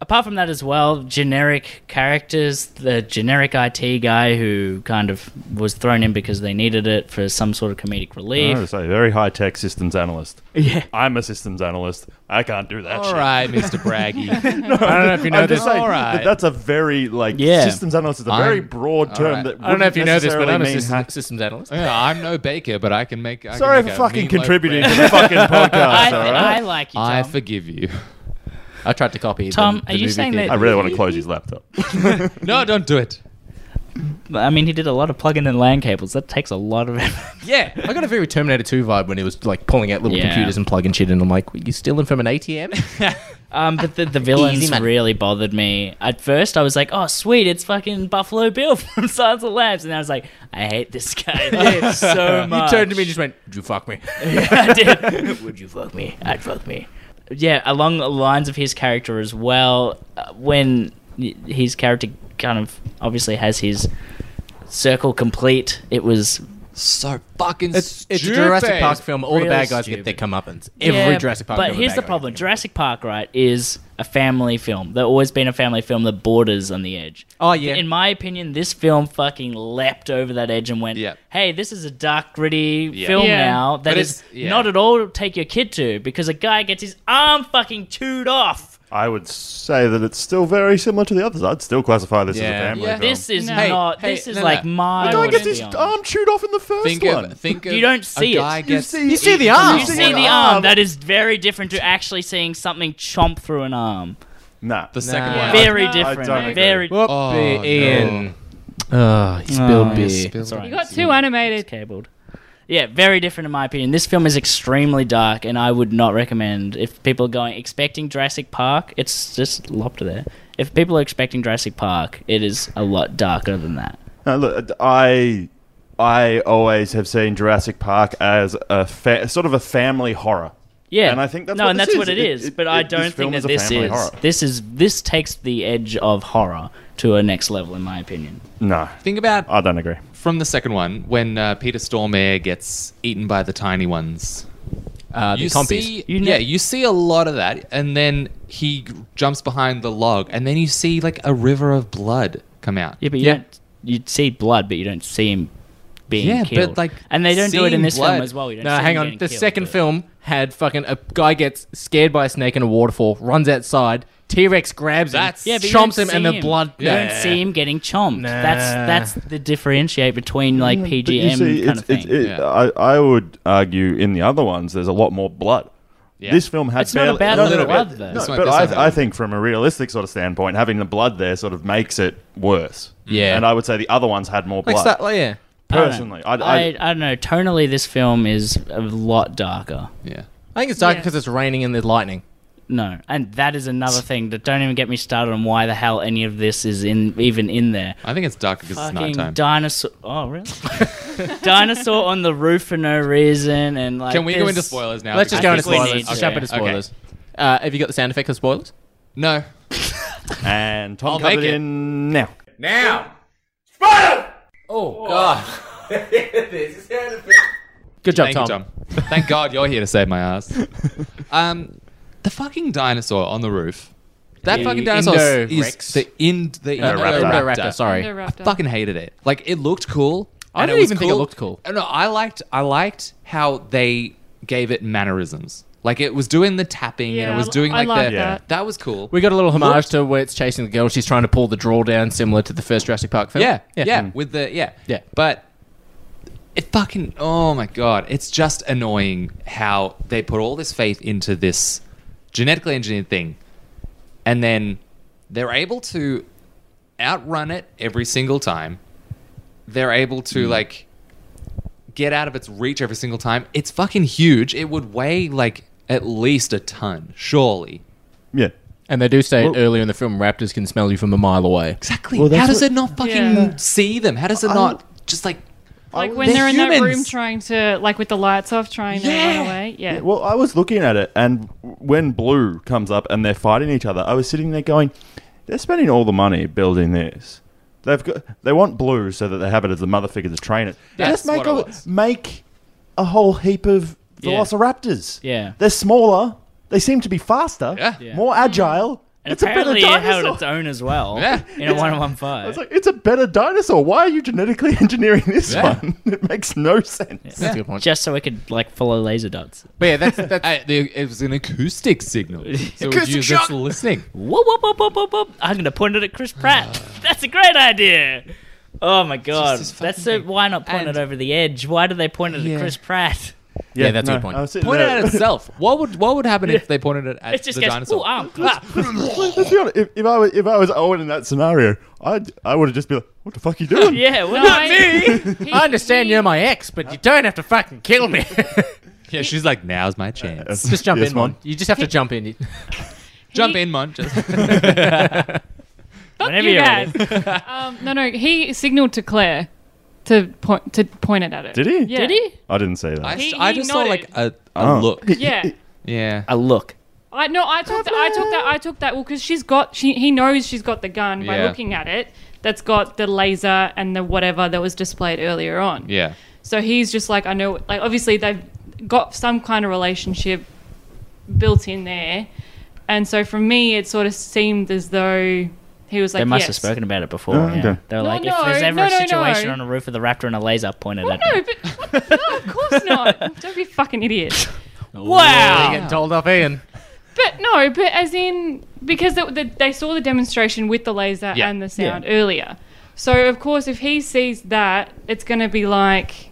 Speaker 6: apart from that as well, generic characters, the generic IT guy who kind of was thrown in because they needed it for some sort of comedic relief.
Speaker 2: I say, very high tech systems analyst.
Speaker 6: Yeah.
Speaker 2: I'm a systems analyst. I can't do that
Speaker 3: All
Speaker 2: shit.
Speaker 3: right, Mr. Braggy. I don't know
Speaker 5: if you know
Speaker 2: I'm just
Speaker 5: this.
Speaker 2: saying
Speaker 5: All
Speaker 2: that
Speaker 5: right.
Speaker 2: that's a very, like,
Speaker 5: Yeah.
Speaker 2: systems analyst is a very
Speaker 3: I'm-
Speaker 2: broad term
Speaker 3: all right.
Speaker 2: that
Speaker 5: I don't know if you know this, but I'm a
Speaker 2: mean
Speaker 5: systems,
Speaker 2: hack-
Speaker 5: systems analyst.
Speaker 3: Yeah, I'm no baker, but I can make. I can
Speaker 2: Sorry
Speaker 3: make
Speaker 2: for
Speaker 3: a
Speaker 2: fucking
Speaker 3: meatloaf
Speaker 2: contributing
Speaker 3: bread.
Speaker 2: to the fucking podcast, I- Oh, all right?
Speaker 6: I like you,
Speaker 3: I
Speaker 6: Tom.
Speaker 3: forgive you.
Speaker 5: I tried to copy.
Speaker 6: Tom, are you saying that?
Speaker 2: I really want to close his laptop.
Speaker 3: no, don't do it.
Speaker 6: I mean, he did a lot of plug-in and LAN cables. That takes a lot of effort.
Speaker 5: Yeah, I got a very Terminator 2 vibe when he was like pulling out little
Speaker 6: Yeah.
Speaker 5: computers and plugging shit in. I'm like, you stealing from an ATM?
Speaker 6: Um, but the, the villains
Speaker 5: money.
Speaker 6: really bothered me. At first, I was like, "Oh, sweet, it's fucking Buffalo Bill from Silence of the Lambs," and I was like, "I hate this guy so much."
Speaker 5: You turned to me and just went, "Would you fuck me?"
Speaker 6: I did. Would you fuck me? I'd fuck me. Yeah, along the lines of his character as well, uh, when y- his character kind of obviously has his circle complete, it was
Speaker 3: so fucking
Speaker 5: It's, it's a Jurassic Park film. All the
Speaker 6: Really
Speaker 5: bad guys
Speaker 6: stupid.
Speaker 5: get their comeuppance. Every
Speaker 6: Yeah,
Speaker 5: Jurassic Park
Speaker 6: But
Speaker 5: film.
Speaker 6: here's
Speaker 5: bad
Speaker 6: the
Speaker 5: guy.
Speaker 6: problem: Jurassic Park, right, is a family film. They've always been a family film that borders on the edge.
Speaker 5: Oh, yeah.
Speaker 6: In my opinion, this film fucking leapt over that edge and went, "Hey, this is a dark, gritty
Speaker 3: Yeah.
Speaker 6: film
Speaker 3: Yeah.
Speaker 6: now that
Speaker 3: But
Speaker 6: is
Speaker 3: it's- yeah.
Speaker 6: not at all take your kid to because a guy gets his arm fucking chewed off."
Speaker 2: I would say that it's still very similar to the others. I'd still classify this as a
Speaker 3: Yeah.
Speaker 2: family film.
Speaker 6: This is
Speaker 5: No. Hey,
Speaker 6: not.
Speaker 5: hey,
Speaker 6: this is
Speaker 5: no, no.
Speaker 6: like my.
Speaker 2: The guy gets
Speaker 6: beyond.
Speaker 2: his arm chewed off in the first
Speaker 3: Think
Speaker 2: one.
Speaker 3: of think of
Speaker 6: You don't see
Speaker 3: a
Speaker 6: it.
Speaker 3: guy
Speaker 6: You
Speaker 3: gets
Speaker 2: see-
Speaker 5: You see the arm.
Speaker 6: You see the arm. That is very different to actually seeing something chomp through an arm.
Speaker 2: Nah.
Speaker 3: the second
Speaker 5: Nah.
Speaker 3: one.
Speaker 6: Very
Speaker 2: I
Speaker 6: different.
Speaker 2: don't agree.
Speaker 6: Very.
Speaker 5: Whoop,
Speaker 3: Oh,
Speaker 5: be-
Speaker 3: no.
Speaker 5: Ian. Oh, he spilled
Speaker 6: Oh,
Speaker 5: beer.
Speaker 6: he spilled It's all right.
Speaker 8: You got too animated.
Speaker 6: cabled. Yeah, very different in my opinion. This film is extremely dark, and I would not recommend if people are going expecting Jurassic Park. It's just lopped there. If people are expecting Jurassic Park, it is a lot darker than that.
Speaker 2: No, look, I I always have seen Jurassic Park as a fa- sort of a family horror.
Speaker 6: Yeah,
Speaker 2: and I think that's
Speaker 6: no,
Speaker 2: what
Speaker 6: and
Speaker 2: this
Speaker 6: that's what it is. but I don't
Speaker 2: film
Speaker 6: think that
Speaker 2: a
Speaker 6: this
Speaker 2: family
Speaker 6: is. This is this takes the edge of horror to a next level, in my opinion.
Speaker 2: No,
Speaker 3: Think about
Speaker 2: I don't agree.
Speaker 3: from the second one when uh, Peter Stormare gets eaten by the tiny ones.
Speaker 5: Uh, the
Speaker 3: you
Speaker 5: compies.
Speaker 3: see,
Speaker 6: You know-
Speaker 3: yeah, you see a lot of that, and then he g- jumps behind the log, and then you see like a river of blood come out.
Speaker 6: Yeah, but you don't you see blood, but you don't see him being
Speaker 3: Yeah, but,
Speaker 6: killed.
Speaker 3: like,
Speaker 6: and they don't do it in
Speaker 3: seeing
Speaker 6: this
Speaker 3: blood-
Speaker 6: film as well. You don't
Speaker 5: No,
Speaker 6: see him
Speaker 5: hang on.
Speaker 6: getting
Speaker 5: The
Speaker 6: killed,
Speaker 5: second
Speaker 6: but-
Speaker 5: film had fucking a guy gets scared by a snake in a waterfall, runs outside, T Rex grabs
Speaker 3: That's-
Speaker 5: him,
Speaker 6: Yeah, but you
Speaker 5: chomps
Speaker 6: don't
Speaker 5: him, and
Speaker 6: see
Speaker 5: the blood.
Speaker 6: You don't see him getting chomped. That's that's the differentiate between like
Speaker 2: You
Speaker 6: PGM
Speaker 2: see,
Speaker 6: kind
Speaker 2: it's,
Speaker 6: of thing.
Speaker 2: it's- it- I, I would argue in the other ones, there's a lot more blood. This film had
Speaker 6: It's not
Speaker 2: barely-
Speaker 6: about
Speaker 2: no,
Speaker 6: the
Speaker 2: no, no,
Speaker 6: blood,
Speaker 2: but-
Speaker 6: though.
Speaker 2: no,
Speaker 6: This
Speaker 3: one-
Speaker 2: but
Speaker 3: this one had
Speaker 2: I, I
Speaker 3: it.
Speaker 2: think from a realistic sort of standpoint, having the blood there sort of makes it worse.
Speaker 5: Yeah.
Speaker 2: and I would say the other ones had more blood.
Speaker 5: yeah.
Speaker 6: I don't know.
Speaker 2: Personally,
Speaker 6: I,
Speaker 2: I'd- I'd-
Speaker 6: I don't know. Tonally, this film is a lot darker.
Speaker 3: yeah.
Speaker 5: I think it's dark
Speaker 8: Yeah.
Speaker 5: because it's raining and there's lightning.
Speaker 6: No, and that is another thing that don't even get me started on why the hell any of this is in even in there.
Speaker 3: I think it's dark because it's nighttime.
Speaker 6: Dinosaur. Oh, really? dinosaur on the roof for no reason, and like.
Speaker 3: Can we go
Speaker 6: there's-
Speaker 3: into spoilers now?
Speaker 5: Let's just
Speaker 6: I
Speaker 5: go into
Speaker 6: think we
Speaker 5: spoilers.
Speaker 6: need
Speaker 5: Just
Speaker 6: to.
Speaker 5: jump into spoilers. Uh, have you got the sound effect for spoilers?
Speaker 3: No.
Speaker 2: and Tom
Speaker 5: I'll
Speaker 2: covered
Speaker 5: make it.
Speaker 2: in now.
Speaker 5: Now.
Speaker 3: Oh God.
Speaker 5: Good job,
Speaker 3: Thank you,
Speaker 5: Tom.
Speaker 3: Tom. Thank God you're here to save my ass. um, the fucking dinosaur on the roof. That
Speaker 5: The
Speaker 3: fucking dinosaur is-
Speaker 5: Indo-Rex.
Speaker 3: is the ind the
Speaker 5: Indoraptor.
Speaker 3: Indoraptor.
Speaker 5: Indoraptor, sorry.
Speaker 3: I
Speaker 5: Indoraptor.
Speaker 3: fucking hated it. Like it looked cool.
Speaker 5: I
Speaker 3: and
Speaker 5: didn't
Speaker 3: was
Speaker 5: even think it looked cool.
Speaker 3: No, I liked I liked how they gave it mannerisms. Like it was doing the tapping and
Speaker 5: Yeah,
Speaker 3: it was
Speaker 5: I-
Speaker 3: doing
Speaker 5: I
Speaker 3: like
Speaker 5: like
Speaker 3: the
Speaker 5: that.
Speaker 3: that was cool.
Speaker 5: We got a little homage
Speaker 3: Looked-
Speaker 5: to where it's chasing the girl. She's trying to pull the draw down, similar to the first Jurassic Park film. Mm.
Speaker 3: Yeah, yeah, with the yeah,
Speaker 5: Yeah.
Speaker 3: But it fucking oh my god, it's just annoying how they put all this faith into this genetically engineered thing, and then they're able to outrun it every single time. They're able to like get out of its reach every single time. It's fucking huge. It would weigh like at least a ton, surely.
Speaker 2: Yeah.
Speaker 5: And they do say
Speaker 3: Well-
Speaker 5: it earlier in the film, raptors can smell you from a mile away.
Speaker 3: Exactly.
Speaker 5: Well, that's
Speaker 3: how does
Speaker 5: what-
Speaker 3: it not fucking
Speaker 5: Yeah.
Speaker 3: see them? How does it
Speaker 5: I-
Speaker 3: not just like
Speaker 8: Like when they're, in that room trying to, like with the lights off, trying to
Speaker 9: Yeah.
Speaker 8: run away. Yeah.
Speaker 2: Yeah, well, I was looking at it, and when Blue comes up and they're fighting each other, I was sitting there going, "They're spending all the money building this. They've got they want Blue so that they have it as the mother figure to train it.
Speaker 9: That's
Speaker 2: Just make
Speaker 9: what it
Speaker 2: a, make a whole heap of
Speaker 9: Yeah.
Speaker 2: Velociraptors.
Speaker 9: Yeah.
Speaker 2: they're smaller. They seem to be faster.
Speaker 9: Yeah.
Speaker 2: more agile.
Speaker 6: And
Speaker 2: it's a better
Speaker 6: apparently it held
Speaker 2: dinosaur.
Speaker 6: its own as well.
Speaker 2: Yeah.
Speaker 6: In a
Speaker 2: It's-
Speaker 6: one one
Speaker 2: I
Speaker 6: five.
Speaker 2: was like, it's a better dinosaur. Why are you genetically engineering this
Speaker 6: Yeah.
Speaker 2: one? It makes no sense.
Speaker 3: eh.
Speaker 6: Just so it could like follow laser dots.
Speaker 5: But yeah, that's, that's
Speaker 3: it was an acoustic signal. So
Speaker 6: Acoustic
Speaker 3: you
Speaker 6: shock.
Speaker 3: just listening.
Speaker 6: Whoop, whoop, whoop, whoop, whoop, whoop. I'm gonna point it at Chris Pratt.
Speaker 8: Ah.
Speaker 6: That's a great idea. Oh my god, that's so. Why not point it over the edge? Why do they point it at Chris Pratt?
Speaker 3: Yeah, that's a good point. Point it at itself. What would what would happen if they pointed it at
Speaker 6: It just
Speaker 3: the
Speaker 6: goes.
Speaker 3: dinosaur?
Speaker 6: Ooh, ah, um, arm.
Speaker 2: Let's be honest. If, if I was if I was Owen in that scenario, I'd I would have just been like, "What the fuck are you doing?"
Speaker 6: yeah, well,
Speaker 5: not me. I understand you're my ex, but you don't have to fucking kill me.
Speaker 3: yeah, she's like, now's my chance.
Speaker 5: just jump
Speaker 3: Yes,
Speaker 5: in,
Speaker 3: Mon.
Speaker 5: Mon. You just have to jump in.
Speaker 3: Jump in, Mon. Just.
Speaker 8: Fuck you guys. um, no, no. He signaled to Claire to point to point it at it.
Speaker 2: Did he?
Speaker 8: Yeah.
Speaker 2: Did
Speaker 8: he?
Speaker 2: I didn't say that.
Speaker 3: I,
Speaker 8: He-
Speaker 3: I
Speaker 8: he
Speaker 3: just saw like
Speaker 8: nodded.
Speaker 3: a, a
Speaker 2: Oh.
Speaker 3: look.
Speaker 8: Yeah.
Speaker 3: Yeah.
Speaker 6: A look.
Speaker 8: I no. I took. That, I took that. I took that. Well, because she's got. She he knows she's got the gun by
Speaker 3: Yeah.
Speaker 8: looking at it. That's got the laser and the whatever that was displayed earlier on.
Speaker 3: Yeah.
Speaker 8: So he's just like, I know, like, obviously they've got some kind of relationship built in there. And so for me, it sort of seemed as though he was like,
Speaker 6: they must
Speaker 8: yes.
Speaker 6: have spoken about it before.
Speaker 2: Oh,
Speaker 6: yeah.
Speaker 2: okay.
Speaker 6: They were
Speaker 8: No,
Speaker 6: like,
Speaker 8: no,
Speaker 6: if there's ever
Speaker 8: no,
Speaker 6: a
Speaker 8: no, no.
Speaker 6: situation on a roof with a raptor and a laser, point it at it.
Speaker 8: No, but no, of course not. Don't be a fucking idiot.
Speaker 3: Ah.
Speaker 5: Wow. You're getting told off, Ian.
Speaker 8: But no, but as in because the, the, they saw the demonstration with the laser
Speaker 5: Yeah.
Speaker 8: and the sound
Speaker 5: Yeah.
Speaker 8: earlier. So of course, if he sees that, it's going to be like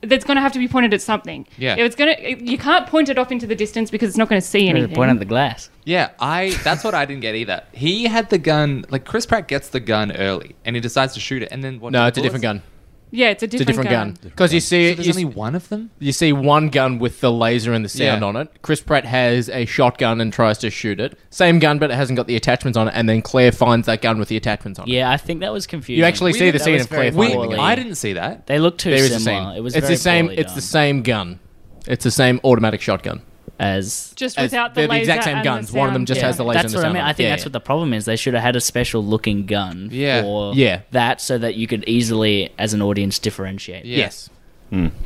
Speaker 8: that's going to have to be pointed at something.
Speaker 3: Yeah.
Speaker 8: If it's going to you can't point it off into the distance because it's not going to see anything.
Speaker 6: Point at the glass.
Speaker 3: Yeah, I. That's what I didn't get either. He had the gun. Like Chris Pratt gets the gun early, and he decides to shoot it, and then what?
Speaker 5: No, it's a different gun.
Speaker 8: yeah, it's a
Speaker 5: It's a
Speaker 8: different,
Speaker 5: different
Speaker 8: gun.
Speaker 5: gun. Because you see,
Speaker 3: So there's
Speaker 5: you,
Speaker 3: only one of them.
Speaker 5: you see one gun with the laser and the sound
Speaker 3: Yeah.
Speaker 5: on it. Chris Pratt has a shotgun and tries to shoot it. Same gun, but it hasn't got the attachments on it. And then Claire finds that gun with the attachments on it.
Speaker 6: Yeah, I think that was confusing.
Speaker 5: You actually see the scene of Claire finding the gun.
Speaker 3: I didn't see that.
Speaker 6: They look too
Speaker 5: There is a
Speaker 6: similar.
Speaker 5: scene.
Speaker 6: It was
Speaker 5: it's
Speaker 6: very
Speaker 5: the same.
Speaker 6: poorly
Speaker 5: It's the
Speaker 6: done.
Speaker 5: same gun. It's the same automatic shotgun
Speaker 6: as
Speaker 8: Just without the
Speaker 5: they're the
Speaker 8: laser
Speaker 5: exact same
Speaker 8: and the
Speaker 5: guns. One of them
Speaker 8: sound.
Speaker 5: just
Speaker 8: Yeah.
Speaker 5: has the laser and
Speaker 6: that's
Speaker 5: the
Speaker 6: what I
Speaker 5: sound.
Speaker 6: mean.
Speaker 5: on it.
Speaker 6: I think
Speaker 5: Yeah,
Speaker 6: that's
Speaker 5: yeah.
Speaker 6: what the problem is. They should have had a special looking gun
Speaker 5: Yeah.
Speaker 6: for
Speaker 5: Yeah.
Speaker 6: that, so that you could easily, as an audience, differentiate.
Speaker 5: Yes.
Speaker 2: Hmm.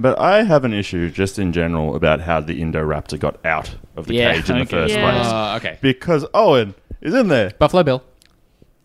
Speaker 2: But I have an issue just in general about how the Indoraptor got out of the
Speaker 6: Yeah,
Speaker 2: cage in the
Speaker 6: okay.
Speaker 2: first
Speaker 6: Yeah.
Speaker 2: place.
Speaker 6: Ah,
Speaker 3: Uh, okay.
Speaker 2: Because Owen is in there.
Speaker 5: Buffalo Bill.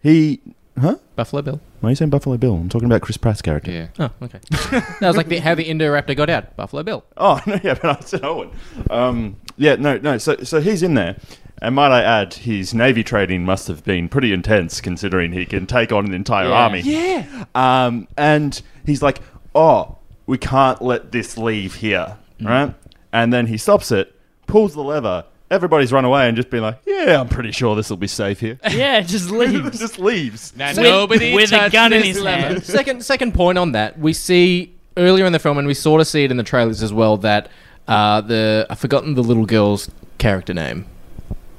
Speaker 2: He, huh?
Speaker 5: Buffalo Bill.
Speaker 2: Why are you saying Buffalo Bill? I'm talking about Chris Pratt's character.
Speaker 3: Yeah.
Speaker 5: Oh, okay. that was like the, how the Indoraptor got out. Buffalo Bill.
Speaker 2: Oh no, yeah, but I said Owen. Um, yeah, no, no. So, so he's in there, and might I add, his navy training must have been pretty intense, considering he can take on an entire
Speaker 9: Yeah.
Speaker 2: army.
Speaker 9: Yeah.
Speaker 2: Um, and he's like, "Oh, we can't let this leave here,
Speaker 5: Mm.
Speaker 2: right?" And then he stops it, pulls the lever. Everybody's run away and just been like, "Yeah, I'm pretty sure this will be safe here."
Speaker 6: Yeah, just leaves.
Speaker 2: just leaves.
Speaker 3: Now
Speaker 5: With- Second, second point on that, we see earlier in the film, and we sort of see it in the trailers as well, that uh, the I've forgotten the little girl's character name,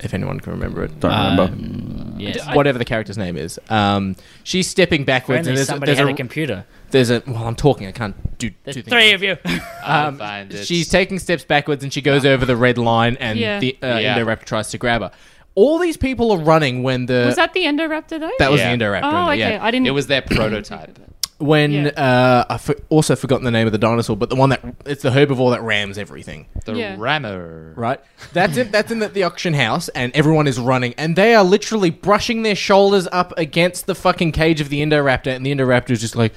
Speaker 5: if anyone can remember it. Uh,
Speaker 2: Don't remember.
Speaker 6: yes.
Speaker 5: Whatever the character's name is. Um, she's stepping backwards.
Speaker 6: Apparently
Speaker 5: and there's,
Speaker 6: somebody
Speaker 5: there's
Speaker 6: had a computer.
Speaker 5: There's a. Well, I'm talking. I can't do
Speaker 6: There's
Speaker 5: two things.
Speaker 6: three of you.
Speaker 5: Um, she's taking steps backwards and she goes over the red line, and
Speaker 8: Yeah.
Speaker 5: the uh,
Speaker 8: Yeah.
Speaker 5: Indoraptor tries to grab her. All these people are running when the
Speaker 8: was that the Endoraptor though?
Speaker 5: That was the Indoraptor.
Speaker 8: Oh, okay.
Speaker 5: yeah.
Speaker 8: I didn't.
Speaker 5: their prototype. When uh, I for- also forgotten the name of the dinosaur, but the one that it's the herbivore that rams everything.
Speaker 8: The Yeah.
Speaker 5: rammer, right? That's in, that's in the, the auction house, and everyone is running, and they are literally brushing their shoulders up against the fucking cage of the Indoraptor, and the Indoraptor is just like,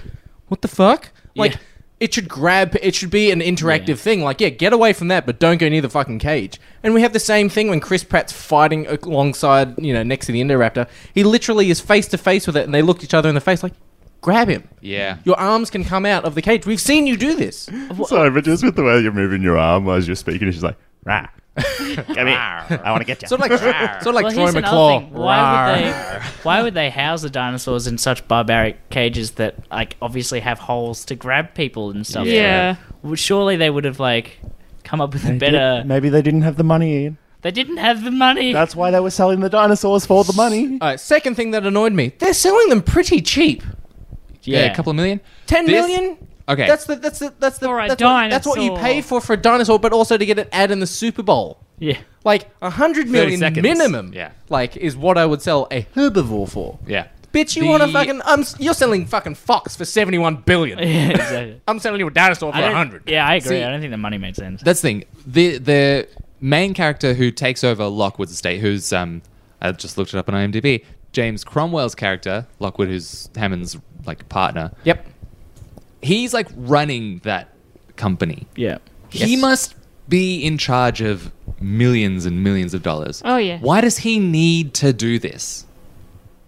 Speaker 5: "What the fuck?" Like
Speaker 6: Yeah.
Speaker 5: it should grab. It should be an interactive thing. Like, yeah, get away from that, but don't go near the fucking cage. And we have the same thing when Chris Pratt's fighting alongside, you know, next to the Indoraptor. He literally is face to face with it, and they look each other in the face like, grab him.
Speaker 3: Yeah.
Speaker 5: Your arms can come out of the cage. We've seen you do this.
Speaker 2: Sorry, but just with the way you're moving your arm as you're speaking, it's just like, rah. Come here. I want to get you.
Speaker 5: Sort of like- sort of like
Speaker 6: Well,
Speaker 5: Troy
Speaker 6: here's another
Speaker 5: McClaw.
Speaker 6: thing. Why would,
Speaker 5: Rawr.
Speaker 6: they, why would they house the dinosaurs in such barbaric cages that, like, obviously have holes to grab people and stuff?
Speaker 8: Yeah.
Speaker 6: Well, surely they would have, like, come up with a better.
Speaker 2: Maybe they didn't have the money, Ian.
Speaker 6: They didn't have the money.
Speaker 2: That's why they were selling the dinosaurs for the money.
Speaker 5: All right, second thing that annoyed me, they're selling them pretty cheap.
Speaker 3: Yeah, a couple of million.
Speaker 5: Ten
Speaker 3: This-
Speaker 5: million.
Speaker 3: Okay.
Speaker 5: That's the that's the that's the
Speaker 8: For a
Speaker 5: that's, what, that's what you
Speaker 8: dinosaur.
Speaker 5: pay for for a dinosaur, but also to get an ad in the Super Bowl.
Speaker 6: Yeah.
Speaker 5: Like a hundred million
Speaker 3: seconds.
Speaker 5: minimum.
Speaker 3: Yeah.
Speaker 5: Like is what I would sell a herbivore for.
Speaker 3: Yeah.
Speaker 5: Bitch, you
Speaker 3: The-
Speaker 5: want a fucking? I'm, you're selling fucking fox for seventy-one billion.
Speaker 6: Yeah, exactly.
Speaker 5: I'm selling you a dinosaur for
Speaker 6: I don't-
Speaker 5: hundred.
Speaker 6: Yeah, I agree.
Speaker 3: See-
Speaker 6: I don't think the money made sense.
Speaker 3: That's the thing. The the main character who takes over Lockwood's estate, who's um, I just looked it up on IMDb. James Cromwell's character, Lockwood, who's Hammond's like partner.
Speaker 5: Yep.
Speaker 3: He's like running that company.
Speaker 6: Yeah.
Speaker 3: He must be in charge of millions and millions of dollars.
Speaker 8: Oh, yeah.
Speaker 3: Why does he need to do this?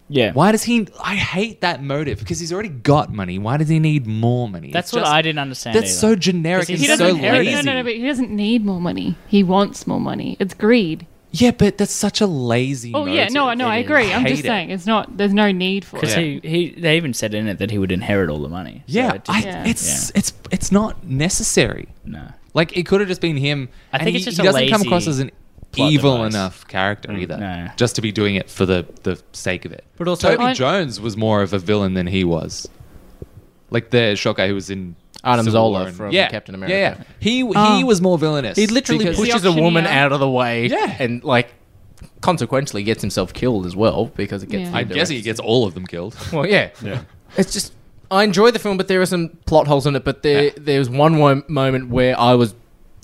Speaker 6: Yeah.
Speaker 3: Why does he? I hate that motive because he's already got money. Why does he need more money?
Speaker 6: That's
Speaker 3: It's
Speaker 6: what
Speaker 3: just-
Speaker 6: I didn't understand.
Speaker 3: That's
Speaker 6: either.
Speaker 3: so generic and
Speaker 6: Because he
Speaker 3: so
Speaker 6: doesn't inherit
Speaker 3: lazy.
Speaker 6: it.
Speaker 8: No, no, no, but he doesn't need more money. He wants more money. It's greed.
Speaker 3: Yeah, but that's such a lazy.
Speaker 8: Oh yeah, no,
Speaker 3: motive.
Speaker 8: no, I
Speaker 3: It is.
Speaker 8: agree. I'm
Speaker 3: Hate
Speaker 8: just
Speaker 3: it.
Speaker 8: saying it's not. There's no need for
Speaker 6: Because
Speaker 8: it.
Speaker 6: he, he, they even said in it that he would inherit all the money. So
Speaker 3: Yeah,
Speaker 6: it
Speaker 3: I,
Speaker 6: didn't-
Speaker 3: it's it's it's not necessary.
Speaker 6: No.
Speaker 3: Like it could have just been him.
Speaker 6: I
Speaker 3: and
Speaker 6: think
Speaker 3: he,
Speaker 6: it's just
Speaker 3: he
Speaker 6: a
Speaker 3: doesn't come
Speaker 6: lazy
Speaker 3: across as an
Speaker 6: plot
Speaker 3: evil
Speaker 6: device.
Speaker 3: enough character either,
Speaker 6: no.
Speaker 3: just to be doing it for the the sake of it.
Speaker 5: But also-
Speaker 3: Toby
Speaker 5: I-
Speaker 3: Jones was more of a villain than he was. Like the short guy who was in
Speaker 5: Adam
Speaker 3: Civil War
Speaker 5: Zola
Speaker 3: and-
Speaker 5: from
Speaker 3: yeah,
Speaker 5: Captain
Speaker 3: yeah,
Speaker 5: America.
Speaker 3: Yeah, he he
Speaker 5: Ah.
Speaker 3: was more villainous.
Speaker 5: He literally
Speaker 3: because-
Speaker 5: pushes
Speaker 8: The
Speaker 5: a woman
Speaker 8: auctioneer.
Speaker 5: out of the way.
Speaker 3: Yeah.
Speaker 5: And like consequently gets himself killed as well because it gets
Speaker 8: Yeah.
Speaker 5: the
Speaker 3: I guess he
Speaker 5: indirect-
Speaker 3: gets all of them killed.
Speaker 5: Well, yeah.
Speaker 2: Yeah.
Speaker 5: It's just I enjoy the film, but there are some plot holes in it. But there
Speaker 3: Yeah.
Speaker 5: there's one mo- moment where I was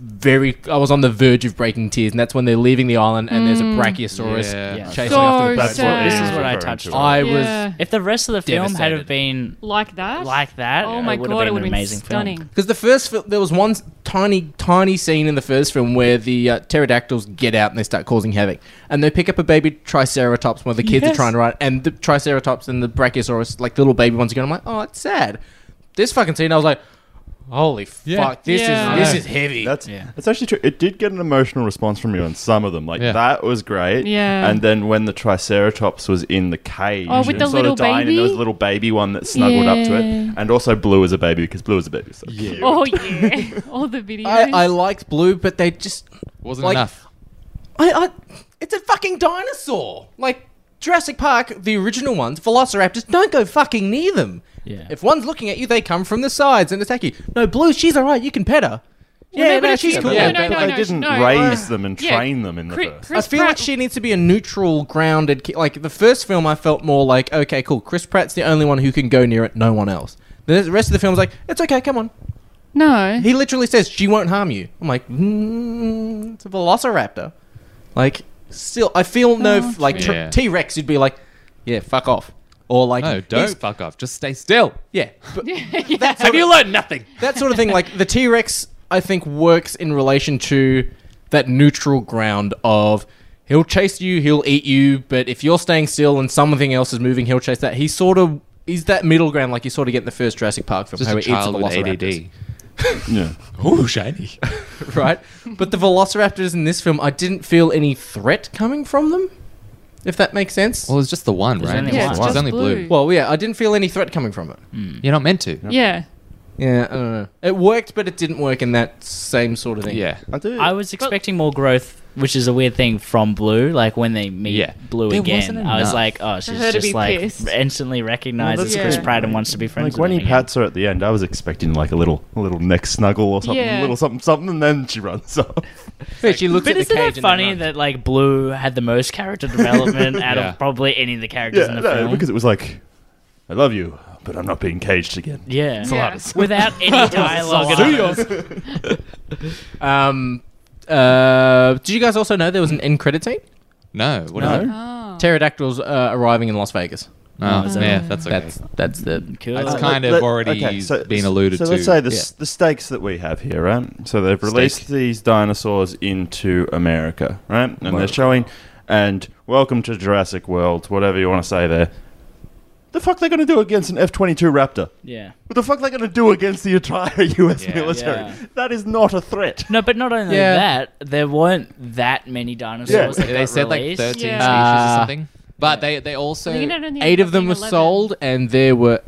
Speaker 5: very I was on the verge of breaking tears, and that's when they're leaving the island and there's a brachiosaurus
Speaker 3: Yeah.
Speaker 6: Yeah.
Speaker 5: chasing
Speaker 8: Mm. So
Speaker 5: after the
Speaker 8: That's what
Speaker 5: brachiosaurus.
Speaker 8: sad.
Speaker 6: this is
Speaker 8: Yeah.
Speaker 6: what I
Speaker 2: Referring
Speaker 6: touched
Speaker 2: to it.
Speaker 6: on.
Speaker 5: I
Speaker 8: Yeah.
Speaker 5: was
Speaker 6: If the rest of the film had
Speaker 5: Devastated.
Speaker 6: have been
Speaker 8: like that.
Speaker 6: like that,
Speaker 8: Oh my
Speaker 6: it would
Speaker 8: god,
Speaker 6: have
Speaker 8: it
Speaker 6: been
Speaker 8: would
Speaker 6: an
Speaker 8: have been
Speaker 6: amazing
Speaker 8: stunning.
Speaker 6: film.
Speaker 5: because the first fil- there was one s- tiny tiny scene in the first film where the uh, pterodactyls get out and they start causing havoc, and they pick up a baby triceratops. One of the kids
Speaker 6: Yes.
Speaker 5: are trying to ride, and the triceratops and the brachiosaurus, like the little baby ones, are going. I'm like, oh, it's sad. This fucking scene, I was like, holy fuck, this
Speaker 8: Yeah.
Speaker 5: is this is heavy.
Speaker 2: That's
Speaker 6: Yeah.
Speaker 2: that's actually true. It did get an emotional response from you on some of them. Like
Speaker 3: Yeah.
Speaker 2: that was great.
Speaker 8: Yeah.
Speaker 2: And then when the Triceratops was in the cage,
Speaker 8: Oh, with
Speaker 2: and
Speaker 8: the
Speaker 2: sort
Speaker 8: little
Speaker 2: of dying, and there was a
Speaker 8: baby?
Speaker 2: little baby one that snuggled up to
Speaker 8: Yeah.
Speaker 2: it, and also Blue as a baby because Blue as a baby. was So yeah.
Speaker 8: Oh yeah, all the videos.
Speaker 5: I, I liked blue, but they just
Speaker 3: Wasn't
Speaker 5: Like-
Speaker 3: enough.
Speaker 5: I, I it's a fucking dinosaur. Like Jurassic Park, the original ones, Velociraptors, don't go fucking near them.
Speaker 6: Yeah.
Speaker 5: If one's looking at you, they come from the sides and attack you. No, blue, she's alright, you can pet her.
Speaker 8: Well, no, but if
Speaker 5: she's
Speaker 8: you-
Speaker 5: cool.
Speaker 8: no,
Speaker 2: Yeah,
Speaker 8: no,
Speaker 2: but
Speaker 8: no,
Speaker 2: they
Speaker 8: no,
Speaker 2: didn't
Speaker 8: no,
Speaker 2: raise
Speaker 8: uh,
Speaker 2: them and
Speaker 8: yeah,
Speaker 2: train them in the
Speaker 8: Chri-
Speaker 2: first.
Speaker 5: I
Speaker 8: Chris
Speaker 5: feel like
Speaker 8: Pratt-
Speaker 5: she needs to be a neutral, grounded ki Like the first film, I felt more like, okay, cool. Chris Pratt's the only one who can go near it, no one else. The rest of the film's like, it's okay, come on.
Speaker 8: No.
Speaker 5: He literally says she won't harm you. I'm like, mm, it's a velociraptor. Like, still, I feel no
Speaker 3: Oh,
Speaker 5: f- like
Speaker 3: true. Yeah.
Speaker 5: T Rex. You'd be like, yeah, fuck off, or like,
Speaker 3: No, don't
Speaker 5: he's-
Speaker 3: fuck off. Just stay still.
Speaker 5: Yeah, but
Speaker 8: yeah.
Speaker 3: Have you learned nothing?
Speaker 5: that sort of thing. Like the T Rex, I think works in relation to that neutral ground of he'll chase you, he'll eat you, but if you're staying still and something else is moving, he'll chase that. He sort of is that middle ground, like you sort of get in the first Jurassic Park film,
Speaker 3: Just
Speaker 5: how he
Speaker 3: a
Speaker 5: eats a
Speaker 3: child with
Speaker 5: velociraptor.
Speaker 3: ADD.
Speaker 2: Yeah.
Speaker 3: Ooh, shiny.
Speaker 5: right? But the velociraptors in this film, I didn't feel any threat coming from them, if that makes sense.
Speaker 3: Well, it's just the one,
Speaker 6: There's
Speaker 3: right?
Speaker 6: only Yeah, one.
Speaker 8: it's
Speaker 3: There's
Speaker 8: just
Speaker 3: only blue.
Speaker 8: blue.
Speaker 5: Well, yeah, I didn't feel any threat coming from it.
Speaker 3: You're not meant to.
Speaker 8: Yeah.
Speaker 5: Yeah, I don't know. It worked, but it didn't work in that same sort of thing.
Speaker 3: Yeah.
Speaker 2: I do.
Speaker 6: I was expecting more growth which is a weird thing from Blue. Like when they meet Blue
Speaker 5: There
Speaker 6: again,
Speaker 5: wasn't
Speaker 6: I was
Speaker 5: enough.
Speaker 6: like, oh,
Speaker 5: For
Speaker 6: she's
Speaker 5: her to
Speaker 6: just
Speaker 5: be
Speaker 6: like
Speaker 5: pissed.
Speaker 6: instantly recognizes
Speaker 5: that's
Speaker 6: Chris
Speaker 5: good.
Speaker 6: Pratt and wants to be friends
Speaker 2: Like
Speaker 6: with
Speaker 2: when
Speaker 6: him.
Speaker 2: he pats her at the end, I was expecting like a little, a little neck snuggle or something, a
Speaker 6: Yeah.
Speaker 2: little something, something, and then she runs off.
Speaker 6: But she looks
Speaker 5: at the
Speaker 6: isn't
Speaker 5: cage
Speaker 6: That
Speaker 5: and
Speaker 6: funny that like Blue had the most character development out
Speaker 2: Yeah.
Speaker 6: of probably any of the characters in the
Speaker 2: no,
Speaker 6: film.
Speaker 2: because it was like, I love you, but I'm not being caged again.
Speaker 6: Yeah.
Speaker 2: Saladas.
Speaker 6: Without any dialogue at all.
Speaker 5: um, uh, did you guys also know there was an end credit scene? No.
Speaker 3: what
Speaker 5: no.
Speaker 3: is it?
Speaker 8: Oh.
Speaker 5: Pterodactyls uh, arriving in Las Vegas.
Speaker 3: Oh, Oh, is that yeah, right? that's okay.
Speaker 5: That's, that's the.
Speaker 6: Cool.
Speaker 3: That's
Speaker 2: Uh,
Speaker 3: kind
Speaker 2: let-
Speaker 3: of
Speaker 2: let-
Speaker 3: already
Speaker 2: okay, so-
Speaker 3: been alluded
Speaker 2: so
Speaker 3: to.
Speaker 2: let's say the, s the stakes that we have here, right? So they've released these dinosaurs into America, right? And
Speaker 10: Whoa.
Speaker 2: they're showing, and welcome to Jurassic World, whatever you want to say there. The fuck they going to do against an F 22 Raptor?
Speaker 6: Yeah.
Speaker 2: What the fuck they going to do against the entire US military?
Speaker 6: Yeah.
Speaker 2: That is not a threat.
Speaker 6: No, but not only
Speaker 2: Yeah.
Speaker 6: that, there weren't that many dinosaurs.
Speaker 2: Yeah.
Speaker 6: That
Speaker 2: They
Speaker 6: got
Speaker 3: said, like,
Speaker 6: released.
Speaker 3: 13 Yeah. species or something. But they they also
Speaker 6: Well, you don't only
Speaker 5: Eight
Speaker 6: end
Speaker 5: of
Speaker 6: up
Speaker 5: them
Speaker 6: being
Speaker 5: were
Speaker 6: 11.
Speaker 5: sold, and there were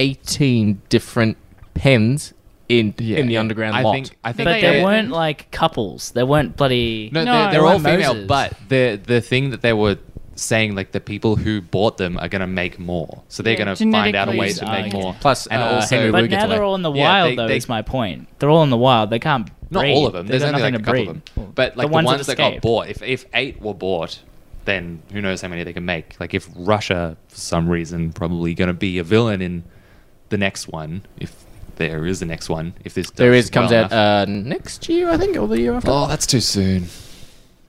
Speaker 5: 18 different pens in in the underground
Speaker 3: I
Speaker 5: lot.
Speaker 3: think- I think
Speaker 6: but
Speaker 3: they-
Speaker 6: there weren't like couples. There weren't bloody.
Speaker 3: No, they're, they're all female, but the the thing that they were saying, like the people who bought them are going to make more, so they're
Speaker 6: Yeah,
Speaker 3: going to find out a
Speaker 6: genetically.
Speaker 3: way to
Speaker 6: Oh,
Speaker 3: make
Speaker 6: okay.
Speaker 3: more.
Speaker 5: Plus,
Speaker 3: and
Speaker 5: uh,
Speaker 3: also,
Speaker 5: Henry
Speaker 6: but now they're all in the wild,
Speaker 3: they-
Speaker 6: though.
Speaker 3: they-
Speaker 6: is my point. They're all in the wild. They can't.
Speaker 3: Not
Speaker 6: breed.
Speaker 3: all of them.
Speaker 6: They've
Speaker 3: There's
Speaker 6: got
Speaker 3: only like a
Speaker 6: nothing to
Speaker 3: couple of them,
Speaker 6: breed.
Speaker 3: but like the ones, that got
Speaker 6: escaped.
Speaker 3: bought, if if eight were bought, then who knows how many they can make? Like if Russia, for some reason, probably going to be a villain in the next one, if there is the next one, if this
Speaker 5: There
Speaker 3: does
Speaker 5: is comes
Speaker 3: well
Speaker 5: out
Speaker 3: enough.
Speaker 5: uh, next year, I think, or the year after.
Speaker 3: oh, that's too soon.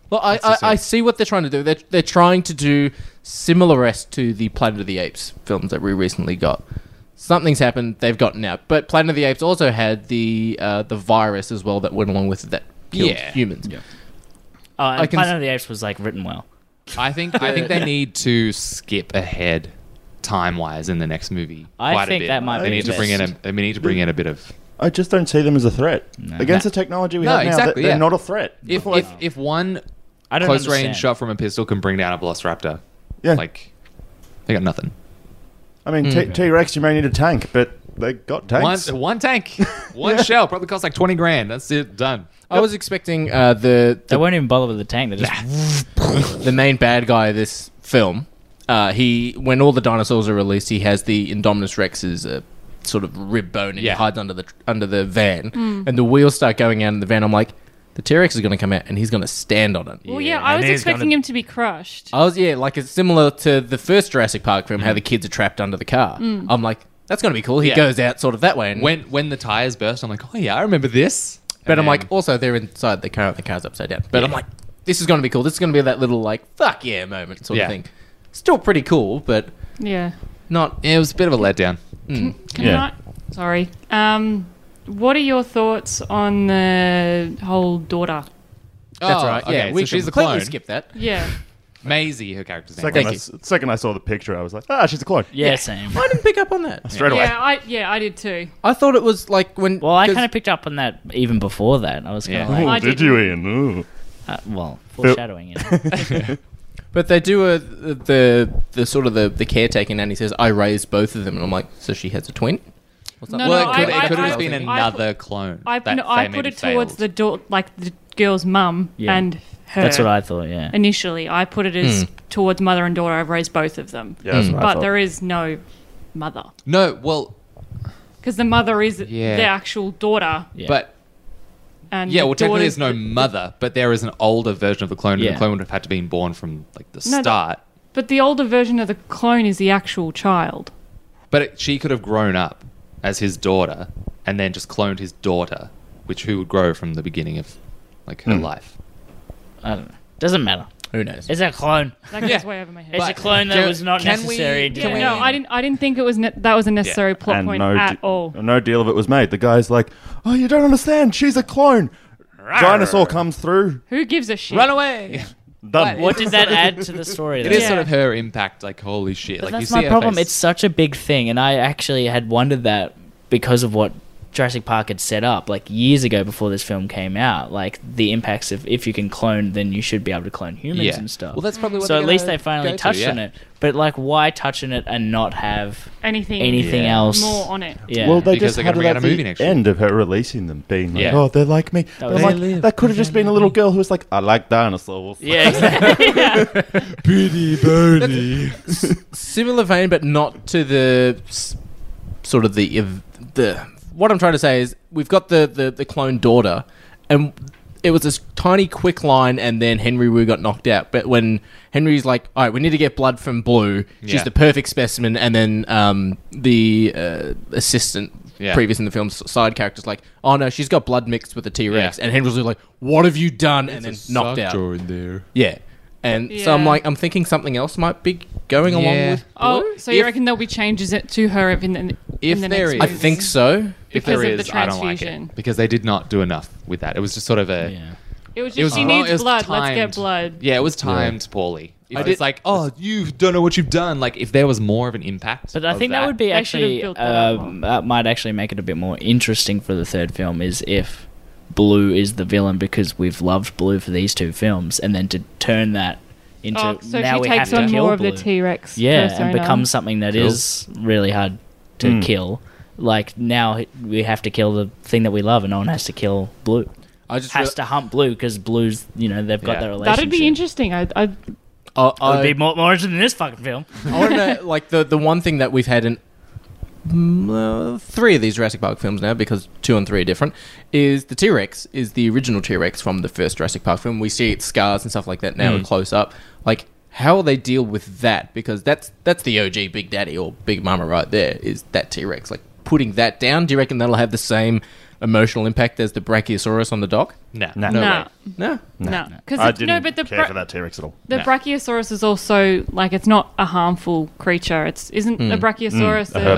Speaker 5: Well, I, I,
Speaker 3: That's the
Speaker 5: I see what they're trying to do. They're, they're trying to do similar esque to the Planet of the Apes films that we recently got. Something's happened. They've gotten out, but Planet of the Apes also had the uh, the virus as well that went along with it that killed
Speaker 3: Yeah.
Speaker 5: humans.
Speaker 6: Oh, and
Speaker 5: I can
Speaker 6: Planet of the Apes was like written well.
Speaker 3: I think I think they need to skip ahead time wise in the next movie.
Speaker 6: I
Speaker 3: quite
Speaker 6: think
Speaker 3: a bit.
Speaker 6: that might
Speaker 3: they
Speaker 6: be
Speaker 3: need
Speaker 6: the
Speaker 3: to bring in a,
Speaker 6: best.
Speaker 3: they need to bring in a bit of
Speaker 2: I just don't see them as a threat against
Speaker 3: No.
Speaker 2: the technology we
Speaker 3: No,
Speaker 2: have now.
Speaker 3: exactly,
Speaker 2: They're
Speaker 3: yeah.
Speaker 2: not a threat.
Speaker 3: if
Speaker 2: Like-
Speaker 3: if, if one
Speaker 6: I don't
Speaker 3: close
Speaker 6: understand.
Speaker 3: range shot from a pistol can bring down a velociraptor.
Speaker 2: Yeah.
Speaker 3: Like they got nothing.
Speaker 2: I mean, T
Speaker 3: Mm.
Speaker 2: T Rex, you may need a tank, but they got
Speaker 3: One,
Speaker 2: tanks.
Speaker 3: one tank, one shell probably costs like twenty grand. That's it, done.
Speaker 5: I was expecting uh, the,
Speaker 6: They
Speaker 5: the
Speaker 6: won't even bother with the tank. They just.
Speaker 5: the main bad guy of this film. Uh, he when all the dinosaurs are released, he has the Indominus Rex's uh, sort of rib bone, and he hides under the under the van,
Speaker 1: Mm.
Speaker 5: and the wheels start going out in the van. I'm like, the T Rex is going to come out, and he's going to stand on it.
Speaker 8: Well, yeah, I was expecting him to be crushed.
Speaker 5: I was yeah, like it's similar to the first Jurassic Park film, how the kids are trapped under the car.
Speaker 8: Mm.
Speaker 5: I'm like, that's going to be cool. He
Speaker 3: Mm-hmm. Yeah.
Speaker 5: goes out sort of that way, and
Speaker 3: When when the tires burst, I'm like, oh yeah, I remember this.
Speaker 5: Mm. but
Speaker 3: And
Speaker 5: I'm like,
Speaker 3: then-
Speaker 5: also they're inside the car, the car's upside down. But I'm
Speaker 3: Yeah.
Speaker 5: like, this is going to be cool. This is going to be that little like fuck yeah moment sort
Speaker 3: Yeah.
Speaker 5: of thing. Still pretty cool, but
Speaker 8: Yeah.
Speaker 5: not.
Speaker 3: Yeah, it was a bit of a letdown.
Speaker 5: Mm.
Speaker 8: Can I? Sorry. Um, what are your thoughts on the whole daughter?
Speaker 5: That's
Speaker 3: Oh,
Speaker 5: right.
Speaker 3: okay,
Speaker 5: yeah,
Speaker 3: so
Speaker 5: we
Speaker 3: she's
Speaker 5: she's
Speaker 3: a
Speaker 5: completely
Speaker 3: clone.
Speaker 5: skip that.
Speaker 8: Yeah.
Speaker 3: Maisie, her character's name.
Speaker 2: Second, I,
Speaker 3: was.
Speaker 2: s- second I saw the picture, I was like, ah, she's a clone.
Speaker 6: Yeah, same.
Speaker 5: I didn't pick up on that.
Speaker 2: Straight away.
Speaker 8: Yeah, I yeah I did too.
Speaker 5: I thought it was like when.
Speaker 6: Well, I
Speaker 5: 'cause-
Speaker 6: kind of picked up on that even before that. I was kind of
Speaker 2: Oh,
Speaker 6: like,
Speaker 2: did you, Ian? Ooh.
Speaker 6: uh, well, foreshadowing it.
Speaker 5: But they do a the the sort of the the caretaker nanny says I raised both of them, and I'm like, so she has a twin. What's
Speaker 8: No,
Speaker 3: well,
Speaker 8: no,
Speaker 3: it could,
Speaker 8: I- I-
Speaker 3: it could
Speaker 8: I-
Speaker 3: have been
Speaker 8: I put-
Speaker 3: another clone.
Speaker 8: I
Speaker 3: that
Speaker 8: no, I
Speaker 3: they
Speaker 8: put
Speaker 3: maybe
Speaker 8: it towards
Speaker 3: failed.
Speaker 8: the daughter, like the girl's mum
Speaker 6: Yeah.
Speaker 8: and her.
Speaker 6: That's what I thought. Yeah.
Speaker 8: Initially, I put it as
Speaker 5: Mm.
Speaker 8: towards mother and daughter. I've raised both of them.
Speaker 3: Hmm. Yeah,
Speaker 6: Hmm.
Speaker 3: that's Mm. what I
Speaker 8: But
Speaker 3: thought.
Speaker 8: there is no mother
Speaker 3: No, well,
Speaker 8: because the mother is
Speaker 3: Yeah.
Speaker 8: the actual daughter.
Speaker 3: but
Speaker 8: And
Speaker 3: yeah,
Speaker 8: the
Speaker 3: well, technically,
Speaker 8: daughter's
Speaker 3: there's no mother, but there is an older version of the clone, and
Speaker 6: Yeah.
Speaker 3: the clone would have had to been born from like the
Speaker 8: No, the-
Speaker 3: start.
Speaker 8: But the older version of the clone is the actual child.
Speaker 3: But it, she could have grown up as his daughter, and then just cloned his daughter, which who would grow from the beginning of like her life.
Speaker 6: I don't know. Doesn't matter.
Speaker 5: Who knows?
Speaker 6: It's a clone.
Speaker 8: That goes way over my head.
Speaker 6: It's a clone that
Speaker 3: Can-
Speaker 6: was not
Speaker 3: can we-
Speaker 6: necessary.
Speaker 3: can
Speaker 6: to
Speaker 8: Yeah,
Speaker 6: win.
Speaker 8: no, I didn't. I didn't think it was ne- that was a necessary plot
Speaker 2: And
Speaker 8: point
Speaker 2: no
Speaker 8: at
Speaker 2: de-
Speaker 8: all.
Speaker 2: No deal of it was made. The guy's like, oh, you don't understand. She's a clone. Dinosaur comes through.
Speaker 8: Who gives a shit?
Speaker 3: Run away!
Speaker 2: Done.
Speaker 6: What did that add to the story?
Speaker 3: It
Speaker 6: though?
Speaker 3: is sort of her impact. Like holy shit!
Speaker 6: But
Speaker 3: like
Speaker 6: that's
Speaker 3: you see
Speaker 6: my
Speaker 3: her
Speaker 6: problem.
Speaker 3: face.
Speaker 6: It's such a big thing, and I actually had wondered that because of what Jurassic Park had set up like years ago before this film came out, like the impacts of if you can clone, then you should be able to clone humans
Speaker 3: Yeah.
Speaker 6: and stuff.
Speaker 3: Well, that's probably what
Speaker 6: so.
Speaker 3: they're
Speaker 6: At least
Speaker 3: gonna
Speaker 6: they
Speaker 3: go
Speaker 6: finally
Speaker 3: to,
Speaker 6: touched on
Speaker 3: yeah.
Speaker 6: it, but like, why touch on it and not have
Speaker 8: Anything
Speaker 6: anything
Speaker 8: Yeah.
Speaker 6: else
Speaker 8: more on it.
Speaker 6: Yeah,
Speaker 2: Well, they just
Speaker 6: Because they're
Speaker 2: had it
Speaker 6: gonna bring
Speaker 2: at
Speaker 6: out a
Speaker 2: the
Speaker 6: movie next year.
Speaker 2: end of her releasing them, being like,
Speaker 6: Yeah.
Speaker 2: "Oh, they're like me."
Speaker 6: That
Speaker 2: They're
Speaker 6: was-
Speaker 2: like,
Speaker 6: They live.
Speaker 2: that could have just been a little girl who was like, "I like dinosaurs."
Speaker 6: Yeah, exactly.
Speaker 2: Bitty birdie.
Speaker 5: similar vein, but not to the s- sort of the ev- the. What I'm trying to say is, we've got the the, the clone daughter, and it was this tiny quick line, and then Henry Wu got knocked out. But when Henry's like, "All right, we need to get blood from Blue,"
Speaker 3: Yeah.
Speaker 5: she's the perfect specimen, and then um, the uh, assistant.
Speaker 3: Yeah.
Speaker 5: Previous in the film's side characters like, oh no, she's got blood mixed with the T Rex, and Henry was like, "What have you done?" and then knocked out.
Speaker 3: there.
Speaker 5: Yeah, and so I'm
Speaker 8: Yeah.
Speaker 5: like, I'm thinking something else might be going along
Speaker 3: Yeah.
Speaker 5: with
Speaker 8: Oh, so you reckon there'll be changes it to her in the
Speaker 5: If
Speaker 8: in the
Speaker 5: there
Speaker 8: next
Speaker 5: is.
Speaker 8: movie?
Speaker 5: I think so.
Speaker 8: Because
Speaker 3: If there
Speaker 8: of the
Speaker 3: is, I don't like
Speaker 8: transfusion.
Speaker 3: it because they did not do enough with that. It was just sort of a.
Speaker 8: It was just
Speaker 3: It was
Speaker 8: she
Speaker 3: wrong- it
Speaker 8: needs
Speaker 3: was
Speaker 8: blood. Let's
Speaker 3: timed.
Speaker 8: get blood.
Speaker 3: Yeah, it was timed poorly.
Speaker 8: I
Speaker 3: I
Speaker 8: did-
Speaker 3: did like, oh, you don't know what you've done. Like, if there was more of an impact,
Speaker 6: But I
Speaker 3: of
Speaker 6: think that, would be
Speaker 8: They should have
Speaker 6: actually
Speaker 8: built that up
Speaker 6: uh, that might actually make it a bit more interesting for the third film is if Blue is the villain because we've loved Blue for these two films, and then to turn that into
Speaker 8: Oh, so
Speaker 6: now
Speaker 8: she
Speaker 6: we
Speaker 8: takes
Speaker 6: have to
Speaker 8: on
Speaker 6: kill
Speaker 8: more of
Speaker 6: Blue.
Speaker 8: the T Rex.
Speaker 6: yeah,
Speaker 8: persona.
Speaker 6: and becomes something that
Speaker 3: Cool.
Speaker 6: is really hard to
Speaker 3: Mm.
Speaker 6: kill. Like now we have to kill the thing that we love, and no one has to kill Blue.
Speaker 5: I just
Speaker 6: has
Speaker 5: real-
Speaker 6: to hunt Blue because Blue's you know they've got
Speaker 5: Yeah.
Speaker 6: their relationship.
Speaker 8: That'd be interesting. I, I
Speaker 5: Uh,
Speaker 6: It would be more, more interesting than this fucking film.
Speaker 5: I want to know, like the the one thing that we've had in mm, uh, three of these Jurassic Park films now, because two and three are different, is the T Rex is the original T Rex from the first Jurassic Park film. We see its scars and stuff like that now
Speaker 3: Mm.
Speaker 5: in close up. Like how will they deal with that? Because that's that's the OG Big Daddy or Big Mama right there. Is that T Rex like putting that down? Do you reckon that'll have the same emotional impact as the Brachiosaurus on the dock?
Speaker 3: No,
Speaker 2: Nah.
Speaker 8: no, no,
Speaker 5: no,
Speaker 8: no. Because
Speaker 2: I
Speaker 8: it-
Speaker 2: didn't
Speaker 8: no, but the
Speaker 2: care
Speaker 8: bra-
Speaker 2: for that T Rex at all.
Speaker 8: The
Speaker 5: No.
Speaker 8: Brachiosaurus is also like it's not a harmful creature. It's isn't a
Speaker 2: Mm.
Speaker 8: Brachiosaurus
Speaker 2: Mm. A
Speaker 8: a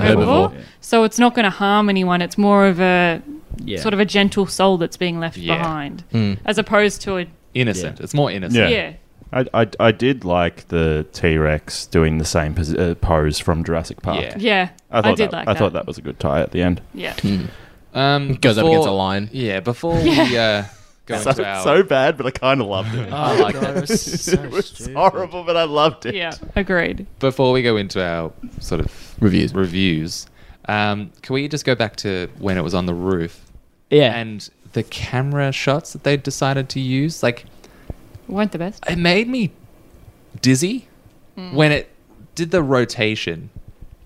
Speaker 8: herbivore,
Speaker 2: herbivore.
Speaker 8: so it's not going to harm anyone. It's more of a
Speaker 6: Yeah.
Speaker 8: sort of a gentle soul that's being left
Speaker 3: Yeah.
Speaker 8: behind,
Speaker 2: Mm.
Speaker 8: as opposed to a
Speaker 3: innocent. It's more innocent.
Speaker 2: Yeah.
Speaker 8: yeah.
Speaker 2: I, I, I did like the T Rex doing the same pos- uh, pose from Jurassic Park.
Speaker 3: Yeah.
Speaker 8: Yeah,
Speaker 2: I
Speaker 8: I
Speaker 2: thought
Speaker 8: did
Speaker 2: that,
Speaker 8: like
Speaker 2: I
Speaker 8: that.
Speaker 2: thought that was a good tie at the end.
Speaker 8: Yeah.
Speaker 3: Um,
Speaker 5: Goes up against a lion.
Speaker 3: Yeah, before we uh,
Speaker 2: Yeah.
Speaker 3: go
Speaker 2: so,
Speaker 3: into our
Speaker 2: so bad, but I kind of loved it.
Speaker 3: I like
Speaker 2: it.
Speaker 3: that.
Speaker 2: it was horrible, but I loved it.
Speaker 8: Yeah, agreed.
Speaker 3: before we go into our sort of
Speaker 5: Reviews.
Speaker 3: reviews, um, can we just go back to when it was on the roof?
Speaker 6: Yeah.
Speaker 3: and the camera shots that they decided to use, like
Speaker 8: weren't the best.
Speaker 3: it made me dizzy
Speaker 8: Hmm.
Speaker 3: when it did the rotation,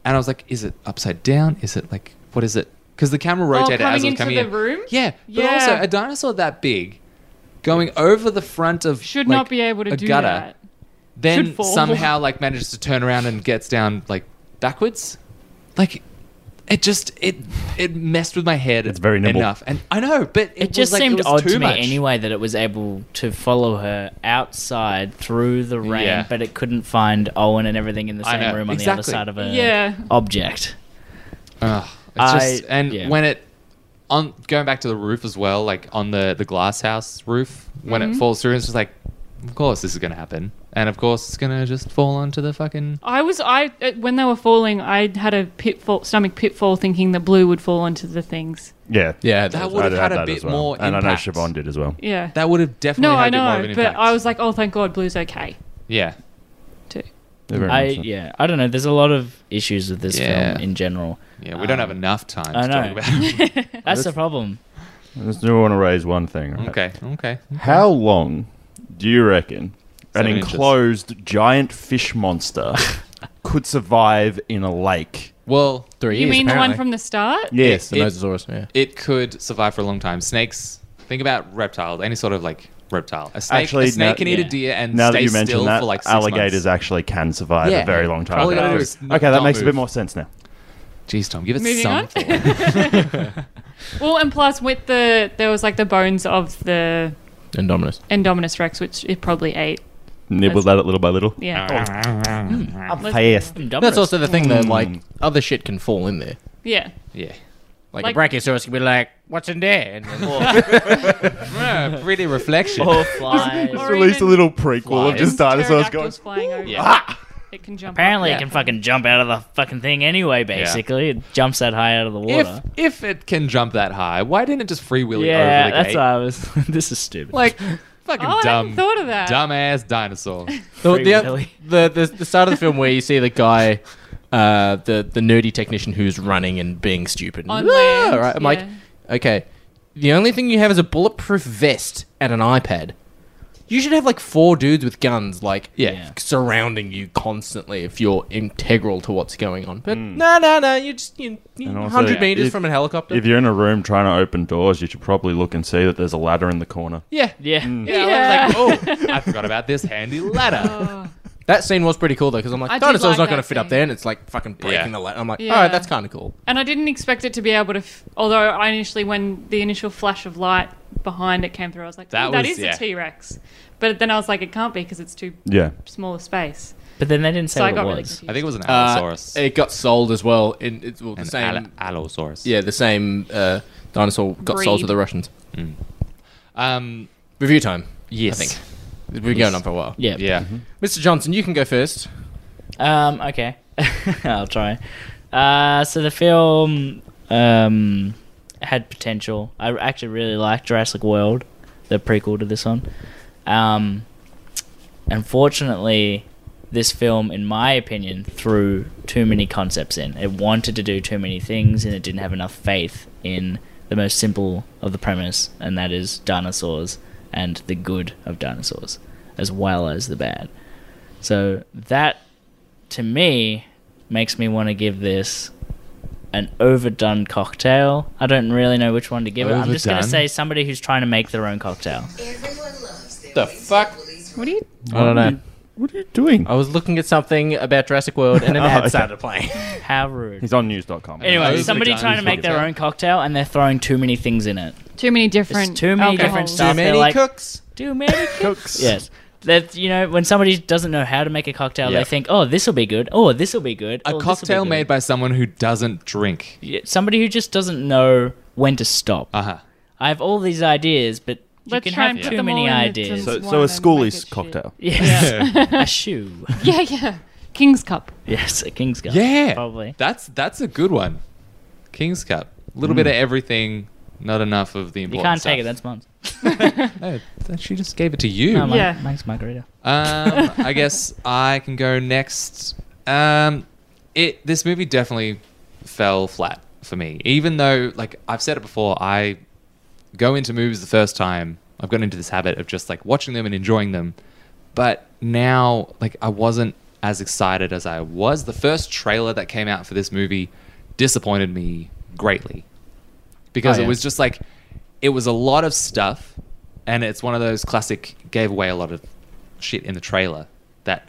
Speaker 3: and I was like, "Is it upside down? Is it like what is it?" Because the camera
Speaker 8: Oh,
Speaker 3: rotated as
Speaker 8: coming
Speaker 3: it was
Speaker 8: into
Speaker 3: coming
Speaker 8: the
Speaker 3: in.
Speaker 8: room?
Speaker 3: Yeah,
Speaker 8: Yeah.
Speaker 3: but also a dinosaur that big going over the front of
Speaker 8: Should
Speaker 3: like,
Speaker 8: not be able to
Speaker 3: a
Speaker 8: do
Speaker 3: gutter
Speaker 8: that.
Speaker 3: then
Speaker 8: Should fall.
Speaker 3: somehow like manages to turn around and gets down like backwards. Like it just it it messed with my head.
Speaker 2: It's very nimble.
Speaker 3: enough, and I know, but it,
Speaker 6: It just
Speaker 3: was, like,
Speaker 6: seemed
Speaker 3: it was
Speaker 6: odd
Speaker 3: too
Speaker 6: to me
Speaker 3: much.
Speaker 6: anyway that it was able to follow her outside through the rain,
Speaker 3: Yeah.
Speaker 6: but it couldn't find Owen and everything in the
Speaker 3: I
Speaker 6: same
Speaker 3: know,
Speaker 6: room on the other
Speaker 3: exactly.
Speaker 6: side of an
Speaker 8: Yeah.
Speaker 6: object.
Speaker 3: Ugh, it's
Speaker 6: I-
Speaker 3: just and
Speaker 6: yeah.
Speaker 3: when it on going back to the roof as well, like on the the glass house roof when it
Speaker 8: Mhm.
Speaker 3: falls through, it's just like, of course this is gonna happen, and of course it's gonna just fall onto the fucking.
Speaker 8: I was I uh, when they were falling, I had a pitfall stomach pitfall thinking the blue would fall onto the things.
Speaker 2: Yeah.
Speaker 5: Yeah,
Speaker 3: That
Speaker 2: I
Speaker 3: would have had a
Speaker 2: that
Speaker 3: bit
Speaker 2: as well.
Speaker 3: more
Speaker 2: And I know
Speaker 3: impact.
Speaker 2: Siobhan did as well.
Speaker 8: Yeah.
Speaker 3: That would have definitely
Speaker 8: no,
Speaker 3: had
Speaker 8: I
Speaker 3: a bit more of
Speaker 8: know,
Speaker 3: an
Speaker 8: but
Speaker 3: impact.
Speaker 8: I was like, oh, thank God, blue's okay.
Speaker 3: yeah,
Speaker 8: Too.
Speaker 2: Yeah, very
Speaker 6: I
Speaker 2: much so.
Speaker 6: yeah, I don't know. There's a lot of issues with this
Speaker 3: Yeah.
Speaker 6: film in general.
Speaker 3: yeah, we don't have
Speaker 6: Um,
Speaker 3: enough time.
Speaker 6: I
Speaker 3: to talk
Speaker 6: know.
Speaker 3: about it.
Speaker 6: That's the problem.
Speaker 2: I just do want to raise one thing. right?
Speaker 3: Okay. Okay.
Speaker 2: How long do you reckon an
Speaker 3: Seven inches.
Speaker 2: enclosed giant fish monster could survive in a lake?
Speaker 3: Well,
Speaker 5: Three
Speaker 8: You
Speaker 5: years,
Speaker 8: mean the
Speaker 5: apparently.
Speaker 8: one from the start?
Speaker 2: Yes.
Speaker 5: the
Speaker 3: It-
Speaker 5: Mosasaurus? Yeah.
Speaker 3: it could survive for a long time. Snakes. Think about reptiles, any sort of like reptile. A snake,
Speaker 2: Actually,
Speaker 3: a snake
Speaker 2: now-
Speaker 3: can eat
Speaker 6: yeah.
Speaker 3: a deer and
Speaker 2: now
Speaker 3: stay
Speaker 2: that you
Speaker 3: still
Speaker 2: mentioned that,
Speaker 3: for like six
Speaker 2: alligators
Speaker 3: Months.
Speaker 2: actually can survive
Speaker 3: Yeah.
Speaker 2: a very long time.
Speaker 3: All you gotta do
Speaker 2: Okay,
Speaker 3: is not-
Speaker 2: that
Speaker 3: not
Speaker 2: makes a
Speaker 3: move.
Speaker 2: bit more sense now.
Speaker 3: Jeez, Tom, give us
Speaker 8: Moving
Speaker 3: some.
Speaker 8: on.
Speaker 3: thought.
Speaker 8: Well, and plus with the there was like the bones of the
Speaker 5: Indominus.
Speaker 8: Indominus Rex, which it probably ate.
Speaker 2: Nibble
Speaker 8: That's-
Speaker 2: that little by little.
Speaker 8: Yeah.
Speaker 3: Oh.
Speaker 8: Hmm.
Speaker 2: I'm
Speaker 8: Let's-
Speaker 2: fast.
Speaker 5: That's also the thing that like other shit can fall in there.
Speaker 8: Yeah.
Speaker 3: yeah.
Speaker 5: Like,
Speaker 8: Like-
Speaker 5: a brachiosaurus can be like, "What's in there?" And then,
Speaker 3: Yeah, pretty reflection.
Speaker 6: or flies.
Speaker 2: Release a
Speaker 8: even-
Speaker 2: little prequel of just dinosaurs
Speaker 8: Pterodactyls
Speaker 2: going.
Speaker 8: flying over.
Speaker 3: Yeah.
Speaker 8: It can jump. up,
Speaker 6: Apparently,
Speaker 8: yeah.
Speaker 6: it can fucking jump out of the fucking thing anyway. Basically, it jumps that high out of the water.
Speaker 3: If, if it can jump that high, why didn't it just free wheel it
Speaker 6: yeah,
Speaker 3: over the
Speaker 6: that's
Speaker 3: gate?
Speaker 6: what I was. this is stupid.
Speaker 3: Like fucking
Speaker 8: Oh, I
Speaker 3: dumb,
Speaker 8: hadn't thought of that.
Speaker 3: dumbass dinosaur.
Speaker 5: The,
Speaker 6: Free
Speaker 5: the,
Speaker 6: Willy.
Speaker 5: the, the, the start of the film where you see the guy, uh, the, the nerdy technician who's running and being stupid.
Speaker 8: On
Speaker 5: Ah,
Speaker 8: land,
Speaker 5: right? I'm like, okay, the only thing you have is a bulletproof vest and an iPad. You should have like four dudes with guns, like yeah, surrounding you constantly if you're integral to what's going on. But no, no, no, you just you, you
Speaker 2: And also,
Speaker 5: 100 meters
Speaker 2: if-
Speaker 5: from a helicopter.
Speaker 2: If you're in a room trying to open doors, you should probably look and see that there's a ladder in the corner.
Speaker 5: yeah,
Speaker 6: Yeah.
Speaker 5: yeah. I was like, oh, I forgot about this handy ladder.
Speaker 8: Oh.
Speaker 5: That scene was pretty cool though, because I'm like,
Speaker 8: I did
Speaker 5: dinosaur's
Speaker 8: like
Speaker 5: not going to
Speaker 8: that
Speaker 5: fit up
Speaker 8: scene.
Speaker 5: there, and it's like fucking breaking
Speaker 3: Yeah.
Speaker 5: the ladder. I'm like,
Speaker 8: Yeah.
Speaker 5: all right, that's kind of cool.
Speaker 8: And I didn't expect it to be able to. F- although I initially, when the initial flash of light behind it came through, I was like,
Speaker 3: That
Speaker 8: "Oh, that
Speaker 3: was-
Speaker 8: is
Speaker 3: yeah.
Speaker 8: a T Rex." But then I was like, "It can't be because it's too
Speaker 2: Yeah.
Speaker 8: small a space."
Speaker 6: But then they didn't say
Speaker 8: So I
Speaker 6: what
Speaker 8: got
Speaker 6: it was.
Speaker 8: really
Speaker 3: I think it was an
Speaker 5: Uh,
Speaker 3: Allosaurus.
Speaker 6: e-
Speaker 5: it got sold as well. In it's well, the
Speaker 3: an
Speaker 5: same,
Speaker 3: Allo- Allosaurus.
Speaker 5: yeah, the same uh, dinosaur got sold to
Speaker 8: Breed.
Speaker 5: the Russians.
Speaker 3: Um.
Speaker 5: Review time.
Speaker 3: Yes.
Speaker 5: I think we've been
Speaker 6: Yes.
Speaker 5: going on for a while.
Speaker 6: Yeah.
Speaker 3: Yeah.
Speaker 5: Mr. Johnson, you can go first.
Speaker 6: Um, okay. I'll try. Uh, so the film um, had potential. I actually really liked Jurassic World, the prequel to this one. Um, unfortunately, this film, in my opinion, threw too many concepts in. It wanted to do too many things, and it didn't have enough faith in the most simple of the premise, and that is dinosaurs and the good of dinosaurs, as well as the bad. So that to me makes me want to give this an overdone cocktail. I don't really know which one to give it. I'm just going to
Speaker 3: Overdone?
Speaker 6: say somebody who's trying to make their own cocktail.
Speaker 5: The fuck?
Speaker 8: What do you?
Speaker 5: I don't know.
Speaker 2: What are you doing?
Speaker 3: Oh.
Speaker 5: I was looking at something about Jurassic World, and an
Speaker 2: Oh,
Speaker 5: ad
Speaker 2: okay.
Speaker 5: started playing.
Speaker 6: How rude.
Speaker 2: He's on news.com.
Speaker 6: Anyway,
Speaker 3: Overdone
Speaker 6: somebody
Speaker 3: is
Speaker 6: trying to make their
Speaker 3: cocktail.
Speaker 6: own cocktail and they're throwing too many things in it.
Speaker 8: Too many different.
Speaker 6: It's too many different
Speaker 8: alcohols.
Speaker 6: stuff. They're like,
Speaker 5: cooks.
Speaker 6: Too many
Speaker 2: Cooks.
Speaker 6: Yes. That you know, when somebody doesn't know how to make a cocktail,
Speaker 3: Yeah.
Speaker 6: they think, "Oh, this will be good. Oh, this will be good."
Speaker 3: A cocktail made by someone who doesn't drink.
Speaker 6: by somebody who just doesn't know when to stop.
Speaker 3: Uh huh.
Speaker 6: I have all these ideas, but
Speaker 8: Let's
Speaker 6: you can
Speaker 8: try
Speaker 6: have
Speaker 8: and put
Speaker 6: too
Speaker 8: them all
Speaker 6: many
Speaker 8: in the-
Speaker 6: ideas.
Speaker 8: to-
Speaker 2: So,
Speaker 8: One
Speaker 2: so a
Speaker 8: and
Speaker 2: schoolies
Speaker 8: make it
Speaker 2: cocktail.
Speaker 6: Yes. a shoe.
Speaker 8: Yeah, yeah. King's Cup.
Speaker 6: Yes, a king's cup.
Speaker 3: Yeah.
Speaker 6: probably.
Speaker 3: That's that's a good one. King's Cup. A little bit of everything, not enough of the
Speaker 6: Hmm. You
Speaker 3: important
Speaker 6: can't
Speaker 3: stuff.
Speaker 6: take it. That's mine.
Speaker 3: No, that- she just gave it to you.
Speaker 6: No,
Speaker 3: um,
Speaker 6: mine-
Speaker 8: Yeah.
Speaker 6: mine's margarita.
Speaker 3: I guess I can go next. Um, it this movie definitely fell flat for me. Even though, like I've said it before, I go into movies the first time. I've gotten into this habit of just like watching them and enjoying them. But now, like I wasn't as excited as I was. The first trailer that came out for this movie disappointed me greatly because
Speaker 5: Oh,
Speaker 3: it
Speaker 5: yeah.
Speaker 3: was just like it was a lot of stuff and it's one of those classic gave away a lot of shit in the trailer that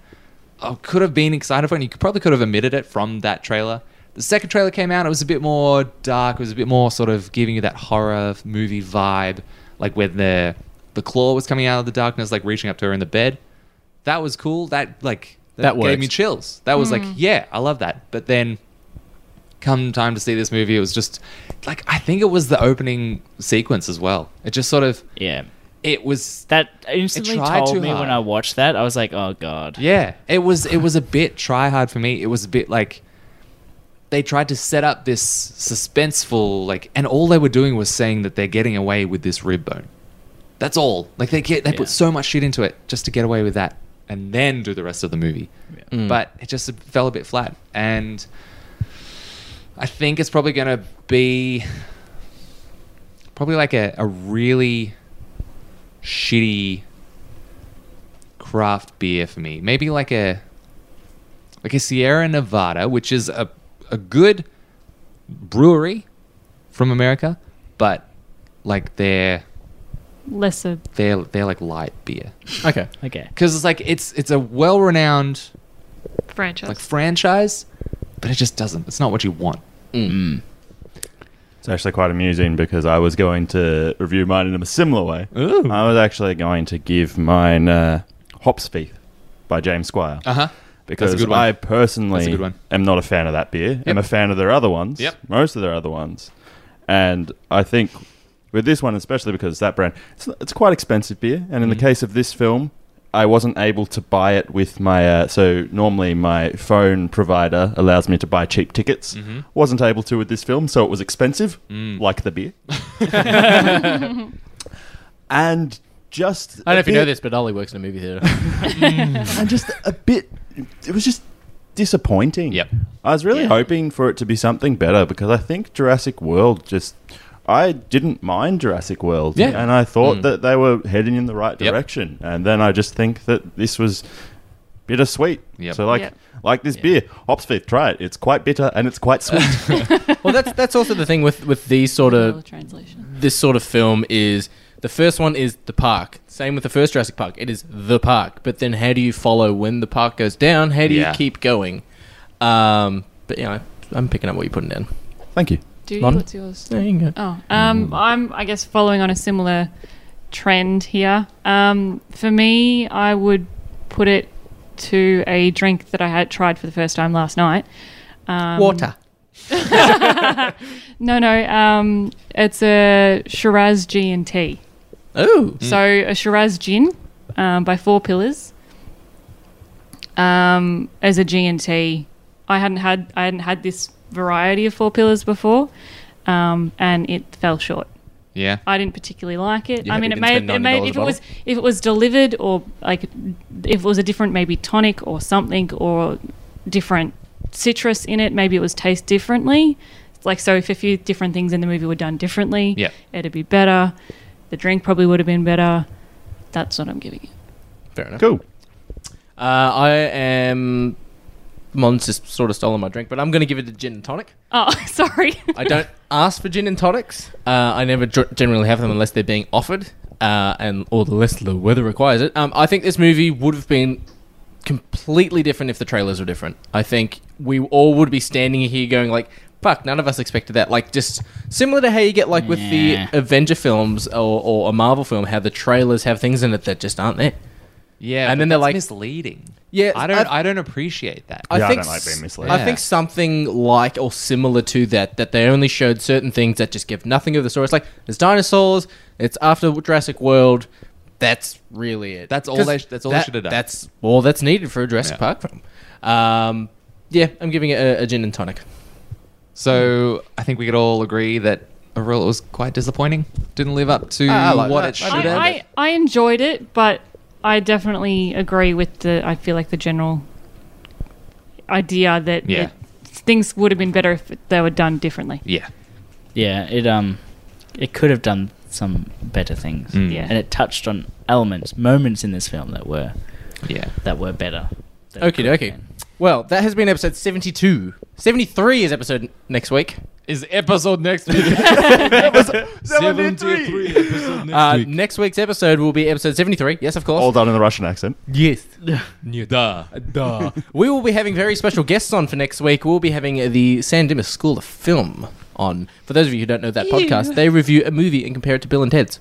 Speaker 3: I could have been excited for and you could- probably could have omitted it from that trailer. The second trailer came out, it was a bit more dark, it was a bit more sort of giving you that horror movie vibe, like when the the claw was coming out of the darkness, like reaching up to her in the bed. That was cool. That like
Speaker 5: That
Speaker 3: gave
Speaker 5: worked.
Speaker 3: me chills. That was like, yeah, I love that. But then come time to see this movie, it was just like I think it was the opening sequence as well. It just sort of
Speaker 6: Yeah,
Speaker 3: it was
Speaker 6: that instantly
Speaker 3: tried
Speaker 6: told
Speaker 3: too
Speaker 6: me
Speaker 3: hard.
Speaker 6: when I watched that. I was like, "Oh God."
Speaker 3: yeah, it was it was a bit try hard for me. It was a bit like they tried to set up this suspenseful like and all they were doing was saying that they're getting away with this rib bone. That's all. Like they get they
Speaker 6: Yeah.
Speaker 3: put so much shit into it just to get away with that and then do the rest of the movie. But it just fell a bit flat and I think it's probably going to be probably like a, a really shitty craft beer for me. Maybe like a like a Sierra Nevada, which is a a good brewery from America, but like they're
Speaker 8: Lesser.
Speaker 3: they're they're like light beer
Speaker 5: Okay.
Speaker 6: Okay.
Speaker 3: because it's like it's it's a well renowned
Speaker 8: Franchise.
Speaker 3: like franchise, but it just doesn't. It's not what you want.
Speaker 2: It's actually quite amusing because I was going to review mine in a similar way.
Speaker 3: Ooh.
Speaker 2: I was actually going to give mine uh, Hops Feet by James Squire.
Speaker 3: Uh huh.
Speaker 2: because
Speaker 3: That's a good one.
Speaker 2: I
Speaker 3: That's a
Speaker 2: personally
Speaker 3: good one.
Speaker 2: am not a fan of that beer. I'm a fan of their other ones.
Speaker 3: Yep.
Speaker 2: Most of their other ones. And I think
Speaker 5: Mm.
Speaker 2: with this one, especially because that brand, it's, it's quite expensive beer. And in the case of this film, I wasn't able to buy it with my. Uh, so normally my phone provider allows me to buy cheap tickets.
Speaker 5: Mm-hmm.
Speaker 3: Mhm.
Speaker 2: Wasn't able to with this film, so it was expensive,
Speaker 3: Mm.
Speaker 2: like the beer. and just.
Speaker 5: I don't know if you know
Speaker 2: appeared-
Speaker 5: this, but Ollie works in a movie theater.
Speaker 2: and just a bit. It was just disappointing. Yep. I was really hoping for it to be something better because I think Jurassic World just. I didn't mind Jurassic World.
Speaker 3: Yeah.
Speaker 2: And I thought
Speaker 3: Mm.
Speaker 2: that they were heading in the right
Speaker 3: Yep.
Speaker 2: direction. And then I just think that this was bittersweet.
Speaker 3: Yep.
Speaker 2: So, like.
Speaker 3: Yep.
Speaker 2: Like this beer, Hopsford, try it. It's quite bitter and it's quite sweet.
Speaker 5: well, that's that's also the thing with with these sort
Speaker 6: uh,
Speaker 5: of this sort of film is the first one is the park. Same with the first Jurassic Park. It is the park, but then how do you follow when the park goes down? How do
Speaker 2: Yeah.
Speaker 5: you keep going? Um, but you know, I'm picking up what you're putting down.
Speaker 2: Thank you.
Speaker 8: Do you?
Speaker 5: Lon?
Speaker 8: What's yours?
Speaker 5: There you go.
Speaker 8: Oh,
Speaker 6: Mm.
Speaker 8: um, I'm. I guess following on a similar trend here. Um, for me, I would put it to a drink that I had tried for the first time last night. Um,
Speaker 5: Water.
Speaker 8: no, no. Um, it's a Shiraz G and T.
Speaker 2: Uh,
Speaker 5: Oh,
Speaker 2: mm.
Speaker 8: So a Shiraz gin um, by Four Pillars um, as a G and T. I hadn't had I hadn't had this variety of Four Pillars before, um, and it fell short.
Speaker 3: Yeah.
Speaker 8: I didn't particularly like it.
Speaker 3: Yeah,
Speaker 8: I mean,
Speaker 3: you
Speaker 8: it may
Speaker 3: didn't spend
Speaker 8: it may
Speaker 3: $90
Speaker 8: if
Speaker 3: a
Speaker 8: it was if it was delivered or like if it was a different maybe tonic or something or different citrus in it, maybe it was taste differently. Like so, if a few different things in the movie were done differently,
Speaker 3: Yeah.
Speaker 8: it'd be better. The drink probably would have been better. That's what I'm giving it.
Speaker 5: Fair enough.
Speaker 2: Cool.
Speaker 5: Uh, I am. Mon's just sort of stolen my drink, but I'm going to give it a gin and tonic.
Speaker 8: Oh, sorry.
Speaker 5: I don't ask for gin and tonics. Uh, I never dr- generally have them unless they're being offered, uh, and or unless the weather requires it. Um, I think this movie would have been completely different if the trailers were different. I think we all would be standing here going like, "Fuck!" None of us expected that. Like just similar to how you get like with
Speaker 6: Yeah.
Speaker 5: the Avenger films or, or a Marvel film, how the trailers have things in it that just aren't there.
Speaker 3: Yeah,
Speaker 5: and
Speaker 3: but
Speaker 5: then they're
Speaker 3: that's
Speaker 5: like
Speaker 3: misleading.
Speaker 5: Yeah,
Speaker 3: I don't.
Speaker 5: I've-
Speaker 3: I don't appreciate that.
Speaker 5: I think s- I think something like or similar to that that they only showed certain things that just give nothing of the story. It's like there's dinosaurs. It's after Jurassic World. That's really it.
Speaker 3: That's all
Speaker 5: 'Cause
Speaker 3: they sh- that's all they should have done.
Speaker 5: That's all that's needed for a Jurassic Park film. Um, yeah, I'm giving it a, a gin and tonic.
Speaker 3: So I think we could all agree that overall it was quite disappointing. Didn't live up to
Speaker 5: I like
Speaker 3: what
Speaker 5: that. I
Speaker 3: it should
Speaker 5: like
Speaker 3: have.
Speaker 5: that.
Speaker 8: I, I enjoyed it, but I definitely agree with the. I feel like the general idea that
Speaker 6: Yeah.
Speaker 8: it- things would have been better if they were done differently.
Speaker 3: Yeah.
Speaker 6: Yeah, it um, it could have done some better things.
Speaker 3: Mm.
Speaker 8: Yeah.
Speaker 6: and it touched on elements, moments in this film that were,
Speaker 3: yeah,
Speaker 6: that were better. that it
Speaker 5: Okay,
Speaker 6: could have
Speaker 5: dokie. Well, that has been episode 72. 73 is episode n- next week.
Speaker 3: Is episode next week. episode next
Speaker 5: uh,
Speaker 3: week.
Speaker 5: Next week's episode will be episode 73. Yes, of course.
Speaker 2: All done in the Russian accent.
Speaker 5: Yes.
Speaker 3: Duh.
Speaker 5: Duh. we will be having very special guests on for next week. We'll be having the San Dimas School of Film on. For those of you who don't know that
Speaker 6: Ew.
Speaker 5: podcast, they review a movie and compare it to Bill and Ted's.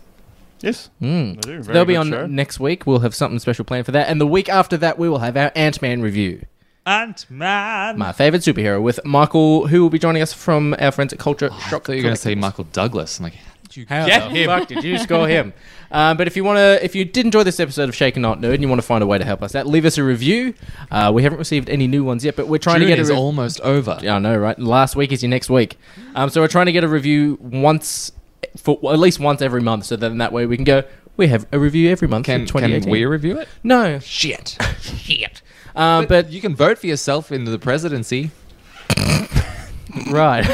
Speaker 2: Yes.
Speaker 5: Mm.
Speaker 2: They do.
Speaker 5: So
Speaker 2: Very
Speaker 5: they'll be
Speaker 2: good
Speaker 5: on
Speaker 2: show.
Speaker 5: next week. We'll have something special planned for that. And the week after that, we will have our Ant Man review.
Speaker 3: Ant Man.
Speaker 5: My favorite superhero with Michael, who will be joining us from our friends at Culture Shock.
Speaker 3: You're gonna say Michael Douglas. I'm like, how did you
Speaker 5: How
Speaker 3: get
Speaker 5: the
Speaker 3: him?
Speaker 5: fuck did you score him? Um, but if you want to, if you did enjoy this episode of Shaken Not Nerd and you want to find a way to help us out, leave us a review. Uh, we haven't received any new ones yet, but we're trying
Speaker 3: June
Speaker 5: to get
Speaker 3: is
Speaker 5: a re-
Speaker 3: almost over.
Speaker 5: Yeah, I know, right? Last week is your next week, um, so we're trying to get a review once for well, at least once every month, so then that way we can go. We have a review every month.
Speaker 3: Can,
Speaker 5: for 2018.
Speaker 3: can we review it?
Speaker 5: No
Speaker 3: Shit.
Speaker 5: shit. Um, but,
Speaker 3: you can vote for yourself into the presidency.
Speaker 5: right,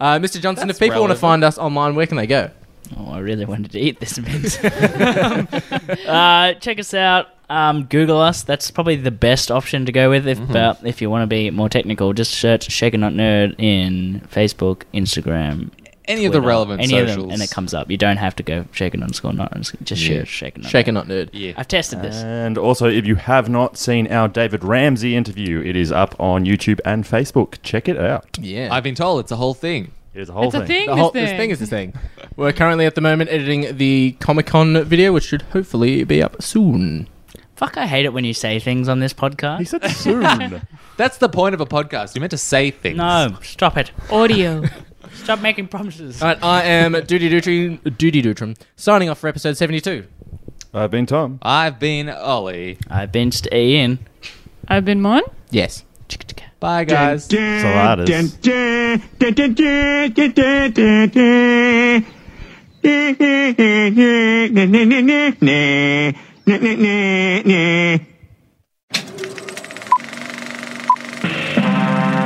Speaker 5: uh, Mr. Johnson,
Speaker 6: That's
Speaker 5: if people want to
Speaker 6: relevant.
Speaker 5: find us online, where can they go?
Speaker 6: Oh, I really wanted to eat this mint. uh, check us out. Um, Google us. That's probably the best option to go with. If
Speaker 3: Mm-hmm.
Speaker 6: but if you want to be more technical, just search Shaker Not Nerd in Facebook, Instagram,
Speaker 3: Any of the
Speaker 6: Twitter,
Speaker 3: relevant
Speaker 6: any of
Speaker 3: socials.
Speaker 6: them, and it comes up. You don't have to go Shaker underscore Not. underscore- Just
Speaker 3: Yeah.
Speaker 6: search Shaker Not.
Speaker 5: Shaken Not Nerd.
Speaker 6: Nerd. I've tested this.
Speaker 2: And also, if you have not seen our David Ramsey interview, it is up on YouTube and Facebook. Check it out.
Speaker 5: Yeah.
Speaker 3: I've been told it's a whole thing.
Speaker 2: It is a whole
Speaker 8: It's a thing,
Speaker 2: thing.
Speaker 5: The
Speaker 8: this
Speaker 5: whole,
Speaker 8: thing.
Speaker 5: this thing is this thing. We're currently at the moment editing the Comic Con video, which should hopefully be up soon.
Speaker 6: Fuck, I hate it when you say things on this podcast.
Speaker 2: He said soon.
Speaker 3: That's the point of a podcast. You're meant to say things.
Speaker 6: no, stop it.
Speaker 8: Audio.
Speaker 6: Stop making promises.
Speaker 5: All right, I am Duty Dutrum, Duty Dutrum, signing off for episode 72.
Speaker 2: I've been Tom.
Speaker 3: I've been Ollie.
Speaker 6: I've been St- Ian.
Speaker 8: I've been Mon.
Speaker 3: Yes. Bye, guys.
Speaker 2: Saladas.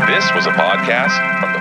Speaker 10: This was a podcast from the